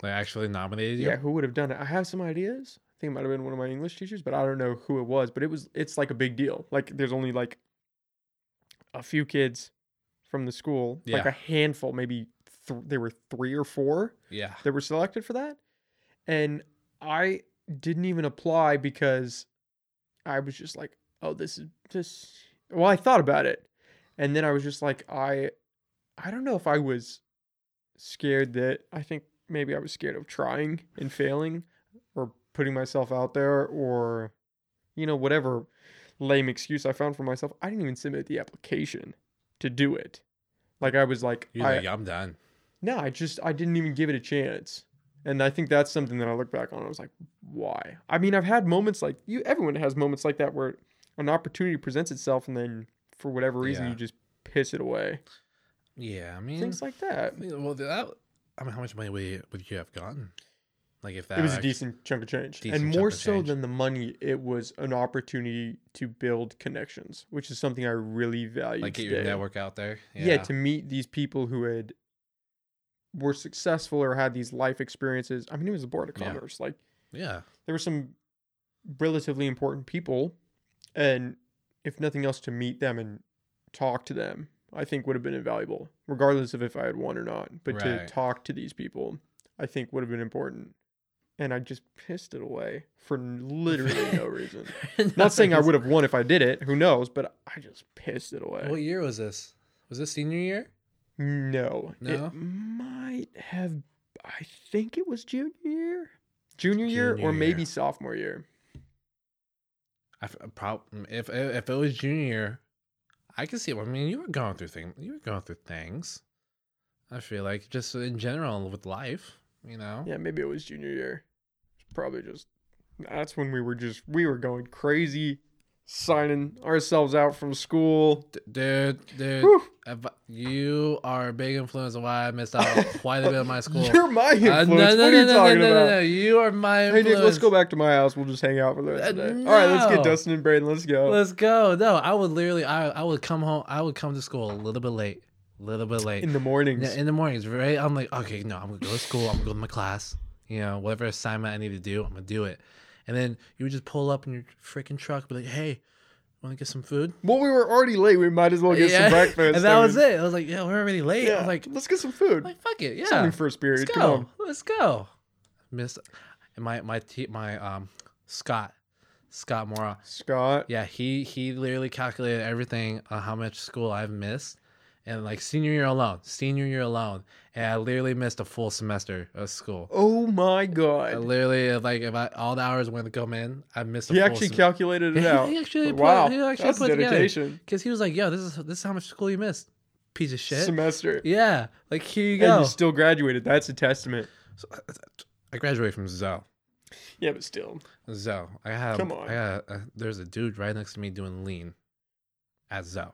They actually nominated you. yeah, who would have done it? I have some ideas. I think it might have been one of my English teachers, but I don't know who it was. But it was it's like a big deal. Like there's only like a few kids from the school, like Yeah. a handful, maybe th- there were three or four Yeah. that were selected for that, and I didn't even apply because I was just like, oh, this is this. Well, I thought about it, and then I was just like, I, I don't know if I was scared that I think maybe I was scared of trying and failing, or putting myself out there, or, you know, whatever lame excuse I found for myself. I didn't even submit the application to do it. Like I was like, You're I, like, I'm done. no, I just I didn't even give it a chance. And I think that's something that I look back on. and I was like, why? I mean, I've had moments like you everyone has moments like that where an opportunity presents itself and then for whatever reason Yeah. you just piss it away. Yeah, I mean, Things like that. I mean, well, that. I mean, how much money would you, would you have gotten? Like, if that it was a actually- decent chunk of change. decent and chunk more of so change. than the money, it was an opportunity to build connections, which is something I really value. like get your today. network out there. yeah. to meet these people who had were successful or had these life experiences. I mean, it was the board of Yeah. commerce. Like yeah. there were some relatively important people and if nothing else to meet them and talk to them i think would have been invaluable regardless of if i had won or not but to Right. talk to these people i think would have been important and i just pissed it away for n- literally no reason not saying i would have won if i did it who knows but i just pissed it away What year was this? Was this senior year? no, No? it might have i think it was junior year junior year Junior or maybe year. sophomore year I f- uh, prob- mm, if if it was junior, year, I could see. I mean, you were going through things. You were going through things. I feel like just in general with life, you know. Yeah, maybe it was junior year. It's probably just that's when we were just we were going crazy, signing ourselves out from school. D- dude, dude, Whew. if- you are a big influence on why I missed out on quite a bit of my school. You're my Uh, influence. no, what no, are no, you no, talking no, no, about? no, You are my Hey influence. Nick, let's go back to my house. We'll just hang out for the rest of Uh, the day. All right, let's no. get Dustin and Braden. Let's go. Let's go. No, I would literally, I, I would come home, I would come to school a little bit late, a little bit late. in the mornings. Yeah, in the mornings, right? I'm like, okay, no, I'm gonna go to school. I'm gonna go to my class. You know, whatever assignment I need to do, I'm gonna do it. And then you would just pull up in your freaking truck, be like, hey, want to get some food? well, we were already late. We might as well get some breakfast. and that I was mean, it. I was like, yeah, we're already late. I Yeah. was like, Like, let's get some food. like fuck it, yeah, Something first period. let's Come on. go, let's go. Miss, and my my te- my um Scott Scott Mora. Scott. Yeah, he he literally calculated everything on how much school I've missed, and like senior year alone, senior year alone, and I literally missed a full semester of school. Oh my I god. literally like if I all the hours went to come in, I missed. A He full actually calculated it He out. actually put- wow. he actually that's put together. dedication. because he was like, "Yo, this is this is how much school you missed, piece of shit." Semester. yeah, like here you And go. you still graduated. That's a testament. So, I graduated from Zoe. Yeah, but still. Zoe. I had Come on. I had a, there's a dude right next to me doing lean at Zoe.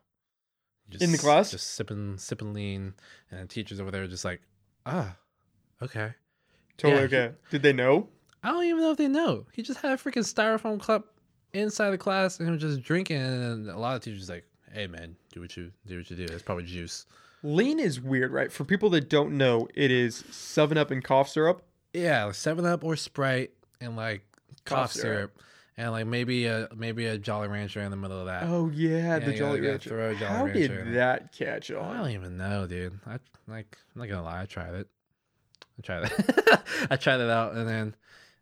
Just, the class? Just sipping sipping lean and the teachers over there just like, ah, okay. Totally Yeah, he- okay. Did they know? I don't even know if they know. He just had a freaking styrofoam cup inside the class and was just drinking and a lot of teachers like, Hey man, do what you do what you do. That's probably juice. Lean is weird, right? For people that don't know, it is seven up and cough syrup. Yeah, like seven up or Sprite and like cough, Cough syrup. syrup. And like maybe a maybe a Jolly Rancher in the middle of that. Oh yeah, the you Jolly gotta Rancher. throw a Jolly How Rancher in did it. that catch I on? don't even know, dude. I like I'm not gonna lie, I tried it. I tried it. I tried it out, and then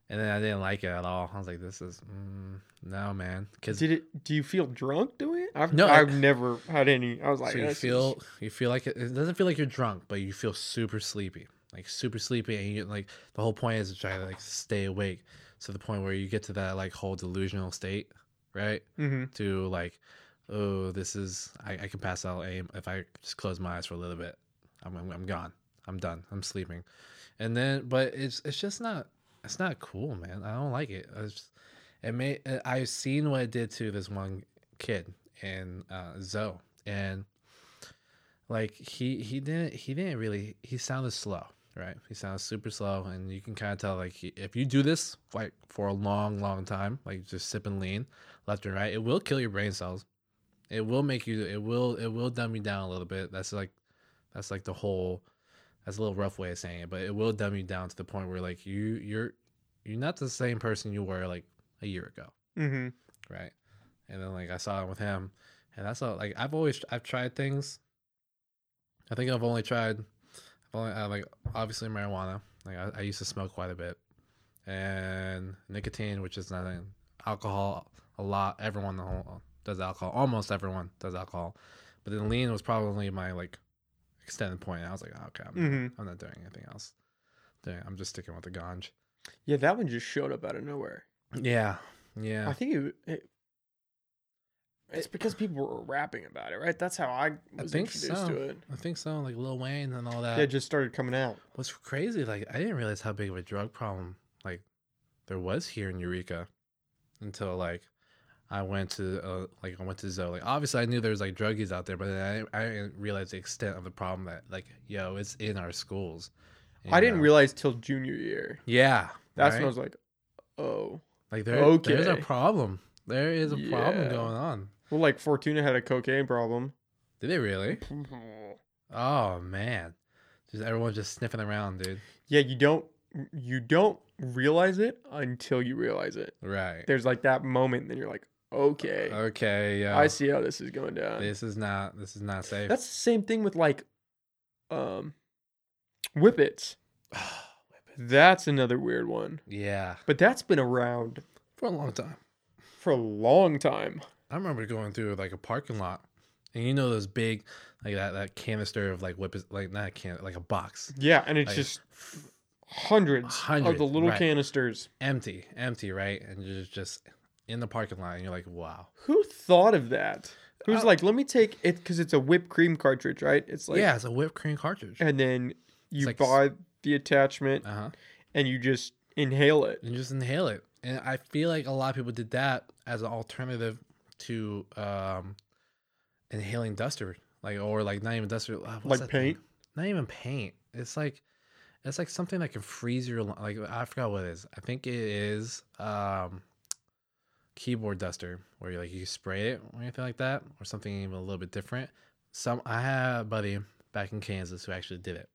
and then I didn't like it at all. I was like, this is mm, no, man. Because Did it? Do you feel drunk doing it? I've, No, I- I've never had any. I was like, so you "This is- feel you feel like it, it doesn't feel like you're drunk, but you feel super sleepy, like super sleepy, and you like the whole point is to try to like stay awake to the point where you get to that like whole delusional state, right? Mhm. to like, oh, this is I, I can pass out aim if I just close my eyes for a little bit. I'm, I'm I'm gone. I'm done. I'm sleeping. And then, but it's it's just not it's not cool, man. I don't like it. It's just, it may uh, I've seen what it did to this one kid in uh, Zoe, and like he he didn't he didn't really he sounded slow. right? He sounds super slow, and you can kind of tell like he, if you do this like for a long, long time, like just sip and lean left and right, it will kill your brain cells. It will make you. It will. It will dumb you down a little bit. That's like, that's like the whole. That's a little rough way of saying it, but it will dumb you down to the point where like you you're you're not the same person you were like a year ago, Mm-hmm. right? And then like I saw it with him, and that's all. Like I've always I've tried things. I think I've only tried, I've only I, like obviously marijuana. Like I, I used to smoke quite a bit, and nicotine, which is nothing. Alcohol, a lot. Everyone al- does alcohol. Almost everyone does alcohol, but then lean was probably my like extended point. I was like, okay, I'm, Mm-hmm. I'm not doing anything else. Doing, I'm just sticking with the ganj. Yeah, that one just showed up out of nowhere. Yeah, yeah. I think it, it- it's because people were rapping about it, right? That's how I was think introduced so. Uh, to it. I think so, like Lil Wayne and all that. Yeah, it just started coming out. What's crazy, like I didn't realize how big of a drug problem like there was here in Eureka until like I went to uh, like I went to Zoe. Like obviously I knew there was like druggies out there, but then I didn't, I didn't realize the extent of the problem that like yo, it's in our schools. I didn't know? realize till junior year. Yeah, That's when right? I was like, oh. like there, okay. there's a Okay. problem. There is a problem Yeah. going on. Well, like Fortuna had a cocaine problem. Did they really? Oh man, just everyone just sniffing around, dude. Yeah, you don't you don't realize it until you realize it. Right. There's like that moment, and then you're like, okay, Okay. Oh, Yeah. I see how this is going down. This is not. This is not safe. That's the same thing with like, um, whippets. That's another weird one, yeah. but that's been around For a long time. for a long time. I remember going through like a parking lot, and you know those big, like that, that canister of like whip, like not a can, like a box, Yeah, and it's Like, just hundreds, of hundreds, the little right. canisters. empty, empty, right? And you're just- just in the parking lot, and you're like, wow. Who thought of that? Who's I- like, let me take it because it's a whipped cream cartridge, right? It's like, yeah, it's a whipped cream cartridge. Uh-huh. Uh and then you like s- Uh. buy the attachment huh. and you just inhale it. and just inhale it. And I feel like a lot of people did that as an alternative to um, inhaling duster, like or like not even duster, uh, what's Like that thing? paint? Not even paint. It's like it's like something that can freeze your lung- like I forgot what it is. I think it is um, keyboard duster, where you like you spray it or anything like that, or something even a little bit different. Some I had a buddy back in Kansas who actually did it.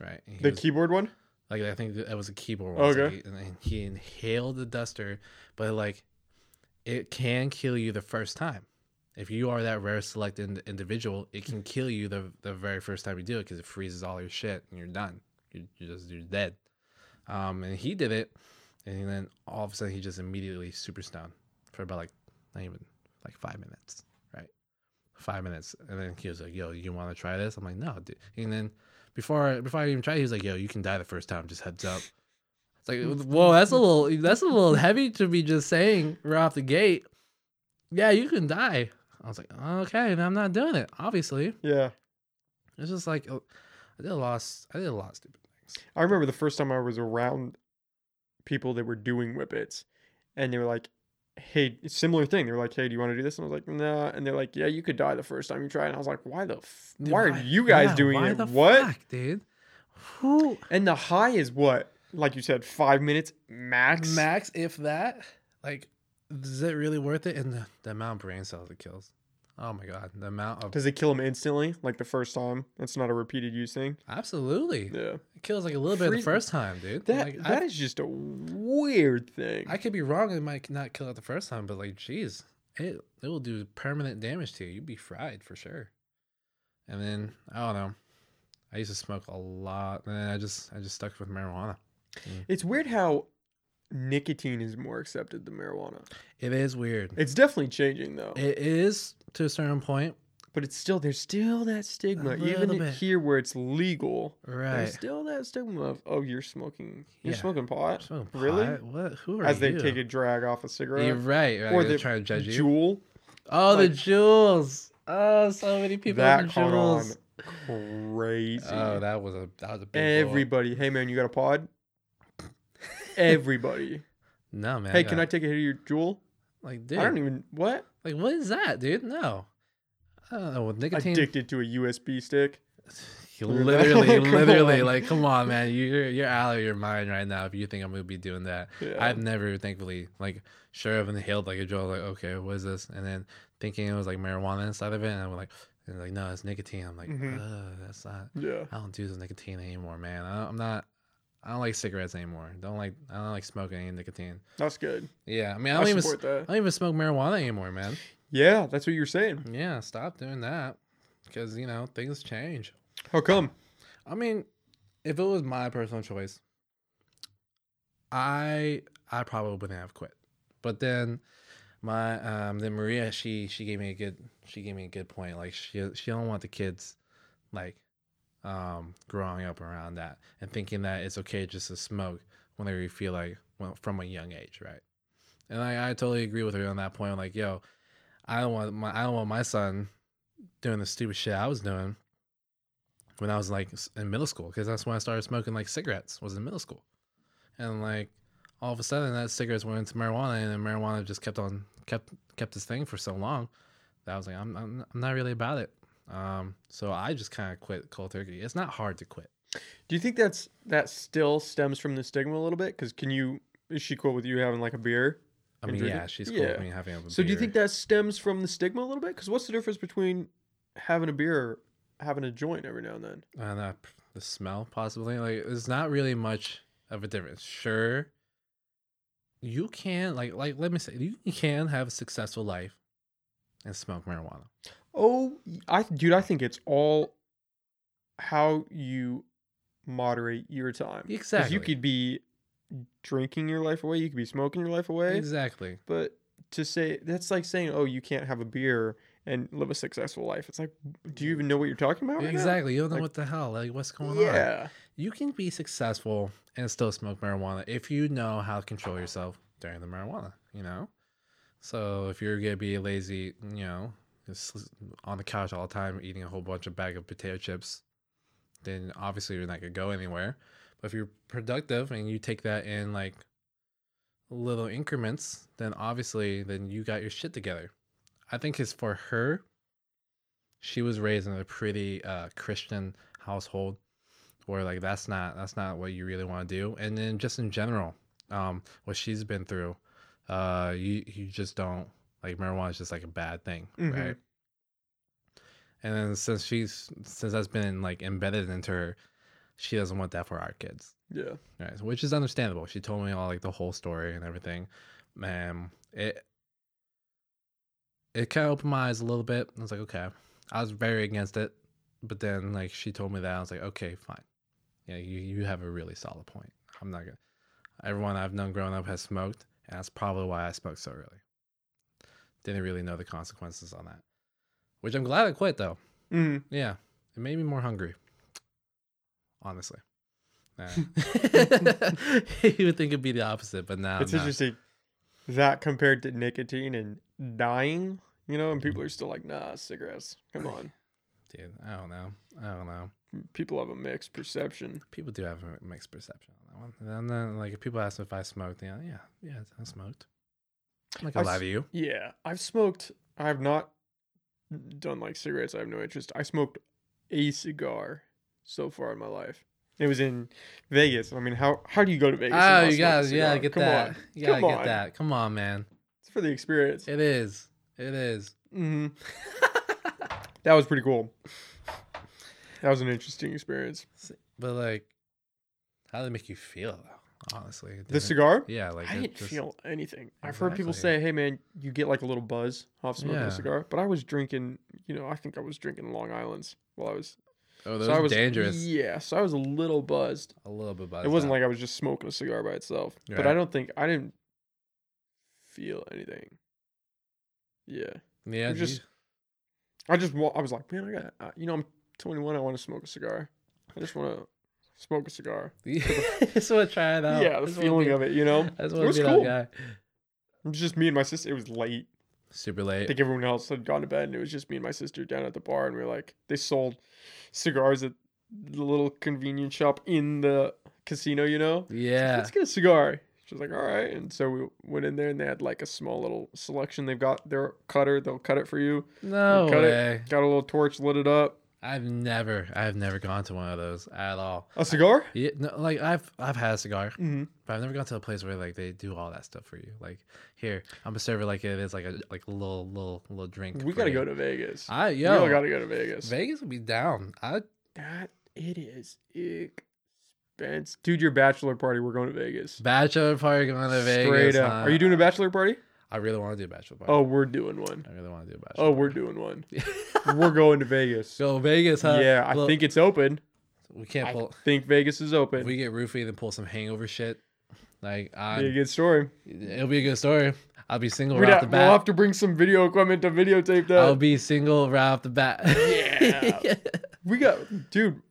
Right. and he The was- keyboard one. like I think that was a keyboard. One. So Okay. he- and he inhaled the duster, but like it can kill you the first time. If you are that rare select ind- individual, it can kill you the the very first time you do it because it freezes all your shit and you're done. You're, you're just you're dead. Um, and he did it, and then all of a sudden he just immediately super stoned for about like not even like five minutes, right? Five minutes, and then he was like, "Yo, you want to try this?" I'm like, "No, dude." And then before before I even tried, he was like, "Yo, you can die the first time. Just heads up." It's like, whoa, that's a little that's a little heavy to be just saying right off the gate. Yeah, you can die. I was like, okay, and I'm not doing it. Obviously, Yeah, it's just like oh, I did a lot. s- I did a lot of stupid things. I remember the first time I was around people that were doing whippets, and they were like, "Hey, similar thing." They were like, "Hey, do you want to do this?" And I was like, "Nah." And they're like, "Yeah, you could die the first time you try." it." And I was like, "Why the? F- Dude, why are you guys yeah, doing why it? the What?" fuck, dude? Who And the high is what, like you said, five minutes max. max if that? Like, is it really worth it? And the, the amount of brain cells it kills. Oh my god, the amount of Does it kill him instantly, like the first time? It's not a repeated use thing. absolutely Yeah, it kills like a little bit the Freeze- first time, dude. that that like, is I just a weird thing. I could be wrong. It might not kill it the first time, but like, geez, it it will do permanent damage to you. You'd be fried for sure. And then I don't know. I used to smoke a lot, and then I just I just stuck with marijuana. it's weird how nicotine is more accepted than marijuana. It is weird. It's definitely changing though. It is to a certain point, but it's still there's still that stigma even little in bit. here where it's legal right? there's still that stigma of oh you're smoking you're Yeah. smoking pot Smoking Really? pot? What? Who are as they you? take a drag off a You're cigarette right. right. Or Or they're the trying to judge you. jewel oh, the like- jewels. Oh, so many people. that with caught jewels. on crazy Oh, that was a that was a big blow up. everybody hey man you got a pod everybody No man. hey can i take a hit of your jewel Like, dude. i don't even what Like, what is that, dude? No. I don't know. With nicotine. addicted to a usb stick literally, Come literally, on. like, come on, man, you're you're out of your mind right now if you think I'm gonna be doing that. I've never, thankfully, like, sure, I've inhaled like a joke, like, okay, what is this? And then thinking it was like marijuana inside of it, and I'm like, and like, no, it's nicotine. I'm like, Mhm. "Ugh, that's not. yeah. I don't do this nicotine anymore, man. I don't, I'm not. I don't like cigarettes anymore. Don't like. I don't like smoking any nicotine. That's good. Yeah, I mean, I I, don't even. s- support I that. don't even smoke marijuana anymore, man. Yeah, that's what you're saying. Yeah, stop doing that because you know things change. How come? I mean, if it was my personal choice, I I probably wouldn't have quit. But then my um then Maria she she gave me a good she gave me a good point. Like she she don't want the kids like um growing up around that and thinking that it's okay just to smoke whenever you feel like well from a young age, right? And I, I totally agree with her on that point. Like, yo, I don't want my I don't want my son doing the stupid shit I was doing when I was like s- in middle school because that's when I started smoking like cigarettes was in middle school, and like all of a sudden that cigarettes went into marijuana and then marijuana just kept on kept kept this thing for so long that I was like I'm I'm, I'm not really about it. Um, so I just kind of quit cold turkey. It's not hard to quit. Do you think that's that still stems from the stigma a little bit? Because can you is she cool with you having like a beer? I And mean, drink yeah, it? she's cool with Yeah. me having a So do you beer. think that stems from the stigma a little bit? Because what's the difference between having a beer or having a joint every now and then? uh, not the smell possibly like there's not really much of a difference sure you can like like let me say you can have a successful life and smoke marijuana Oh, I dude, I think it's all how you moderate your time. 'Cause Exactly. You could be drinking your life away. You could be smoking your life away. exactly But to say that's like saying, oh, you can't have a beer and live a successful life. It's like, do you even know what you're talking about? right now? exactly you don't Oh, know Like- what the hell like what's going on Yeah. you can be successful and still smoke marijuana if you know how to control yourself during the marijuana you know so if you're gonna be lazy you know just on the couch all the time eating a whole bunch of bag of potato chips then obviously you're not gonna go anywhere but if you're productive and you take that in like little increments then obviously then you got your shit together i think it's for her she was raised in a pretty uh, christian household where like that's not that's not what you really want to do and then just in general um what she's been through uh you you just don't like marijuana is just like a bad thing Mhm. right and then since she's since that's been like embedded into her she doesn't want that for our kids Yeah. Right, which is understandable. She told me all like the whole story and everything. Um, it it kind of opened my eyes a little bit. I was like, okay, I was very against it, but then like she told me that I was like, okay, fine. Yeah, you you have a really solid point. I'm not gonna. Everyone I've known growing up has smoked, and that's probably why I smoked so early. Didn't really know the consequences on that, which I'm glad I quit though. Mm. Yeah, it made me more hungry. Honestly, Nah. you would think it'd be the opposite, but now it's interesting that compared to nicotine and dying, you know, and people are still like, nah, cigarettes. Come on. Dude, I don't know. I don't know. People have a mixed perception. People do have a mixed perception on that one. And then, uh, like, if people ask if I smoked, yeah, yeah, yeah, I smoked. I'm not gonna I lie s- to you. Yeah, I've smoked. I have not done like cigarettes. I have no interest. I smoked a cigar so far in my life. It was in Vegas. I mean, how how do you go to Vegas? and Oh, not you smoke a guys, yeah, cigar? get Come that. on. You gotta Come get on. that. Come on, man. It's for the experience. It is. It is. hmm that was pretty cool. That was an interesting experience. But like, how did it make you feel though? Honestly, it The didn't- cigar. Yeah, like I it didn't just- feel anything. I've heard people Exactly. say, "Hey, man, you get like a little buzz off smoking Yeah. a cigar," but I was drinking. You know, I think I was drinking Long Island's while I was Oh, those so I are was dangerous. Yeah, so I was a little buzzed. A little bit. By it wasn't like I was just smoking a cigar by itself, but Right. I don't think I didn't feel anything. Yeah, like yeah, it was you- just- I just wa- I was like, man, I got uh, you know I'm 21. I want to smoke a cigar. I just want to smoke a cigar. just want to try it out. yeah, the Just wanna feeling be- of it, you know. I just It wanna was be cool. that guy. It was just me and my sister. It was late. Super I late. think everyone else had gone to bed, and it was just me and my sister down at the bar, and we were like, they sold cigars at the little convenience shop in the casino, you know. Yeah. let's get a cigar. She's like, all right. And so we went in there and they had like a small little selection. They've got their cutter, they'll cut it for you. No cut it. way. Got a little torch, lit it up. I've never, I've never gone to one of those at all. A cigar? Yeah, no, like I've, I've had a cigar, Mm-hmm. but I've never gone to a place where like they do all that stuff for you. Like here, I'm a server. Like it is like a like a little little little drink. We for gotta you. go to Vegas. I We all yo, gotta go to Vegas. Vegas would be down. I That it is expensive, dude. Your bachelor party. We're going to Vegas. bachelor party going to Vegas. Straight up. huh? Are you doing a bachelor party? I really want to do a bachelor party. Oh, we're doing one. I really want to do a bachelor. Oh, we're doing one. Oh, We're going to Vegas. go uh, Vegas, huh? Yeah, I Look, think it's open. we can't I pull. think Vegas is If open. we get roofy, then pull some hangover shit. Like Be a I, good story. it'll be a good story. I'll be single We'd right off ha- the we'll have bat. to bring some video equipment to videotape that. I'll be single right off the bat. Yeah. we got, dude.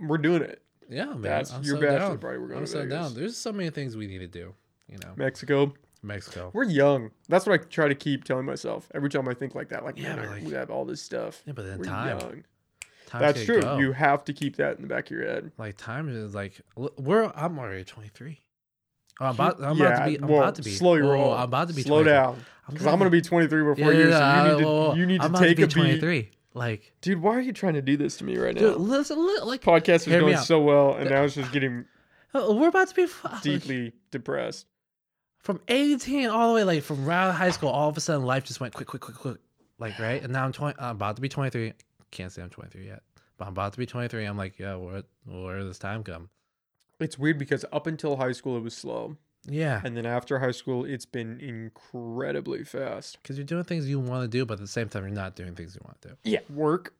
We're doing it. yeah, man. That's I'm your so bachelor down. party. We're going I'm to so Vegas. down. There's so many things we need to do. You know, Mexico. Mexico. We're young. That's what I try to keep telling myself every time I think like that. Like, man, Yeah, but I- like- we have all this stuff. Yeah, but then We're time. young. Time's That's gotta true. go. You have to keep that in the back of your head. like time is like l- we're. I'm already 23. Oh, I'm about. I'm yeah, about to be. I'm well, about to be. Slow your Whoa, whoa, roll. I'm about to be. Slow 23. down. Because I'm gonna be 23 before Yeah, you. yeah, so you need to, whoa, whoa. you need to I'm about take be a beat. 23. Like, Dude, why are you trying to do this to me right now? dude, listen, li- like Podcast was hear me going out. so well, and now it's just getting uh, we're about to be f- deeply depressed. from 18 all the way like from around high school all of a sudden life just went quick quick quick quick like right and now i'm 20 i'm about to be 23 can't say i'm 23 yet but i'm about to be 23 i'm like yeah where where does this time come It's weird because up until high school it was slow, yeah and then after high school it's been incredibly fast. because you're doing things you want to do but at the same time you're not doing things you want to do Yeah, work,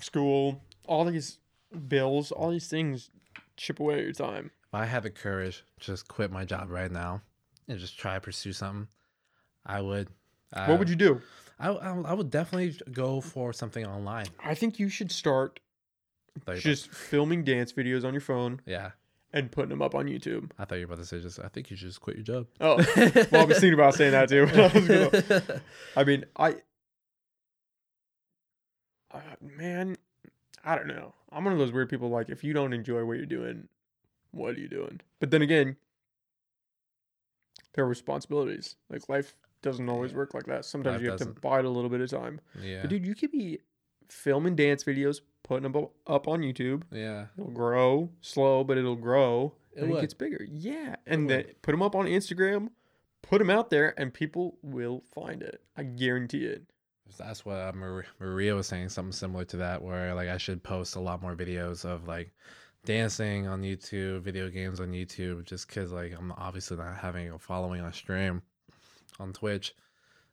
school, all these bills, all these things chip away at your time. if i had the courage to just quit my job right now and just try to pursue something i would I, what would you do? I, I, I would definitely go for something online I think you should start Like, just filming dance videos on your phone yeah and putting them up on YouTube. i thought you were about to say just i think you should just quit your job Oh, well, I was thinking about saying that too. I, was gonna- I mean, I, uh, man, I don't know. I'm one of those weird people. Like, if you don't enjoy what you're doing, what are you doing? But then again, there are responsibilities. Like, life doesn't always work like that. Sometimes Life you have to doesn't. bite a little bit of time. yeah But dude, you could be filming dance videos, putting them up on YouTube. yeah It'll grow slow, but it'll grow. It and would. it gets bigger. Yeah. And then would. put them up on Instagram, put them out there, and people will find it. I guarantee it. That's what uh, Mar- Maria was saying, something similar to that, where like I should post a lot more videos of like dancing on YouTube, video games on YouTube, just because like I'm obviously not having a following on stream on Twitch,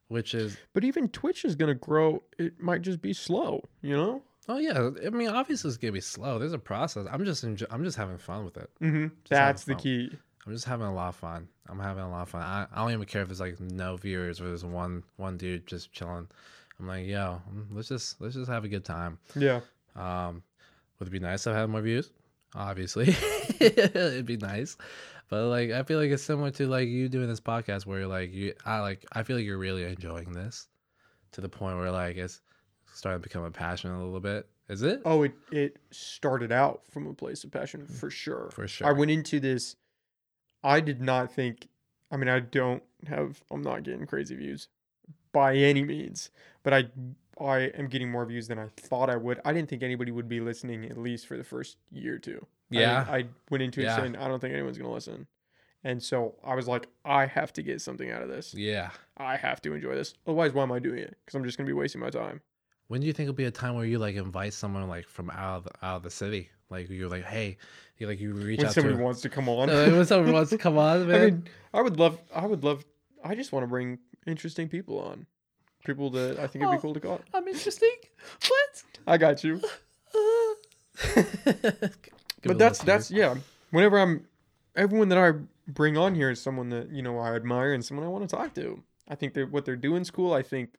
which is But even Twitch is going to grow. It might just be slow, you know? oh yeah, I mean obviously it's gonna be slow. There's a process. I'm just enjo- I'm just having fun with it. Mm-hmm. have That's the fun. key. I'm just having a lot of fun. I'm having a lot of fun. I, I don't even care if it's like no viewers or there's one one dude just chilling. I'm like yo, mm, let's just let's just have a good time. Yeah. Um, would it be nice if I had more views? Obviously, it'd be nice, but like I feel like it's similar to like you doing this podcast where you're like you I like I feel like you're really enjoying this to the point where like it's starting to become a passion a little bit. Is it? Oh, it, it started out from a place of passion for sure. for I sure. went into this. I did not think. I mean, I don't have. I'm not getting crazy views by any means, but I I am getting more views than I thought I would. I didn't think anybody would be listening at least for the first year or two. I yeah, didn't- I, went into it Yeah. saying I don't think anyone's gonna listen, and so I was like, I have to get something out of this. yeah. I have to enjoy this. Otherwise, why am I doing it? Because I'm just gonna be wasting my time. When do you think it'll be a time where you like invite someone like from out of the, out of the city? Like you're like, hey, you like you reach When out somebody to. wants to come on, Uh, when someone wants to come on, man. I mean, I would love, I would love, I just want to bring interesting people on. People that I think it'd be Oh. cool to call. I'm interesting. What? Uh. I got you. but that's, that's, yeah. Whenever I'm, everyone that I bring on here is someone that, you know, I admire and someone I want to talk to. I think that what they're doing's cool. I think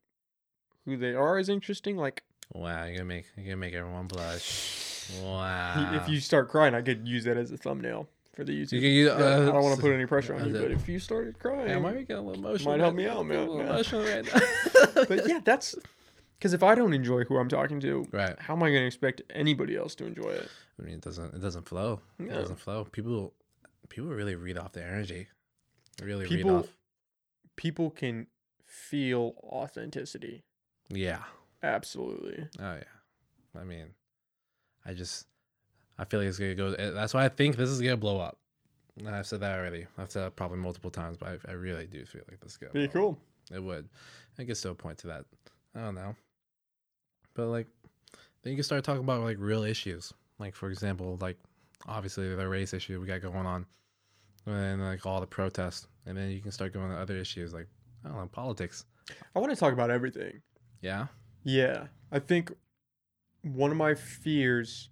who they are is interesting. Like, wow. You're gonna make you're gonna make everyone blush. Wow. if you start crying, I could use that as a thumbnail for the YouTube. Ah. You can use- Yeah, I uh, don't want to put any pressure on as you, a- but if you started crying, Damn, why are you getting a little emotional? Might help right me now? out, I'm man. getting A little Yeah. emotional right now. but yeah, that's because if I don't enjoy who I'm talking to, Right. how am I going to expect anybody else to enjoy it? I mean, it doesn't it doesn't flow. It No. doesn't flow. People people really read off their energy. They Really read People- off. People can feel authenticity. Yeah. Absolutely. Oh yeah. I mean, I just I feel like it's gonna go. eh, That's why I think this is gonna blow up. And I've said that already. I've said that probably multiple times, but I, I really do feel like this is gonna Pretty blow up. cool. It would. I guess there'll point to that. I don't know. But like then you can start talking about like real issues. Like for example, like obviously the race issue we got going on. And then like all the protests. And then you can start going to other issues like I don't know, politics. I want to talk about everything. Yeah. Yeah. I think one of my fears,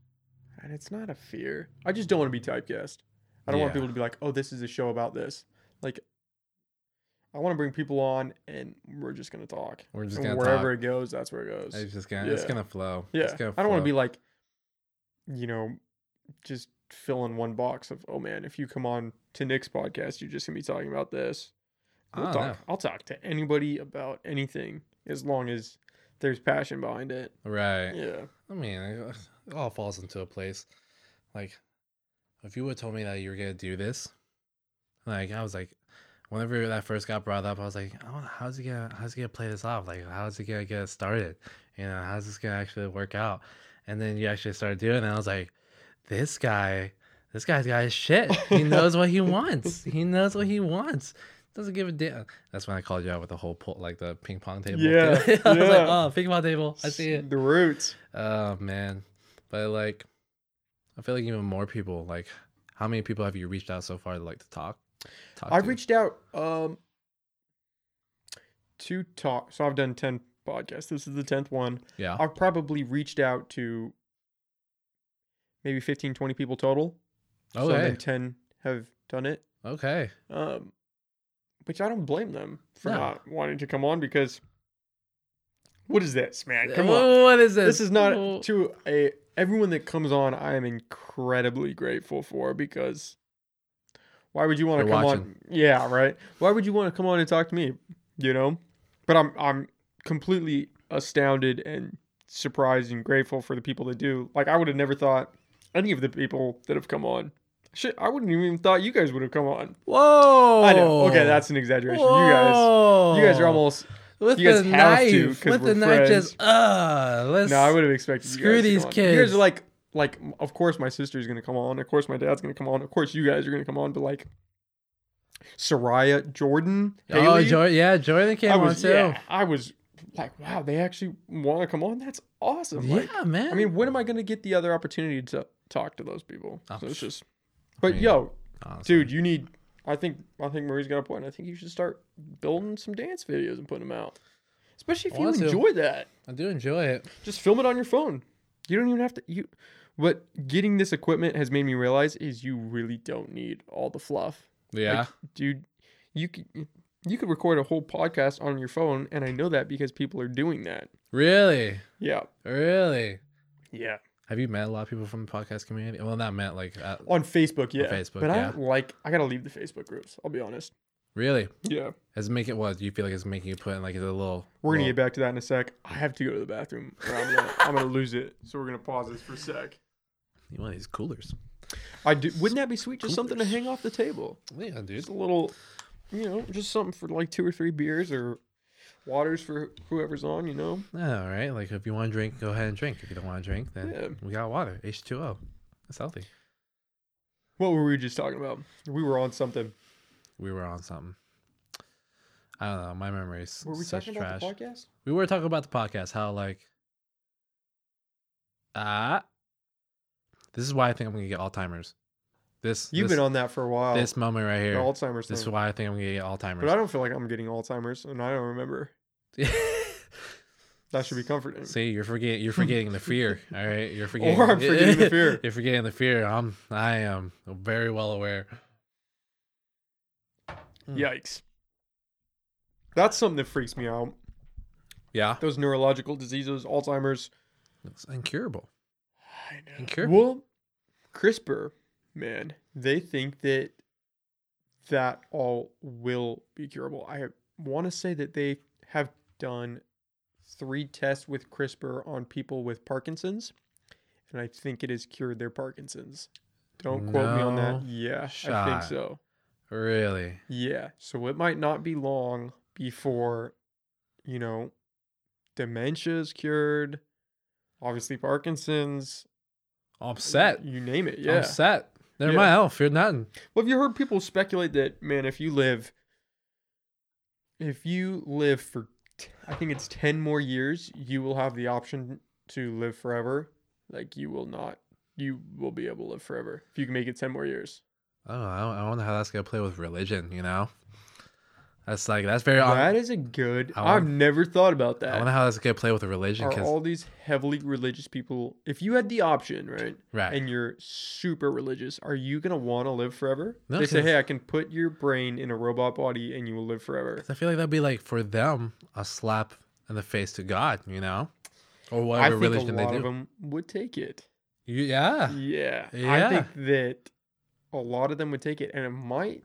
and it's not a fear, I just don't want to be typecast. I don't want Yeah. people to be like, oh, this is a show about this. Like, I want to bring people on and we're just going to talk. We're just And gonna wherever talk. it goes, that's where it goes. It's just gonna it's Yeah. gonna flow. yeah. It's gonna I don't want to flow. be like, you know, just fill in one box of, oh man, if you come on to Nick's podcast, you're just going to be talking about this. I We'll don't talk. I'll talk to anybody about anything as long as there's passion behind it. know. Right. Yeah. I mean, it it all falls into a place. Like, if you would have told me that you were gonna do this, like I was like, whenever that first got brought up, I was like, oh, how's he gonna how's he gonna play this off? Like, how's he gonna get it started? You know, how's this gonna actually work out? And then you actually started doing it, and I was like, this guy, this guy's got his shit. He knows what he wants. He knows what he wants. Doesn't give a damn. That's when I called you out with the whole pull, like the ping pong table. Yeah, I was like, yeah. oh, ping pong table. I see it. The roots. Oh man. But like I feel like even more people, like how many people have you reached out so far to like to talk? talk I've to? reached out um to talk. So I've done ten podcasts. This is the tenth one. Yeah. I've probably reached out to maybe 15, 20 people total. So Okay. then ten have done it. okay. Um, which I don't blame them for No. not wanting to come on because what is this, man? Come on. Whoa, What is this? this is not Whoa. to a everyone that comes on i am incredibly grateful for because why would you want to They're come on watching. yeah right why would you want to come on and talk to me you know but i'm i'm completely astounded and surprised and grateful for the people that do like i would have never thought any of the people that have come on shit i wouldn't even thought you guys would have come on Whoa. i know okay that's an exaggeration you guys you guys are Whoa. almost with you guys the have knife. to, 'cause with the we're knife friends. just uh let's No, I would have expected. you Screw guys to these come on. You guys kids. are like, like, of course my sister's gonna come on. Of course my dad's gonna come on. Of course you guys are gonna come on. But like, Soraya, Jordan, Oh Haley, Joy yeah, Jordan came I on was, too. yeah, I was like, wow, they actually want to come on. That's awesome. Like, Yeah, man. I mean, when am I gonna get the other opportunity to talk to those people? Oh, So it's pff. just, but mean, yo, Honestly. dude, you need. I think I think Marie's got a point. I think you should start building some dance videos and putting them out, especially if I want you to. enjoy that I do enjoy it. just film it on your phone. You don't even have to you what getting this equipment has made me realize is you really don't need all the fluff. Yeah. Dude, you could you could record a whole podcast on your phone and I know that because people are doing that. really? Yeah. Really? Yeah. Have you met a lot of people from the podcast community? Well, not met, like, uh, On Facebook, yeah. Facebook, but I yeah. don't like I got to leave the Facebook groups, I'll be honest. really? Yeah. Is it making what? Do you feel like it's making you put in, like, a little. We're going to little- get back to that in a sec. I have to go to the bathroom. or I'm gonna, I'm going to lose it. So we're going to pause this for a sec. You want these coolers. I do, wouldn't that be sweet just something to Coolers. hang off the table? Yeah, dude. just a little, you know, just something for like two or three beers or waters for whoever's on, you know. All right. Like, if you want to drink, go ahead and drink. If you don't want to drink, then Yeah. we got water. H2O. That's healthy. What were we just talking about? We were on something. We were on something. I don't know. My memory's Were we such talking trash. about the podcast? we were talking about the podcast. How, like, ah. this is why I think I'm going to get Alzheimer's. This. You've this- been on that for a while. This moment right the here. Alzheimer's This is thing. why I think I'm gonna get Alzheimer's. But I don't feel like I'm getting Alzheimer's, and I don't remember. That should be comforting. See, you're forgetting. You're forgetting the fear. All right, you're forgetting. Or I'm forgetting the fear. you're forgetting the fear. I'm. I am very well aware. Hmm. Yikes. That's something that freaks me out. Yeah, Those neurological diseases, Alzheimer's. it's incurable. I know. Incurable. Well, CRISPR, man, they think that that all will be curable. I want to say that they have done three tests with CRISPR on people with Parkinson's, and I think it has cured their Parkinson's. Don't quote me on that. No Yeah, I think shot. so. Really? Yeah. So it might not be long before, you know, dementia is cured. Obviously, Parkinson's. upset. You name it. Yeah. I'm set. They're Yeah. my elf. You're nothing. Well, have you heard people speculate that man, if you live, if you live for, t- I think it's ten more years, you will have the option to live forever. Like you will not, you will be able to live forever if you can make it ten more years. I don't know. I, don't- I wonder how that's gonna play with religion. You know, that's like that's very. that is a good. I want- I've never thought about I wonder that. how that's gonna play with the religion. Are Because all these heavily religious people? If you had the option, right, right, and you're super religious, are you gonna want to live forever? No, they say, 'cause- hey, I can put your brain in a robot body and you will live forever. 'Cause I feel like that'd be like for them a slap in the face to God. You know, or I think whatever a religion they lot do. of them would take it. You- yeah, Yeah. Yeah. I think that a lot of them would take it, and it might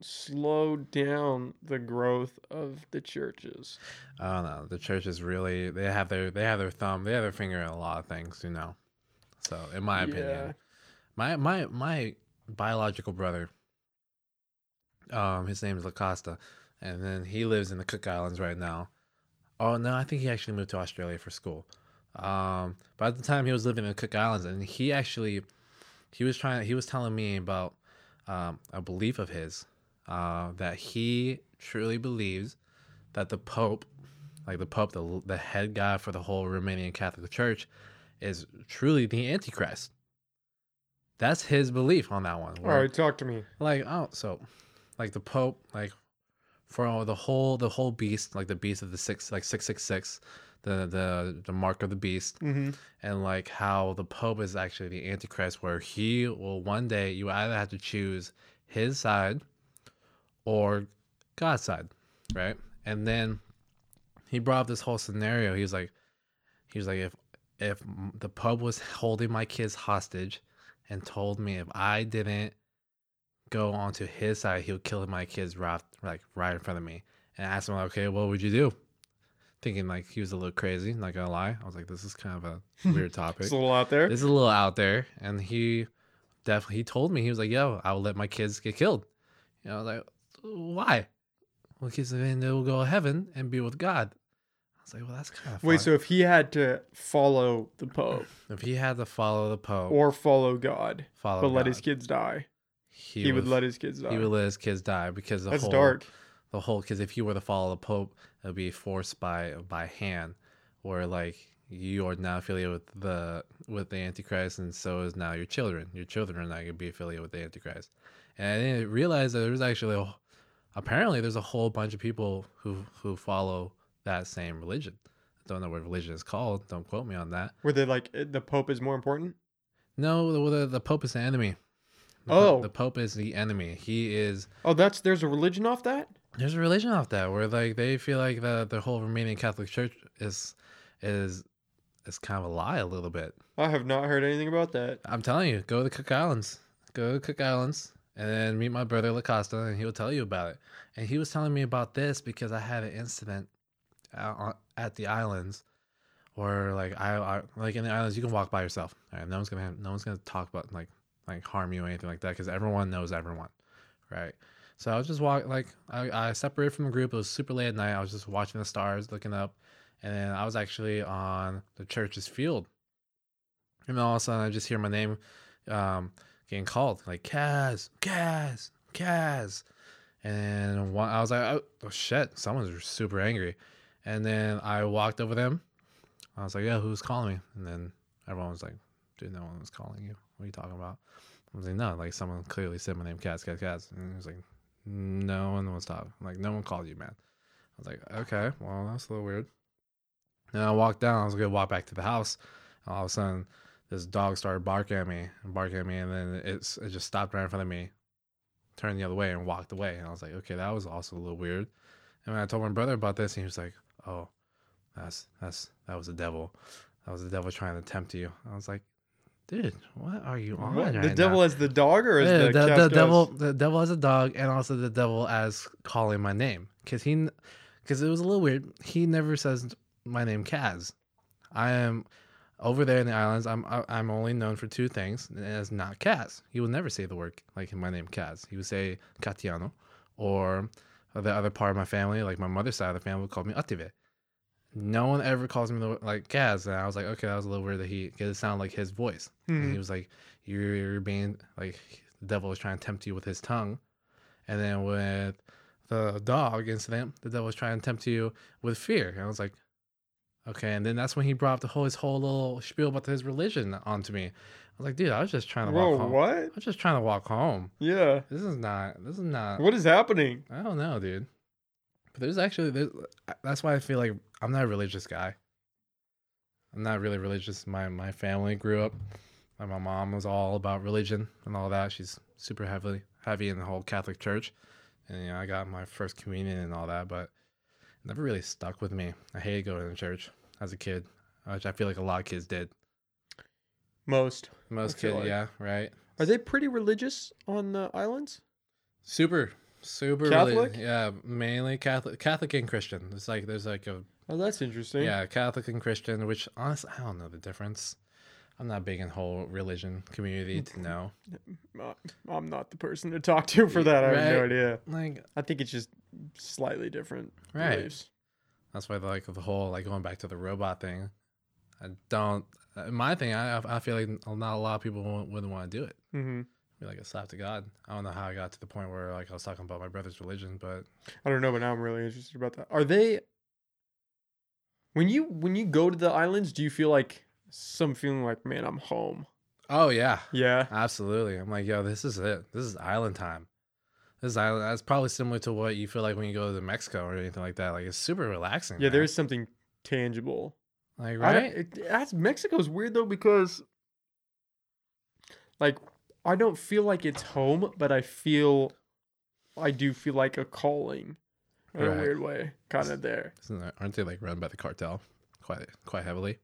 slow down the growth of the churches. I don't know. The church is really they have their they have their thumb they have their finger in a lot of things. You know, so in Yeah. my opinion, my my my biological brother, um, his name is Lacosta, and then he lives in the Cook Islands right now. Oh no, I think he actually moved to Australia for school. Um, but at the time he was living in the Cook Islands, and he actually he was trying he was telling me about um, a belief of his uh, that he truly believes that the Pope, like the Pope, the the head guy for the whole Romanian Catholic Church, is truly the Antichrist. That's his belief on that one. All right, talk to me. Like oh, so like the Pope, like for all the whole the whole beast, like the beast of the six, like six six six, the the the mark of the beast Mm-hmm. and like how the Pope is actually the Antichrist, where he will one day you either have to choose his side or God's side, right? And then he brought up this whole scenario. He was like, he was like, if if the Pope was holding my kids hostage and told me if I didn't go onto his side, he'll kill my kids right like right in front of me. And I asked him, like, okay, what would you do? Thinking like he was a little crazy, not gonna lie. I was like, this is kind of a weird topic. It's a little out there. This is a little out there, and he definitely he told me he was like, "Yo, I will let my kids get killed." You know, I was like, "Why?" Well, because then they will go to heaven and be with God. I was like, "Well, that's kind of Wait, so if he had to follow the Pope if he had to follow the Pope or follow God, Oh. follow, but let his God, kids die, he, he, would let his kids die. he would let his kids die because the That's whole dark. the whole because if you were to follow the Pope, it would be forced by by hand, where like you are now affiliated with the with the Antichrist, and so is now your children. Your children are now going to be affiliated with the Antichrist. And I didn't realize that there's actually a, apparently there's a whole bunch of people who who follow that same religion. I don't know what religion is called. Don't quote me on that. Were they like eh, the Pope is more important? No, the the, the Pope is the enemy. The Oh. Pope, the Pope is the enemy. He is Oh, that's there's a religion off that. there's a religion off that where like they feel like the the whole Romanian Catholic Church is is is kind of a lie a little bit. I have not heard anything about that. I'm telling you, go to the Cook Islands, go to the Cook Islands, and then meet my brother Lacosta, and he'll tell you about it. And he was telling me about this because I had an incident out on, at the islands where like I, I like in the islands you can walk by yourself. All right, no one's gonna have, no one's gonna talk about like like harm you or anything like that because everyone knows everyone, right? So I was just walking like I, I separated from the group. It was super late at night. I was just watching the stars, looking up, and then I was actually on the church's field. And then all of a sudden, I just hear my name um, getting called, like Kaz, Kaz, Kaz. And one, I was like, oh, oh, shit, someone's super angry. And then I walked over them. I was like, yeah, who's calling me? And then everyone was like, dude, no one was calling you. What are you talking about? I was like, no, like someone clearly said my name, Kaz, Kaz, Kaz. And he was like, no one was talking. Like, no one called you, man. I was like, okay, well, that's a little weird. And I walked down. I was going to walk back to the house. And all of a sudden, this dog started barking at me and barking at me, and then it's it just stopped right in front of me, turned the other way and walked away. And I was like, okay, that was also a little weird. And when I told my brother about this, he was like, oh, that's that's that was the devil, that was the devil trying to tempt you. I was like, dude, what are you on? What? right the now? devil as the dog or as Yeah, the, the, the Cascos? devil the devil as a dog and also the devil as calling my name because he because it was a little weird he never says my name kaz i am over there in the islands i'm I- i'm only known for two things and it's not kaz he will never say the word like my name kaz he would say katiano or the other part of my family like my mother's side of the family called me ative No one ever calls me the like Gaz, and I was like, okay, that was a little weird that he because it sounded like his voice. Hmm. And Mm-hmm. he was like, "You're being like the devil is trying to tempt you with his tongue," and then with the dog incident, the devil is trying to tempt you with fear. And I was like, "Okay." And then that's when he brought up the whole his whole little spiel about his religion onto me. I was like, "Dude, I was just trying to Whoa, walk home. what? I was just trying to walk home. Yeah. This is not. This is not. What is happening? I don't know, dude. But there's actually there's, that's why I feel like I'm not a religious guy. I'm not really religious. My my family grew up. Like my mom was all about religion and all that. She's super heavily heavy in the whole Catholic Church, and you know I got my first communion and all that, but it never really stuck with me. I hated going to church as a kid, which I feel like a lot of kids did. Most. Most feel kids, like- yeah, right. Are they pretty religious on the islands? Super, super Catholic? religious. Yeah, mainly Catholic, Catholic and Christian. It's like there's like a Oh, that's interesting. Yeah, Catholic and Christian, which honestly, I don't know the difference. I'm not big in whole religion community Mm-hmm. to know. Uh, I'm not the person to talk to for that. I have no Right. idea. Like, I think it's just slightly different Right. beliefs. that's why like the whole like going back to the robot thing. I don't. uh, My thing, I I feel like not a lot of people wouldn't- wouldn't want to do it. hmm It'd Be like a slap to God. I don't know how I got to the point where like I was talking about my brother's religion, but I don't know, but now I'm really interested about that. Are they when you when you go to the islands? Do you feel like some feeling like, man, I'm home? oh yeah, Yeah. Absolutely. I'm like, yo, this is it. This is island time. This is island. That's probably similar to what you feel like when you go to Mexico or anything like that. Like it's super relaxing. Yeah. man. There's something tangible. like I don't- right. it- that's Mexico's weird though because like I don't feel like it's home, but I feel I do feel like a calling in a Right. weird way, kind of there. Isn't that, aren't they like run by the cartel quite quite heavily?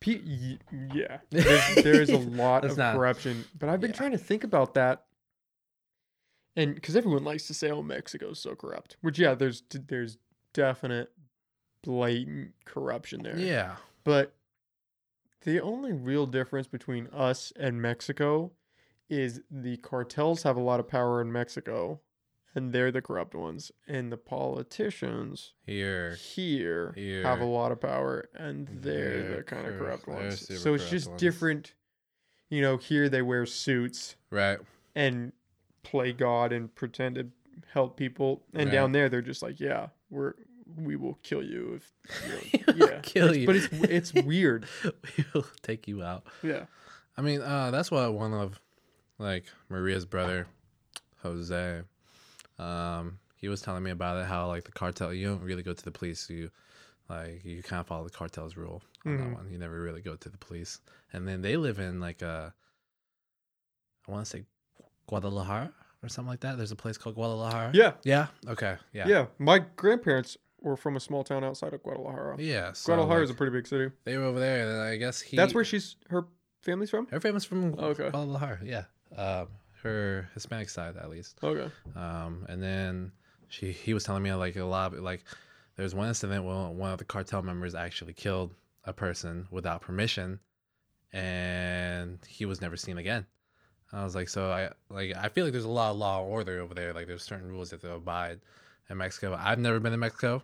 P- y- yeah, there's, there's a lot Let's of not- corruption, but I've been Yeah. trying to think about that, and because everyone likes to say, "Oh, Mexico's so corrupt," which yeah, there's d- there's definite blatant corruption there. Yeah. But the only real difference between us and Mexico is the cartels have a lot of power in Mexico, and they're the corrupt ones, and the politicians Here. here, have a Here. lot of power, and they're, They're the kind of cor- corrupt they're ones. super So it's corrupt just ones. different. You know, here they wear suits Right. and play God and pretend to help people, and Right. down there they're just like, yeah, we're we will kill you if you don't- yeah. Kill you. But it's it's weird. we will take you out. Yeah. I mean, uh, that's why one of like Maria's brother, Jose, um, he was telling me about it how like the cartel you don't really go to the police, you like you kind of follow the cartel's rule on Mhm. that one. You never really go to the police. And then they live in like a I wanna say Guadalajara or something like that. There's a place called Guadalajara. Yeah. Yeah. Okay. Yeah. Yeah. My grandparents were from a small town outside of Guadalajara. Yeah. So, Guadalajara is a like, pretty big city. they were over there and I guess he That's where she's her family's from. her family's from Okay. Guadalajara, yeah. Um, her Hispanic side at least. Okay. Um, and then she he was telling me like a lot of, like there's one incident where one of the cartel members actually killed a person without permission and he was never seen again. I was like, so I like I feel like there's a lot of law and order over there. Like there's certain rules that they abide in Mexico. I've never been in Mexico,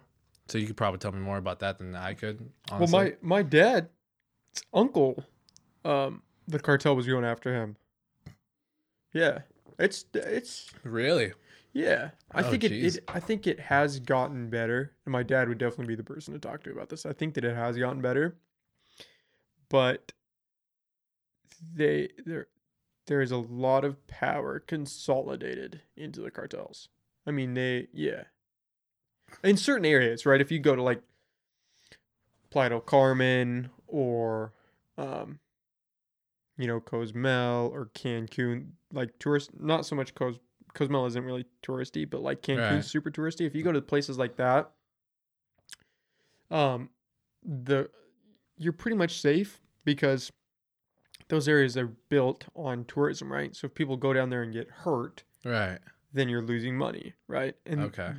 so you could probably tell me more about that than I could. Honestly. Well, my my dad's uncle, um, the cartel was going after him. Yeah. It's it's really yeah. I Oh, think it, jeez. it I think it has gotten better, and my dad would definitely be the person to talk to about this. I think that it has gotten better, but they there there is a lot of power consolidated into the cartels. I mean, they yeah. In certain areas, right? If you go to like Playa del Carmen or um you know Cozumel or Cancun, like tourist not so much Cos Cozumel isn't really touristy, but like Cancun's Right. super touristy. If you go to places like that, um the you're pretty much safe because those areas are built on tourism, right? So if people go down there and get hurt, right then you're losing money, right? And okay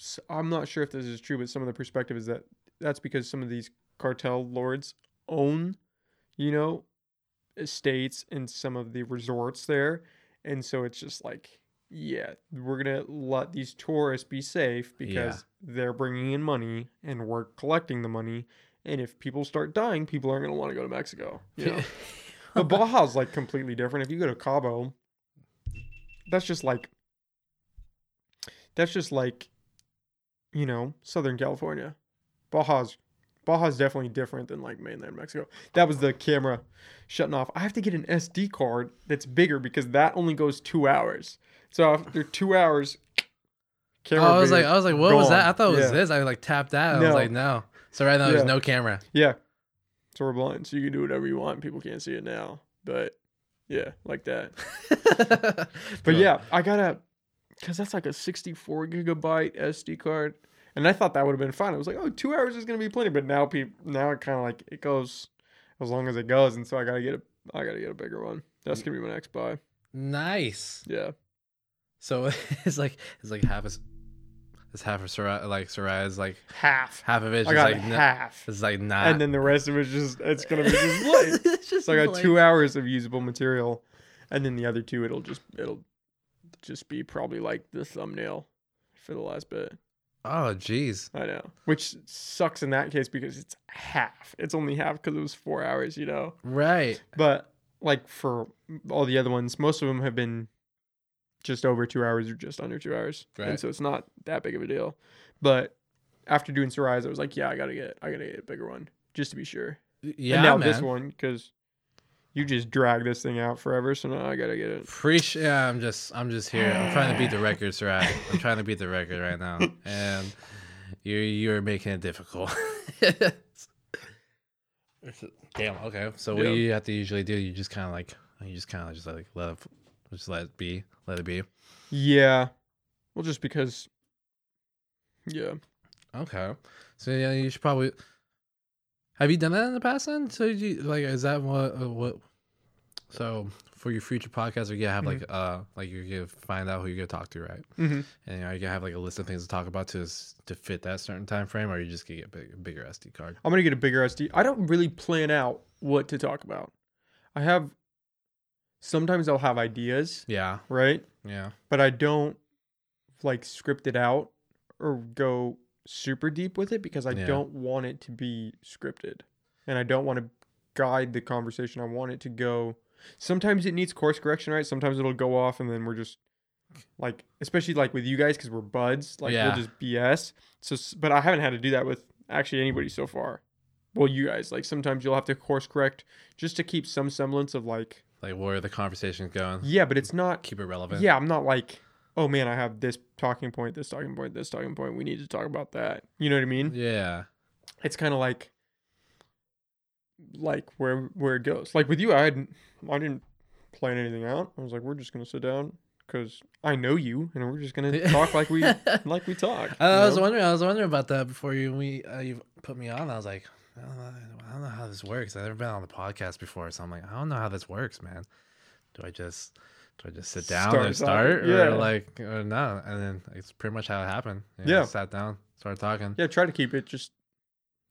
s- I'm not sure if this is true, but some of the perspective is that that's because some of these cartel lords own, you know, estates and some of the resorts there. And so it's just like, yeah, we're going to let these tourists be safe because they're bringing in money and we're collecting the money. And if people start dying, people aren't going to want to go to Mexico. You know? but Baja's like completely different. If you go to Cabo, that's just like, that's just like, you know, Southern California. Baja's, Baja's definitely different than like mainland Mexico. That was the camera shutting off. I have to get an SD card that's bigger because that only goes two hours. So after two hours, camera. Oh, I was bigger. like, I was like, what was that? I thought it was Yeah. this. I like tapped that. I No. was like, no. So right now Yeah. there's no camera. Yeah. So we're blind. So you can do whatever you want. People can't see it now. But yeah, like that. But yeah, I got to, because that's like a 64 gigabyte SD card. And I thought that would have been fine. I was like, oh, two hours is going to be plenty. But now people, now it kind of like, it goes as long as it goes. And so I got to get a, I got to get a bigger one. That's Mm. going to be my next buy. nice. Yeah. So it's like it's like half is it's half of Soraya, like Soraya's like Half. half of it's I just got like n- half. it's like not. and then the rest of it just, it's going to be just blank. it's just So I got like- two hours of usable material, and then the other two, it'll just it'll just be probably like the thumbnail for the last bit. Oh jeez. I know, which sucks in that case because it's half. It's only half because it was four hours, you know. Right. But like for all the other ones, most of them have been just over two hours or just under two hours, and Right. so it's not that big of a deal. But after doing Soraya, I was like, yeah, I gotta get I gotta get a bigger one just to be sure. Yeah, and now man. this one because you just drag this thing out forever. So now I gotta get it. Appreciate. Yeah, I'm just, I'm just here. I'm trying to beat the record, Sarai. I'm trying to beat the record right now, and you're, you're making it difficult. Damn. Okay. So what Yeah. you have to usually do, you just kind of like, you just kind of just like let it, just let it be, let it be. Yeah. Well, just because. Yeah. Okay. So yeah, you should probably. Have you done that in the past? Then, so you like, is that what uh, what? So for your future podcast, you gonna have like uh like you're gonna find out who you're gonna talk to, right? Mm-hmm. And are you gonna have like a list of things to talk about to s- to fit that certain time frame, or are you just gonna get big, bigger SD card? I'm gonna get a bigger SD. I don't really plan out what to talk about. I have. Sometimes I'll have ideas, Yeah, right? yeah, But I don't like script it out or go super deep with it because I Yeah. don't want it to be scripted and I don't want to guide the conversation. I want it to go. Sometimes it needs course correction, right? Sometimes it'll go off and then we're just like, especially like with you guys because we're buds, like Yeah. we'll just BS. So, s- but I haven't had to do that with actually anybody so far. Well, you guys, like sometimes you'll have to course correct just to keep some semblance of like, like where are the conversations going? yeah, but it's not Keep it relevant. yeah, I'm not like, oh man, I have this talking point, this talking point, this talking point. We need to talk about that. You know what I mean? yeah, It's kind of like, like where where it goes. Like with you, I hadn't, I didn't plan anything out. I was like, we're just gonna sit down because I know you, and we're just gonna talk like we like we talk. I, I you Uh, was know? wondering. I was wondering about that before you we uh, you put me on. I was like, I don't, know, I don't know how this works. I've never been on the podcast before, so I'm like, I don't know how this works, man. Do I just do I just sit down Start and talking, start, yeah. or like or no? And then it's pretty much how it happened. You know, Yeah. sat down, started talking. yeah, try to keep it just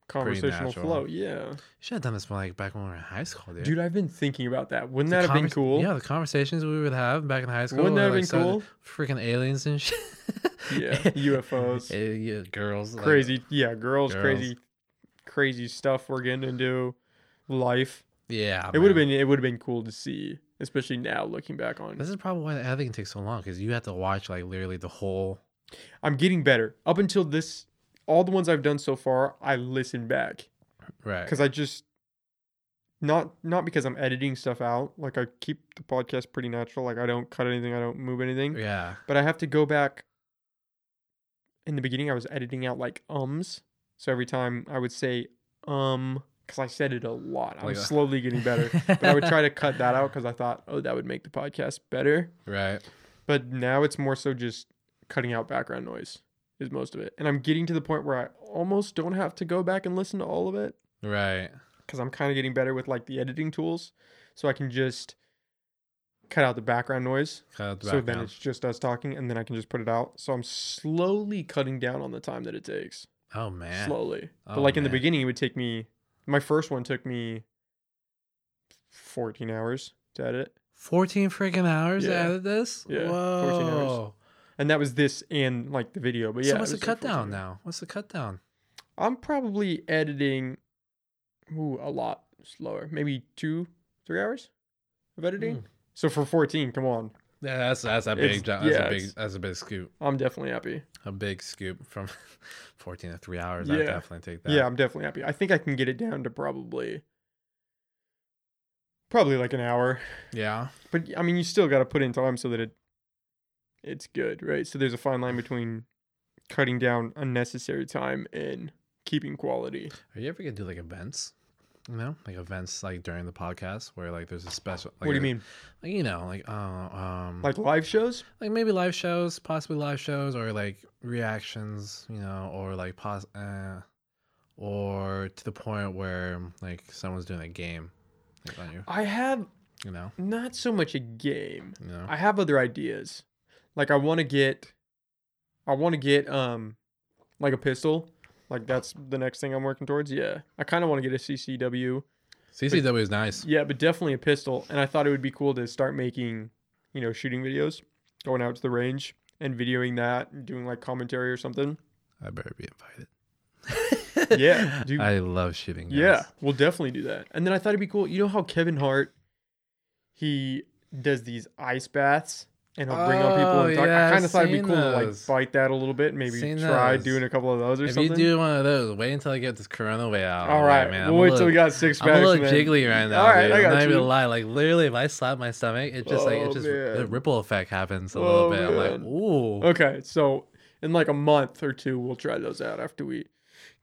conversational natural. flow. Yeah, Should have done this like back when we were in high school, dude. dude, I've been thinking about that. Wouldn't The that have been convers- cool? Yeah, the conversations we would have back in high school. Wouldn't that have like, been started- cool? Freaking aliens and shit. Yeah, UFOs. Eh, yeah, girls. like- crazy yeah girls, girls. crazy crazy stuff we're getting into life yeah. it would have man. been it would have been cool to see especially now looking back on This is probably why the editing takes so long because you have to watch like literally the whole. i'm getting better up until this all the ones i've done so far i listen back Right. because i just not not because i'm editing stuff out like i keep the podcast pretty natural like i don't cut anything i don't move anything Yeah. but i have to go back in the beginning i was editing out like ums so every time i would say um because i said it a lot i'm Like a- slowly getting better but I would try to cut that out because I thought, oh, that would make the podcast better. Right. But now it's more so just cutting out background noise is most of it. And I'm getting to the point where I almost don't have to go back and listen to all of it Right. because I'm kind of getting better with like the editing tools. So I can just cut out the background noise. Cut out the So then background. it's just us talking and then I can just put it out. So I'm slowly cutting down on the time that it takes. oh man. Slowly. but Oh, like in the man. beginning, it would take me, my first one took me 14 hours to edit. Fourteen freaking hours Yeah. to edit this. Yeah, 14 Whoa. hours. and that was this and like the video. But yeah, so it what's the was cut down unfortunate. now? What's the cut down? I'm probably editing ooh, a lot slower, maybe two, three hours of editing. So for 14, come on, Hmm. Yeah, that's that's a It's- big job. That's yeah, a big it's- that's a big scoop. I'm definitely happy. A big scoop from fourteen to three hours. Yeah. I'd definitely take that. Yeah, I'm definitely happy. I think I can get it down to probably probably like an hour. Yeah. But I mean, you still got to put in time so that it it's good, right? So there's a fine line between cutting down unnecessary time and keeping quality. Are you ever gonna do like events? You know, like events like during the podcast where like there's a special. Like what do a- you mean? Like, you know, like uh, um, like Like live shows? like maybe live shows, possibly live shows, or like reactions. You know, or like pos, uh, or to the point where like someone's doing a game, like on you. I have You know. not so much a game. You know. I have other ideas. Like I want to get I want to get um like a pistol. Like that's the next thing I'm working towards. Yeah. I kind of want to get a CCW. CCW is nice. Yeah, but definitely a pistol. And I thought it would be cool to start making, you know, shooting videos, going out to the range and videoing that and doing like commentary or something. I better be invited. Yeah, dude. I love shooting. Guns. Yeah, we'll definitely do that. And then I thought it'd be cool. You know how Kevin Hart, he does these ice baths and he'll bring on people Oh, and talk. yeah, I I've kind of thought it'd be seen cool to like those. bite that a little bit, maybe Seen try those. doing a couple of those or If something. you do one of those, wait until I get this Corona way out. All right, man. we'll I'm a wait little- till we got six I'm packs, a little man. jiggly right now. All right, dude. I I'm got not you. even lie. Like literally, if I slap my stomach, it just like Oh, it just man. the ripple effect happens a Oh, little bit. I'm like, man. ooh, Okay, so in like a month or two, we'll try those out after we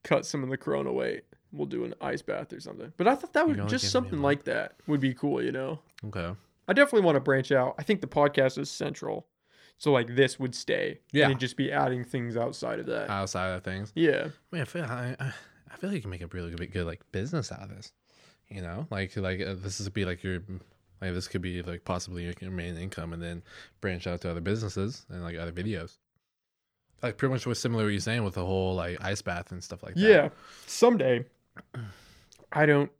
cut some of the corona away. We'll do an ice bath or something. But I thought that You would can only just give me a something month. like that would be cool, you know? okay. I definitely want to branch out. I think the podcast is central. So like this would stay. Yeah. Uh, And it'd just be adding things outside of that. Outside of things, yeah. I mean, I feel I, I I feel like you can make a really good, good like business out of this. You know, like like uh, this would be like your like this could be like possibly your main income, and then branch out to other businesses and like other videos. Like pretty much what's similar to what you're saying with the whole like ice bath and stuff like that. Yeah. Someday I don't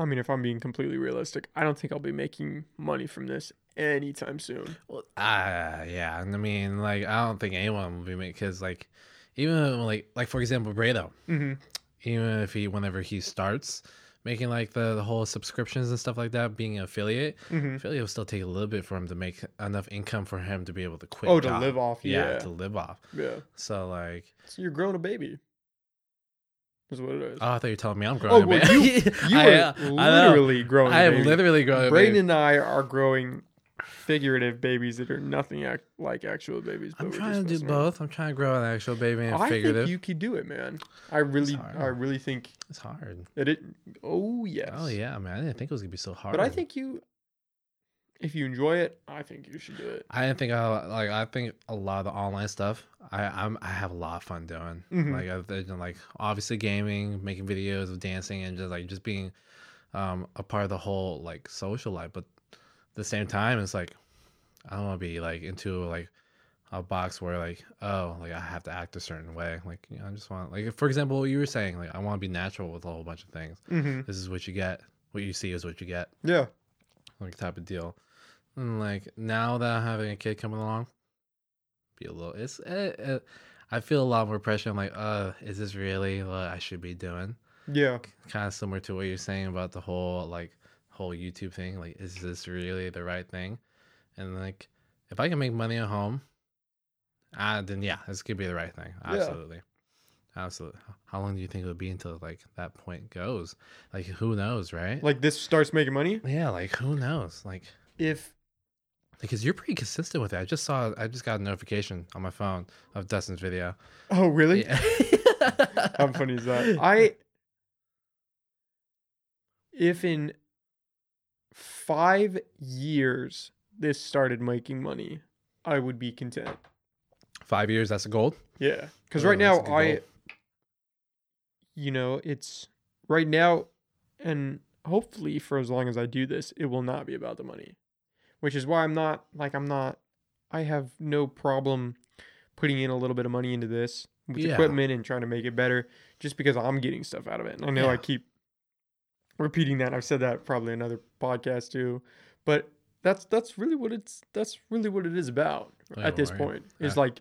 I mean if I'm being completely realistic, I don't think I'll be making money from this anytime soon. Well, ah, yeah. and I mean, like, I don't think anyone will be making because, like, even like, like for example, Bredo, Mm-hmm. even if he, whenever he starts making like the, the whole subscriptions and stuff like that, being an affiliate, Mm-hmm. affiliate will still take a little bit for him to make enough income for him to be able to quit. Oh, a to job. live off. uh, Yeah, Yeah. to live off. yeah. So like, So you're growing a baby. Is what it is. oh, I thought you were telling me I'm growing. oh, a well, baby. you, you I, are uh, I know. literally growing. I a am baby. literally growing. a Brayden baby. and I are growing figurative babies that are nothing ac- like actual babies. but I'm we're trying just to do messing around. both. I'm trying to grow an actual baby and Oh, I figurative. think you could do it, man. I really, hard. I really think It's hard. that it. Oh yes. Oh yeah, man. I didn't think it was gonna be so hard. But I think you, if you enjoy it, I think you should do it. I didn't think I like. I think a lot of the online stuff. I I'm, I have a lot of fun doing. Mhm. Like I've been, like obviously gaming, making videos of dancing, and just like just being um a part of the whole like social life. But at the same time, it's like I don't want to be like into like a box where like oh like I have to act a certain way. Like you know, I just want like for example, what you were saying like I want to be natural with a whole bunch of things. Mm-hmm. This is what you get. What you see is what you get Yeah. like type of deal. And like now that I'm having a kid coming along, be a little. It's eh, eh, I feel a lot more pressure. I'm like, uh, is this really what I should be doing? Yeah. Kind of similar to what you're saying about the whole like whole YouTube thing. Like, is this really the right thing? And like, if I can make money at home, uh, then yeah, this could be the right thing. Yeah. Absolutely. Absolutely. How long do you think it would be until like that point goes? Like, who knows, right? Like this starts making money. yeah, like who knows? Like, If because you're pretty consistent with it. I just saw, I just got a notification on my phone of Dustin's video. oh really? Yeah. How funny is that? I if in five years this started making money, I would be content. Five years, that's a gold. Yeah, because Oh, right that's now a good I, goal. you know, it's right now, and hopefully for as long as I do this, it will not be about the money, which is why I'm not like I'm not. I have no problem putting in a little bit of money into this with Yeah. equipment and trying to make it better, just because I'm getting stuff out of it. And I know I Yeah. keep repeating that. I've said that probably in another podcast too, but that's that's really what it's that's really what it is about. Don't at even this worry. point. Is Oh, Yeah. like,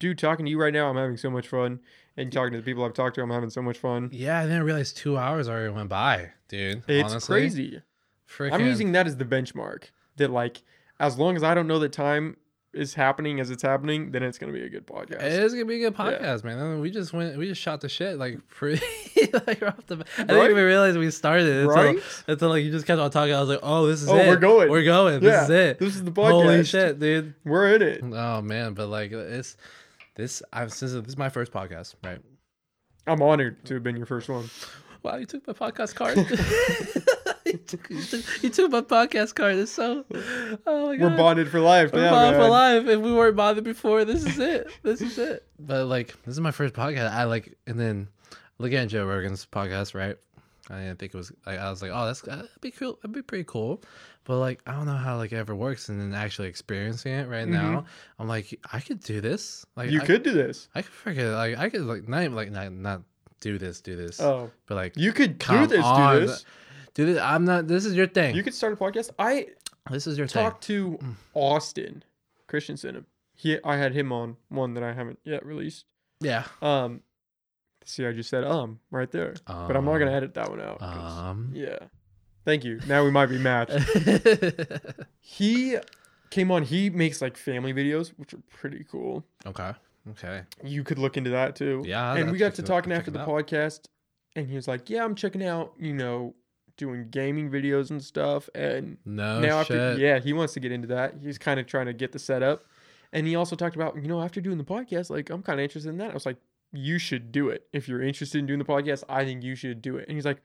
dude, talking to you right now, I'm having so much fun, and talking to the people I've talked to, I'm having so much fun. Yeah, I didn't realize two hours already went by, dude. It's honestly. crazy. I'm Frickin- using that as the benchmark. That like, as long as I don't know that time is happening as it's happening, then it's gonna be a good podcast. It is gonna be a good Yeah. podcast, man. I mean, we just went, we just shot the shit like pretty, like off the. I Right? didn't even realize we started until, Right? until like you just kept on talking. I was like, oh, this is Oh, it. we're going. We're going. This yeah, is it. This is the podcast. Holy shit, dude. We're in it. Oh man, but like it's this. I've since this is my first podcast, right? I'm honored to have been your first one. Wow, you took my podcast card. you, took, you took- you took my podcast card. It's so. Oh my god. We're bonded for life. We're yeah, bonded for man. life. If we weren't bothered before, this is it. This is it. But like, this is my first podcast. I like, and then looking at Joe Rogan's podcast, right? I didn't think it was. Like, I was like, oh, that's that'd be cool. That'd be pretty cool. But like, I don't know how like it ever works. And then actually experiencing it right now, I'm like, I Mm-hmm. could do this. Like, You I, could do this. I could freaking like, I could like not even, like not not do this, do this. Oh, But like, you could do Come this. on. Do this. do this. I'm not. This is your thing. You could start a podcast. I this is your thing. talked to Austin Christensen. He, I had him on one that I haven't yet released. Yeah. Um, see, I just said um right there, but I'm not gonna edit that one out. 'cause- Um. Yeah, thank you. Now we might be matched. he came on. He makes like family videos, which are pretty cool. okay. Okay. You could look into that too. Yeah. and I'll we got check to it- talking check after it the out. podcast and he was like yeah i'm checking out you know doing gaming videos and stuff and No now Oh, shit. after yeah he wants to get into that he's kind of trying to get the setup and he also talked about you know after doing the podcast like i'm kind of interested in that i was like you should do it if you're interested in doing the podcast i think you should do it and he's like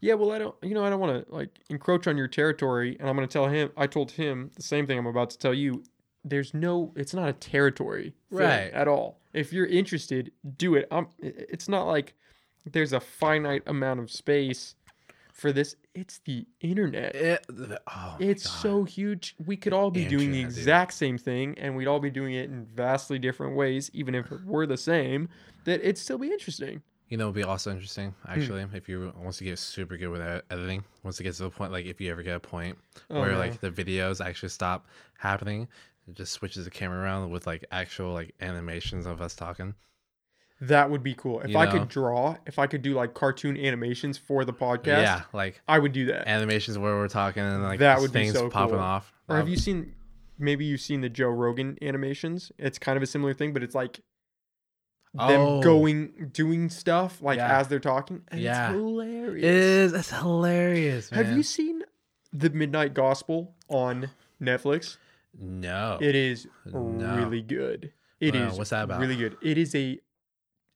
yeah well i don't you know i don't want to like encroach on your territory and i'm going to tell him i told him the same thing i'm about to tell you there's no it's not a territory thing Right. at all if you're interested do it i'm it- it's not like there's a finite amount of space for this it's the internet It- oh my it's God. so huge. We could all be doing the Internet, dude. exact same thing, and we'd all be doing it in vastly different ways, even if it were the same. That it'd still be interesting. You know, it'd be also interesting Hmm. actually if you once you get super good with e- editing. Once it gets to the point, like if you ever get a point Oh, where no. like the videos actually stop happening, it just switches the camera around with like actual like animations of us talking. That would be cool. If You I know. could draw, if I could do like cartoon animations for the podcast, Yeah, like I would do that. animations where we're talking and like That these would be things so popping cool. off. or have Um, you seen? Maybe you've seen the Joe Rogan animations. It's kind of a similar thing, but it's like them Oh. going doing stuff like Yeah. as they're talking. And Yeah. it's It hilarious. It is. It's hilarious. have man. you seen the Midnight Gospel on Netflix? No. It is Oh, No. really good. It is Wow, what's that about? really good. It is a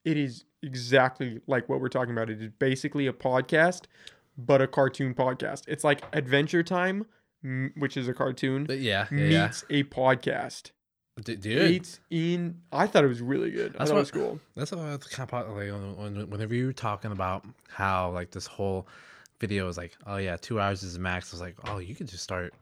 it is exactly like what we're talking about. It is basically a podcast but a cartoon podcast. It's like Adventure Time, m- which is a cartoon, But yeah, yeah, yeah. meets a podcast. D- dude. It's in I thought it was really good. That's I thought what- it was cool. That's what I was kind of part- like when- when- whenever you were talking about how like this whole video is like, oh yeah, two hours is max. I was like, oh, you could just start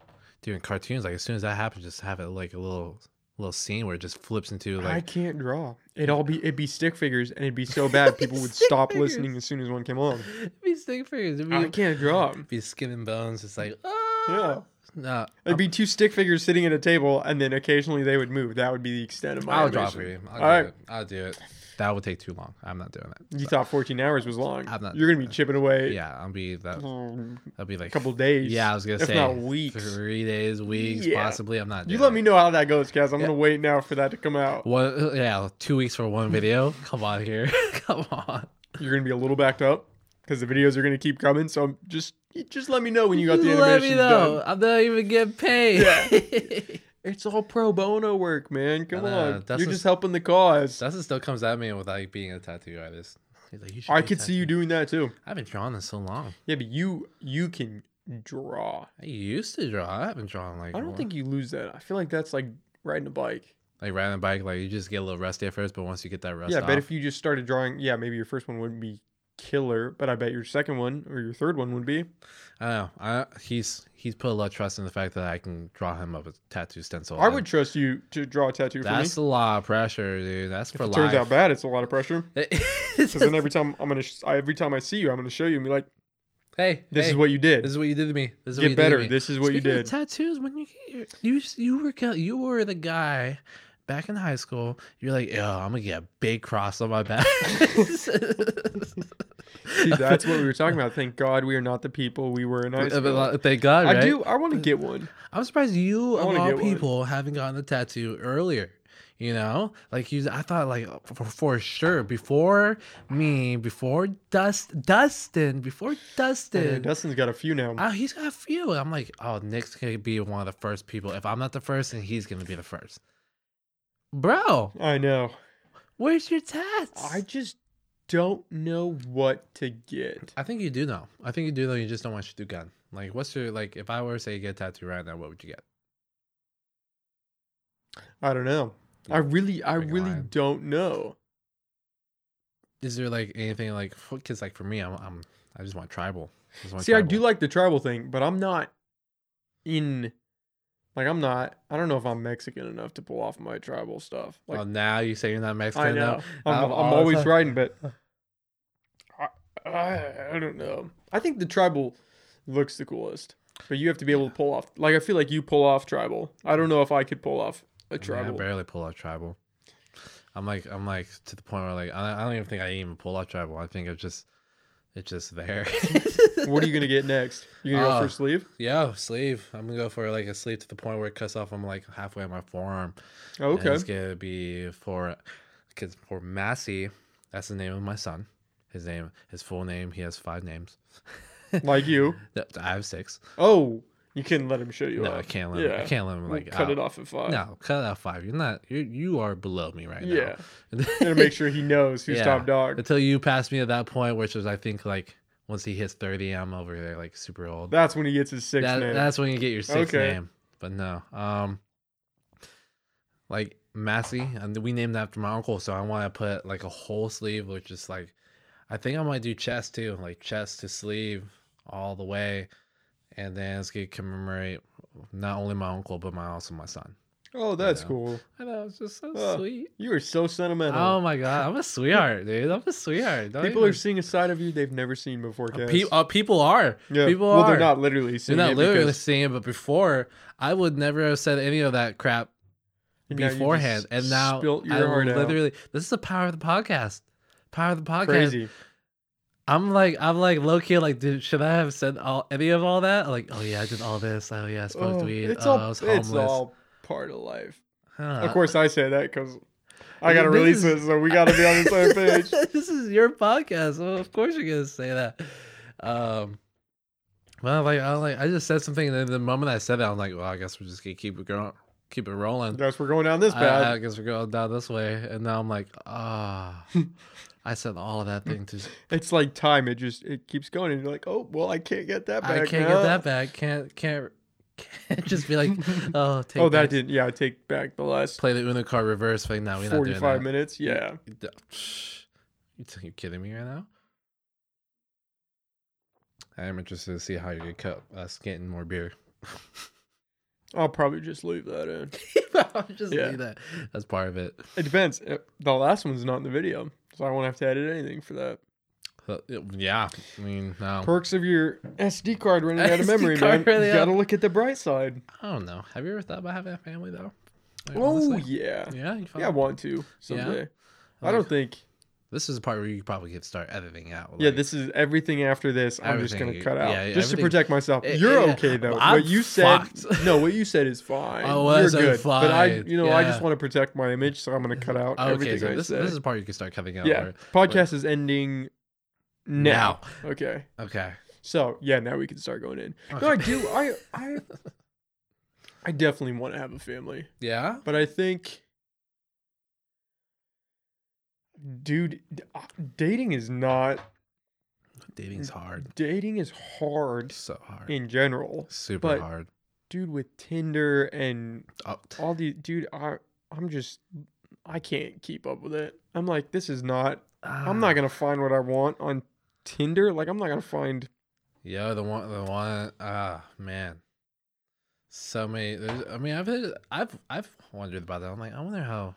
doing cartoons. Like as soon as that happens, just have it like a little little scene where it just flips into I like can't draw. It'd all be it'd be stick figures and it'd be so bad people would Stick stop figures. listening as soon as one came on. it'd be stick figures. It'd be, I can't draw. it'd be skin and bones. It's like, oh Yeah. no. It'd be two stick figures sitting at a table, and then occasionally they would move. That would be the extent of my. I'll draw animation. for you. I'll do All right. it. I'll do it. That would take too long. I'm not doing that. You thought 14 hours was long. I'm not You're gonna doing be chipping away. Yeah, I'll be that. um, I'll be a like couple days. Yeah, I was gonna if say not weeks. three days, weeks, Yeah. possibly. I'm not. You doing let it. me know how that goes, guys. I'm gonna wait now for that to come out. One, yeah, two weeks for one video. Come on here, come on. You're gonna be a little backed up because the videos are gonna keep coming. So just you- just let me know when you got the Let animations me done. know. I'm not even getting paid. It's all pro bono work, man. Come I know, on, that's you're what's- just helping the cause. Dustin still comes at me with like being a tattoo artist. He's like, you should I be a could see you tattoo- doing that too. I haven't drawn in so long. Yeah, but you you can draw. I used to draw. I haven't drawn like. I don't one- think you lose that. I feel like that's like riding a bike. like riding a bike. Like you just get a little rusty at first, but once you get that rust, yeah, off, but if you just started drawing, yeah, maybe your first one wouldn't be killer, but I bet your second one or your third one would be. I don't know. I, he's he's put a lot of trust in the fact that I can draw him up a tattoo stencil. I and would trust you to draw a tattoo for me. That's a lot of pressure, dude. That's for If it life. turns out bad, it's a lot of pressure. It- Because then every time I'm gonna, sh- I, every time I see you, I'm gonna show you and be like, Hey, This hey, is what you did. this is what you did to me. This is what Get you better. Did to me. This is what Speaking you of did. tattoos. When you get your- you you were go- you were the guy back in high school. You're like, yo, I'm gonna get a big cross on my back. See, that's what we were talking about. Thank God we are not the people we were in high school. Thank God, right? I do. I want to get one. I'm surprised you I of wanna all get one. people haven't gotten a tattoo earlier. You know, like you, I thought like for, for sure before me, before Dust, Dustin, before Yeah, Dustin, Dustin's got a few now. oh, he's got a few. I'm like, oh, Nick's gonna be one of the first people. If I'm not the first, then he's gonna be the first. Bro, I know. where's your tats? I just don't know what to get. I think you do know. I think you do know. You just don't want to do gun. Like, what's your like? If I were to say you get a tattoo right now, what would you get? I don't know. I really, I Freaking really lying. don't know. Is there like anything like because like for me, I'm, I'm I just want tribal. I just want See, I do like the tribal thing, but I'm not in. Like, I'm not. I don't know if I'm Mexican enough to pull off my tribal stuff. Like, well, now you say you're not I Mexican. know. Now. I'm, Out I'm of all the always time. riding, but I, I, I don't know. I think the tribal looks the coolest, but you have to be able to pull off. Like, I feel like you pull off tribal. I don't know if I could pull off a I, mean, I tribal. barely pull out tribal. I'm like I'm like to the point where like I, I don't even think I even pull out tribal. I think it's just it's just there. what are you gonna get next? You gonna Uh, go for sleeve? Yeah, sleeve. I'm gonna go for like a sleeve to the point where it cuts off. I'm like halfway on my forearm. Oh, And okay. it's gonna be for because for Massey, that's the name of my son. His name, his full name. He has five names. Like you. No, I have six. Oh, you couldn't let him show you. No, off. I can't let him. I Yeah. can't let him We'll like cut it out. off at five. No, cut out five. You're not. You you are below me right Yeah. now. Gotta make sure he knows who's Yeah. top dog. Until you pass me at that point, which is I think like once he hits thirty, I'm over there like super old. That's when he gets his sixth That, name. that's when you get your sixth Okay. name. But no, um, like Massey, and we named after my uncle, so I want to put like a whole sleeve, which is like, I think I might do chest too, like chest to sleeve all the way, and then it's gonna commemorate not only my uncle but my also my son. oh, that's Yeah. cool. I know it's just so Oh, sweet. You are so sentimental. Oh my god, I'm a sweetheart, dude. I'm a sweetheart. Don't People even- are seeing a side of you they've never seen before, Uh, Cass. pe- uh, people are. yeah. people well, are. they're not literally You're seeing not it literally because seeing it, but before I would never have said any of that crap now you just beforehand, and now spilt your I heart out. literally this is the power of the podcast. Power of the podcast. crazy. I'm like I'm like low key like dude, should I have said all any of all that? Like oh yeah I did all this. Oh yeah I smoked Oh, weed. it's oh all I was homeless. it's all part of life. Huh. of course, I say that because I Dude, gotta this release is- it, so we gotta be on the same page. this is your podcast. Well, of course you're gonna say that. Um, well, like I like I just said something, and then the moment I said that, I'm like, well, I guess we're just gonna keep it going, keep it rolling. Guess we're going down this path. I, I guess we're going down this way, and now I'm like, ah, I said all of that thing to. It's like time. It just it keeps going, and you're like, oh well, I can't get that back. I can't now. get that back. Can't can't can't just be like, oh, take oh, that back- didn't. Yeah, I take back the last play the Uno card reverse thing. Now we're not doing that. forty-five minutes. Yeah, You t- you kidding me right now? I am interested to see how you get cut us getting more beer. I'll probably just leave that in. I'll just Yeah. do that. That's part of it. It depends. Uh, The last one's not in the video, so I won't have to edit anything for that. So, it- yeah, I mean, no. Perks of your SD card running out of SD memory, man. Oh. card running you out. gotta look at the bright side. I don't know. Have you ever thought about having a family though? Like, Oh honestly? yeah, yeah. You yeah. I fuck- want to someday. I Like, don't think. This is the part where you could probably could start editing out. yeah, like- this is everything after this. I'm just gonna Everything. cut out Yeah, yeah, just to everything. protect myself. Eh, You're yeah. okay though. I'm what you said, fucked. no, what you said is fine. Oh, well, You're so good, but I, fine. you know, I just Yeah. want to protect my image, so I'm gonna cut out Okay, everything so I this, said. this is the part you can start cutting out. yeah, where- podcast is ending now. Okay, Now. Okay. so yeah, now we can start going in. okay. No, I do. uh, I, I, I definitely want to have a family, Yeah. but I think. Dude, d- uh, dating is not. Mm. Dating's hard. Dating is hard So hard. in general. Super but- hard. dude with Tinder and Oh, all the dude I I'm just I can't keep up with it. I'm like this is not I'm not ah. going to find what I want on Tinder. Like I'm not going to find Yeah, the one, the one, ah, man. So many. There's, I mean, I've, I've, I've wondered about that. I'm like, I wonder how,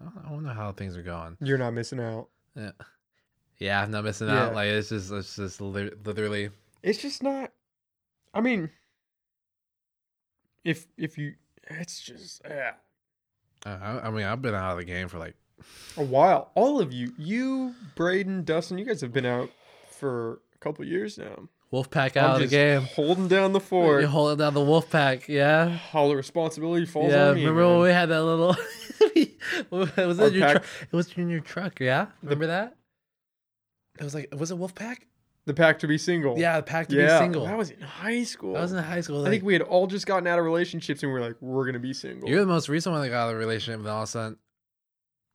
I wonder- I wonder how things are going. you're not missing out. Yeah, I'm not missing out. Yeah. Like it's just, it's just li- literally It's just not. I mean, if if you, it's just eh. yeah. I, I I mean, I've been out of the game for like a while. All of you, you, Braden, Dustin, you guys have been out for a couple years now. Wolfpack I'm out of the just game. holding down the You're fort. holding down the Wolfpack, yeah. All the responsibility falls yeah, on me. remember man. when we had that little? it was Our in your pack- tru- it was in your truck, yeah. Remember that? It was like was it Wolfpack? the pact to be single. Yeah, the pack to Oh. yeah. be single. That was in high school. I was in high school. I Like, think we had all just gotten out of relationships and we were like, we're gonna be single. you're the most recent one that got out of a relationship, and all of a sudden,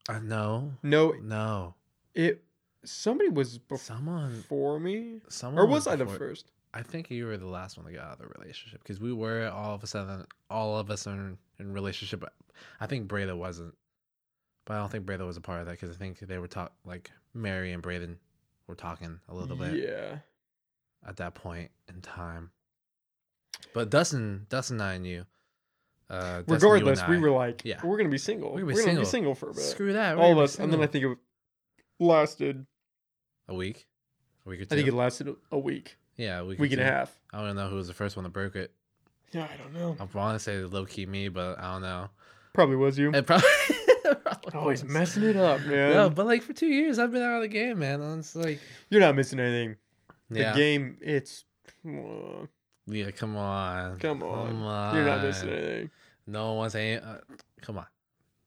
uh, no, no, no, it. Somebody was before someone, me, someone, or was I the before- first? I think you were the last one that got out of the relationship because we were all of a sudden, all of us in in relationship. I think Breda wasn't, but I don't think Breda was a part of that because I think they were talk like Mary and Braden were talking a little bit Yeah. at that point in time. But Dustin, Dustin, and I and you, uh, Dustin, you and Regardless, I- we were like, Yeah. we're gonna be single. We're gonna be gonna single. be single for a bit. screw that. we're all of gonna be us, and then I single. think it lasted. a week, a week or I two. think it lasted a- a week, yeah, a week, or week and a two. half. I don't know who was the first one to broke it. Yeah, I don't know. I want to say low key me, but I don't know. Probably was you. It probably, it probably Always was. Oh, messing it up, man. No, but like for two years, I've been out of the game, man. And It's like, You're not missing anything. yeah, The game, it's. uh, yeah. Come on, Come on. come on. You're not missing anything. No one's saying, uh, come on.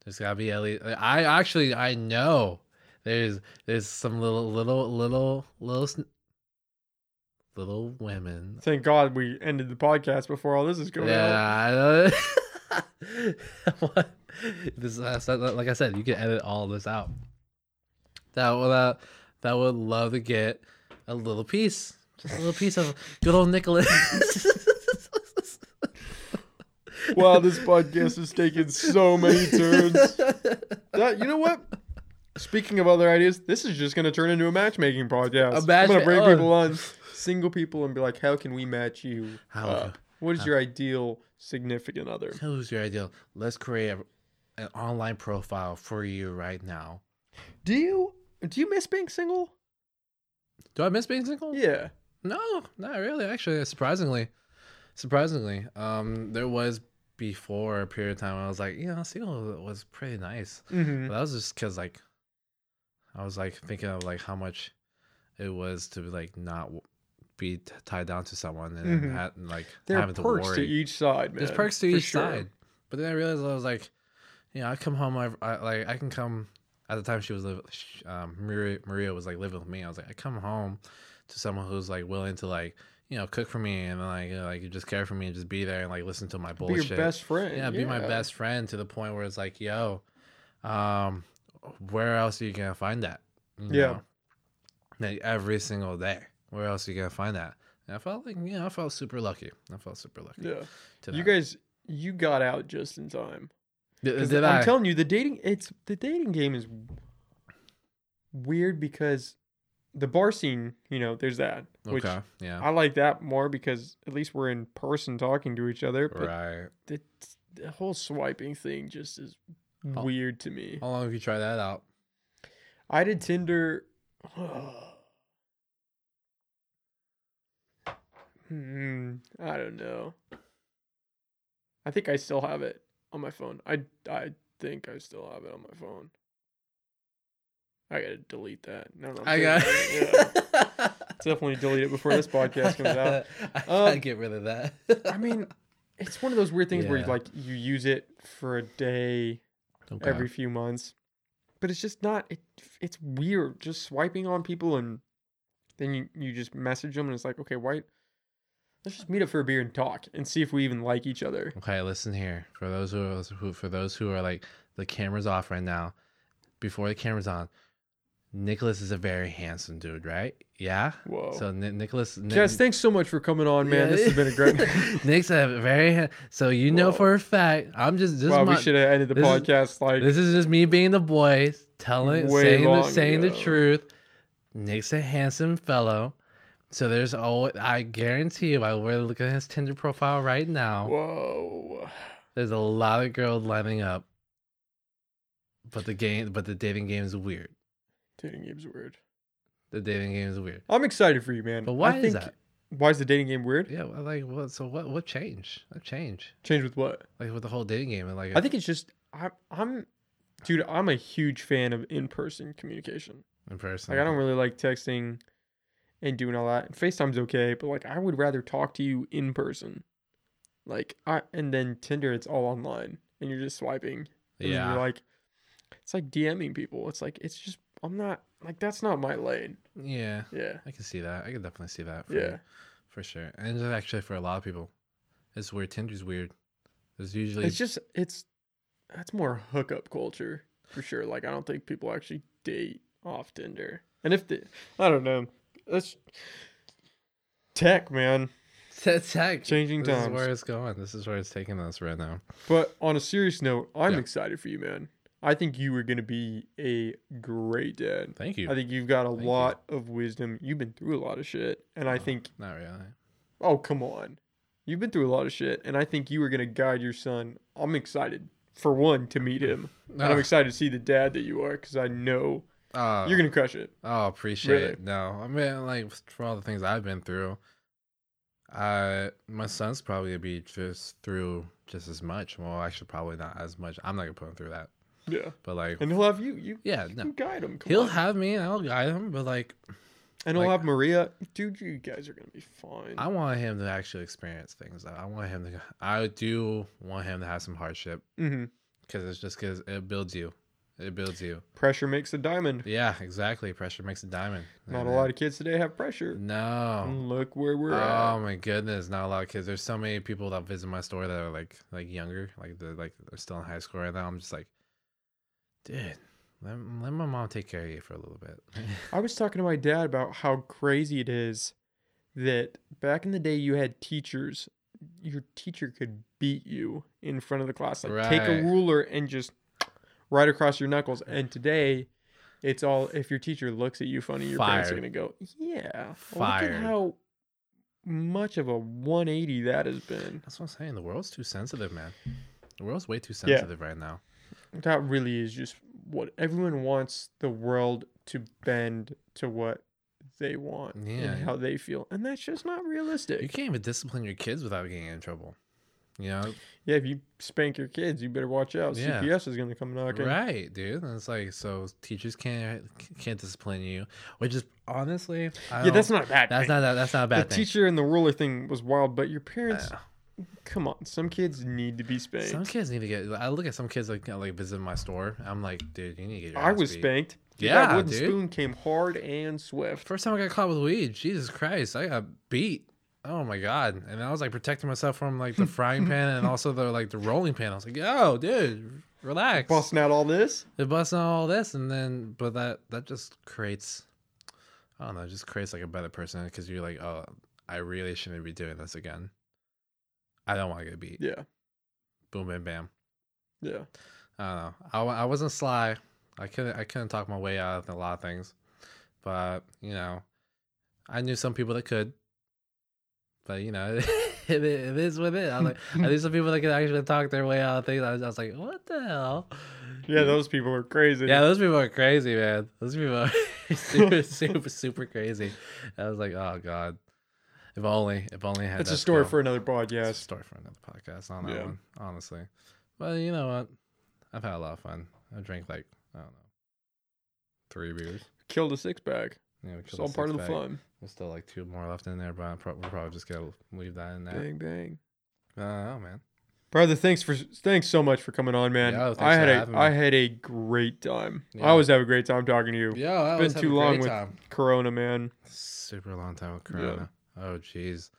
There's gotta be at least. I actually, I know. There's there's some little little little little sn- little women Thank God we ended the podcast before all this is going out. Yeah, I know. this is- I said- like I said, you can edit all this out. That would uh, that would love to get a little piece, just a little piece of good old Nicholas. Wow, this podcast has taken so many turns. That- you know what? Speaking of other ideas, this is just going to turn into a matchmaking podcast. A I'm going to matchma- bring oh. people on, single people, and be like, how can we match you? How- up? what is your ideal significant other? Who's your ideal? Let's create a, an online profile for you right now. Do you do you miss being single? Do I miss being single? Yeah. No, not really. Actually, surprisingly, surprisingly, um, there was before a period of time I was like, you know, single was pretty nice. Mm-hmm. But that was just because like, I was like thinking of like how much it was to like not w- be t- tied down to someone and then Mhm. ha- and, like There are having to perks worry. to each side, man. There's perks to for each sure. side. But then I realized I was like, you know, I come home, I, I like I can come. At the time, she was live, sh- um, Maria, Maria was like living with me. I was like, I come home to someone who's like willing to like you know cook for me and like you know, like just care for me and just be there and like listen to my Be bullshit. your best friend. yeah, be my best friend to the point where it's like, yo, um, where else are you gonna find that? You Yeah. know? Like every single day. Where else are you gonna find that? And I felt like, you know, I felt super lucky. I felt super lucky. Yeah. to You that. guys, you got out just in time. Did, 'Cause did I'm I? telling you, the dating it's the dating game is weird because the bar scene, you know, there's that. Which okay. Yeah. I like that more because at least we're in person talking to each other. But right. the, the whole swiping thing just is How- weird to me. How long have you tried that out? I did Tinder. Hmm, I don't know. I think I still have it on my phone. I I think I still have it on my phone. I gotta delete that. No, no, I'm I kidding. got. Yeah, definitely delete it before this podcast comes out. I gotta Um, get rid of that. I mean, it's one of those weird things where you, Yeah. like you use it for a day Okay. every few months. But it's just not it it's weird just swiping on people and then you, you just message them and it's like, okay, why let's just meet up for a beer and talk and see if we even like each other. Okay, listen here. For those who, are- who for those who are like the camera's off right now, before the camera's on, Nicholas is a very handsome dude, right? Yeah. Whoa. So Ni- Nicholas, Ni- Guys, thanks so much for coming Oh. on, man. This has been a great Nick's a very ha- so you know Whoa. for a fact. I'm just this Wow, is my, we should have ended the this is- podcast like This is just me being the boy, telling, Way saying, the, long saying the ago. truth. Nick's a handsome fellow, so there's always. I guarantee you, I we're looking at his Tinder profile right now. Whoa. There's a lot of girls lining up, but the game, but the dating game is weird. Dating game's weird. The dating game is weird. I'm excited for you, man. But why I is think that? Why is the dating game weird? Yeah, well, like what? So what? What change? What change? Change with what? Like with the whole dating game and like I think it's just I, I'm, dude. I'm a huge fan of in-person communication. in person. Like I don't really like texting and doing all that. FaceTime's okay, but like I would rather talk to you in person. Like I and then Tinder, it's all online, and you're just swiping. And then Yeah. you're like, it's like DMing people. It's like it's just I'm not like that's not my lane. yeah. Yeah, I can see that. I can definitely see that. For, yeah. For sure. And it's actually for a lot of people, it's weird. Tinder's weird. There's usually It's just it's that's more hookup culture for sure. Like I don't think people actually date off Tinder, and if they, I don't know, that's tech, man. That's tech. Changing this times. is where it's going. This is where it's taking us right now. But on a serious note, I'm Yeah. excited for you, man. I think you are going to be a great dad. Thank you. I think you've got a Thank you. lot of wisdom. You've been through a lot of shit. And I Oh. think, Not really. oh, come on. You've been through a lot of shit. And I think you are going to guide your son. I'm excited, for one, to meet him. And I'm Ugh. excited to see the dad that you are because I know Oh, you're going to crush it. oh, appreciate Really. it. No, I mean, like for all the things I've been through, I my son's probably gonna be just through just as much. Well, actually, probably not as much. I'm not gonna put him through that, Yeah. but like, And he'll have you. You, yeah, no, you guide him. Come he'll on. have me. and I'll guide him, but like, and he'll like- have Maria. Dude, you guys are going to be fine. I want him to actually experience things. I want him to. I do want him to have some hardship hmm because it's just because it builds you. It builds you. Pressure makes a diamond. Yeah, exactly. Pressure makes a diamond. Not a lot of kids today have pressure. No. And look where we're Oh at. my goodness, not a lot of kids. There's so many people that visit my store that are like like younger, like they're like they're still in high school right now. I'm just like, dude, let, let my mom take care of you for a little bit. I was talking to my dad about how crazy it is that back in the day you had teachers. Your teacher could beat you in front of the class, like take a Right. ruler and just right across your knuckles. And today, it's all if your teacher looks at you funny, your parents are Fired. gonna go, "Yeah, look Fired. at how much of a 180 that has been." That's what I'm saying. The world's too sensitive, man. The world's way too sensitive right now. that really is just what everyone wants the world to bend to what they want Yeah. and how they feel and that's just not realistic You can't even discipline your kids without getting in trouble. You know, yeah if you spank your kids you better watch out Yeah. cps is going to come knocking right, dude? And it's like so teachers can't can't discipline you, which is honestly, I yeah that's don't- not a bad that's thing. not that, that's not a the bad thing. teacher and the ruler thing was wild but your parents Uh, come on some kids need to be spanked Some kids need to get. I look at some kids like you know, like visit my store. I'm like, dude, you need to get. Your i ass was beat." spanked Dude, that Yeah, wooden dude. spoon came hard and swift First time I got caught with weed. Jesus Christ, I got beat. Oh my god! And I was like protecting myself from like the frying pan and also the like the rolling pan. I was like, yo, dude, relax. busting out all this They're busting all this, and then but that that just creates. I don't know. It just creates like a better person because you're like, oh, I really shouldn't be doing this again. I don't want to get beat. yeah Boom, bam, bam. yeah I don't know. I, wa- I wasn't sly. I couldn't I couldn't talk my way out of a lot of things, but you know, I knew some people that could. But you know, it, it is what it. is. I'm like, I knew some people that could actually talk their way out of things. I was, I was like, what the hell? yeah those people are crazy Yeah, those people are crazy, man. Those people are super, super, super crazy. I was like, oh god, if only, if only I had. that's that a story skill. for another It's a podcast story for another podcast on that Yeah. one, honestly. But you know what? I've had a lot of fun. I drank like, I don't know, three beers. killed a six-pack Yeah, we it's killed all a part of the six-pack. fun There's still like two more left in there, but I'm pro- we're probably just going to leave that in there. Bang bang. Uh, oh, man. Brother, thanks for thanks so much for coming on, man. Yeah, thanks I had for a I having me. had a great time. Yeah. I always have a great time talking to you. Yeah, that It's been too long with time. Corona, man. Super long time with Corona. Oh, jeez.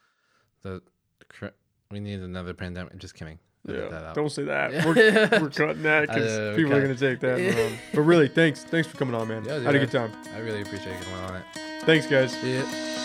The cor- We need another pandemic. Just kidding. I did that Yeah, out. don't say that. We're, we're cutting that because I know, people are okay. gonna take that. wrong. But really, thanks thanks for coming on, man. Yeah, Had a dude. good time. I really appreciate you coming on it. Thanks, guys. Yeah.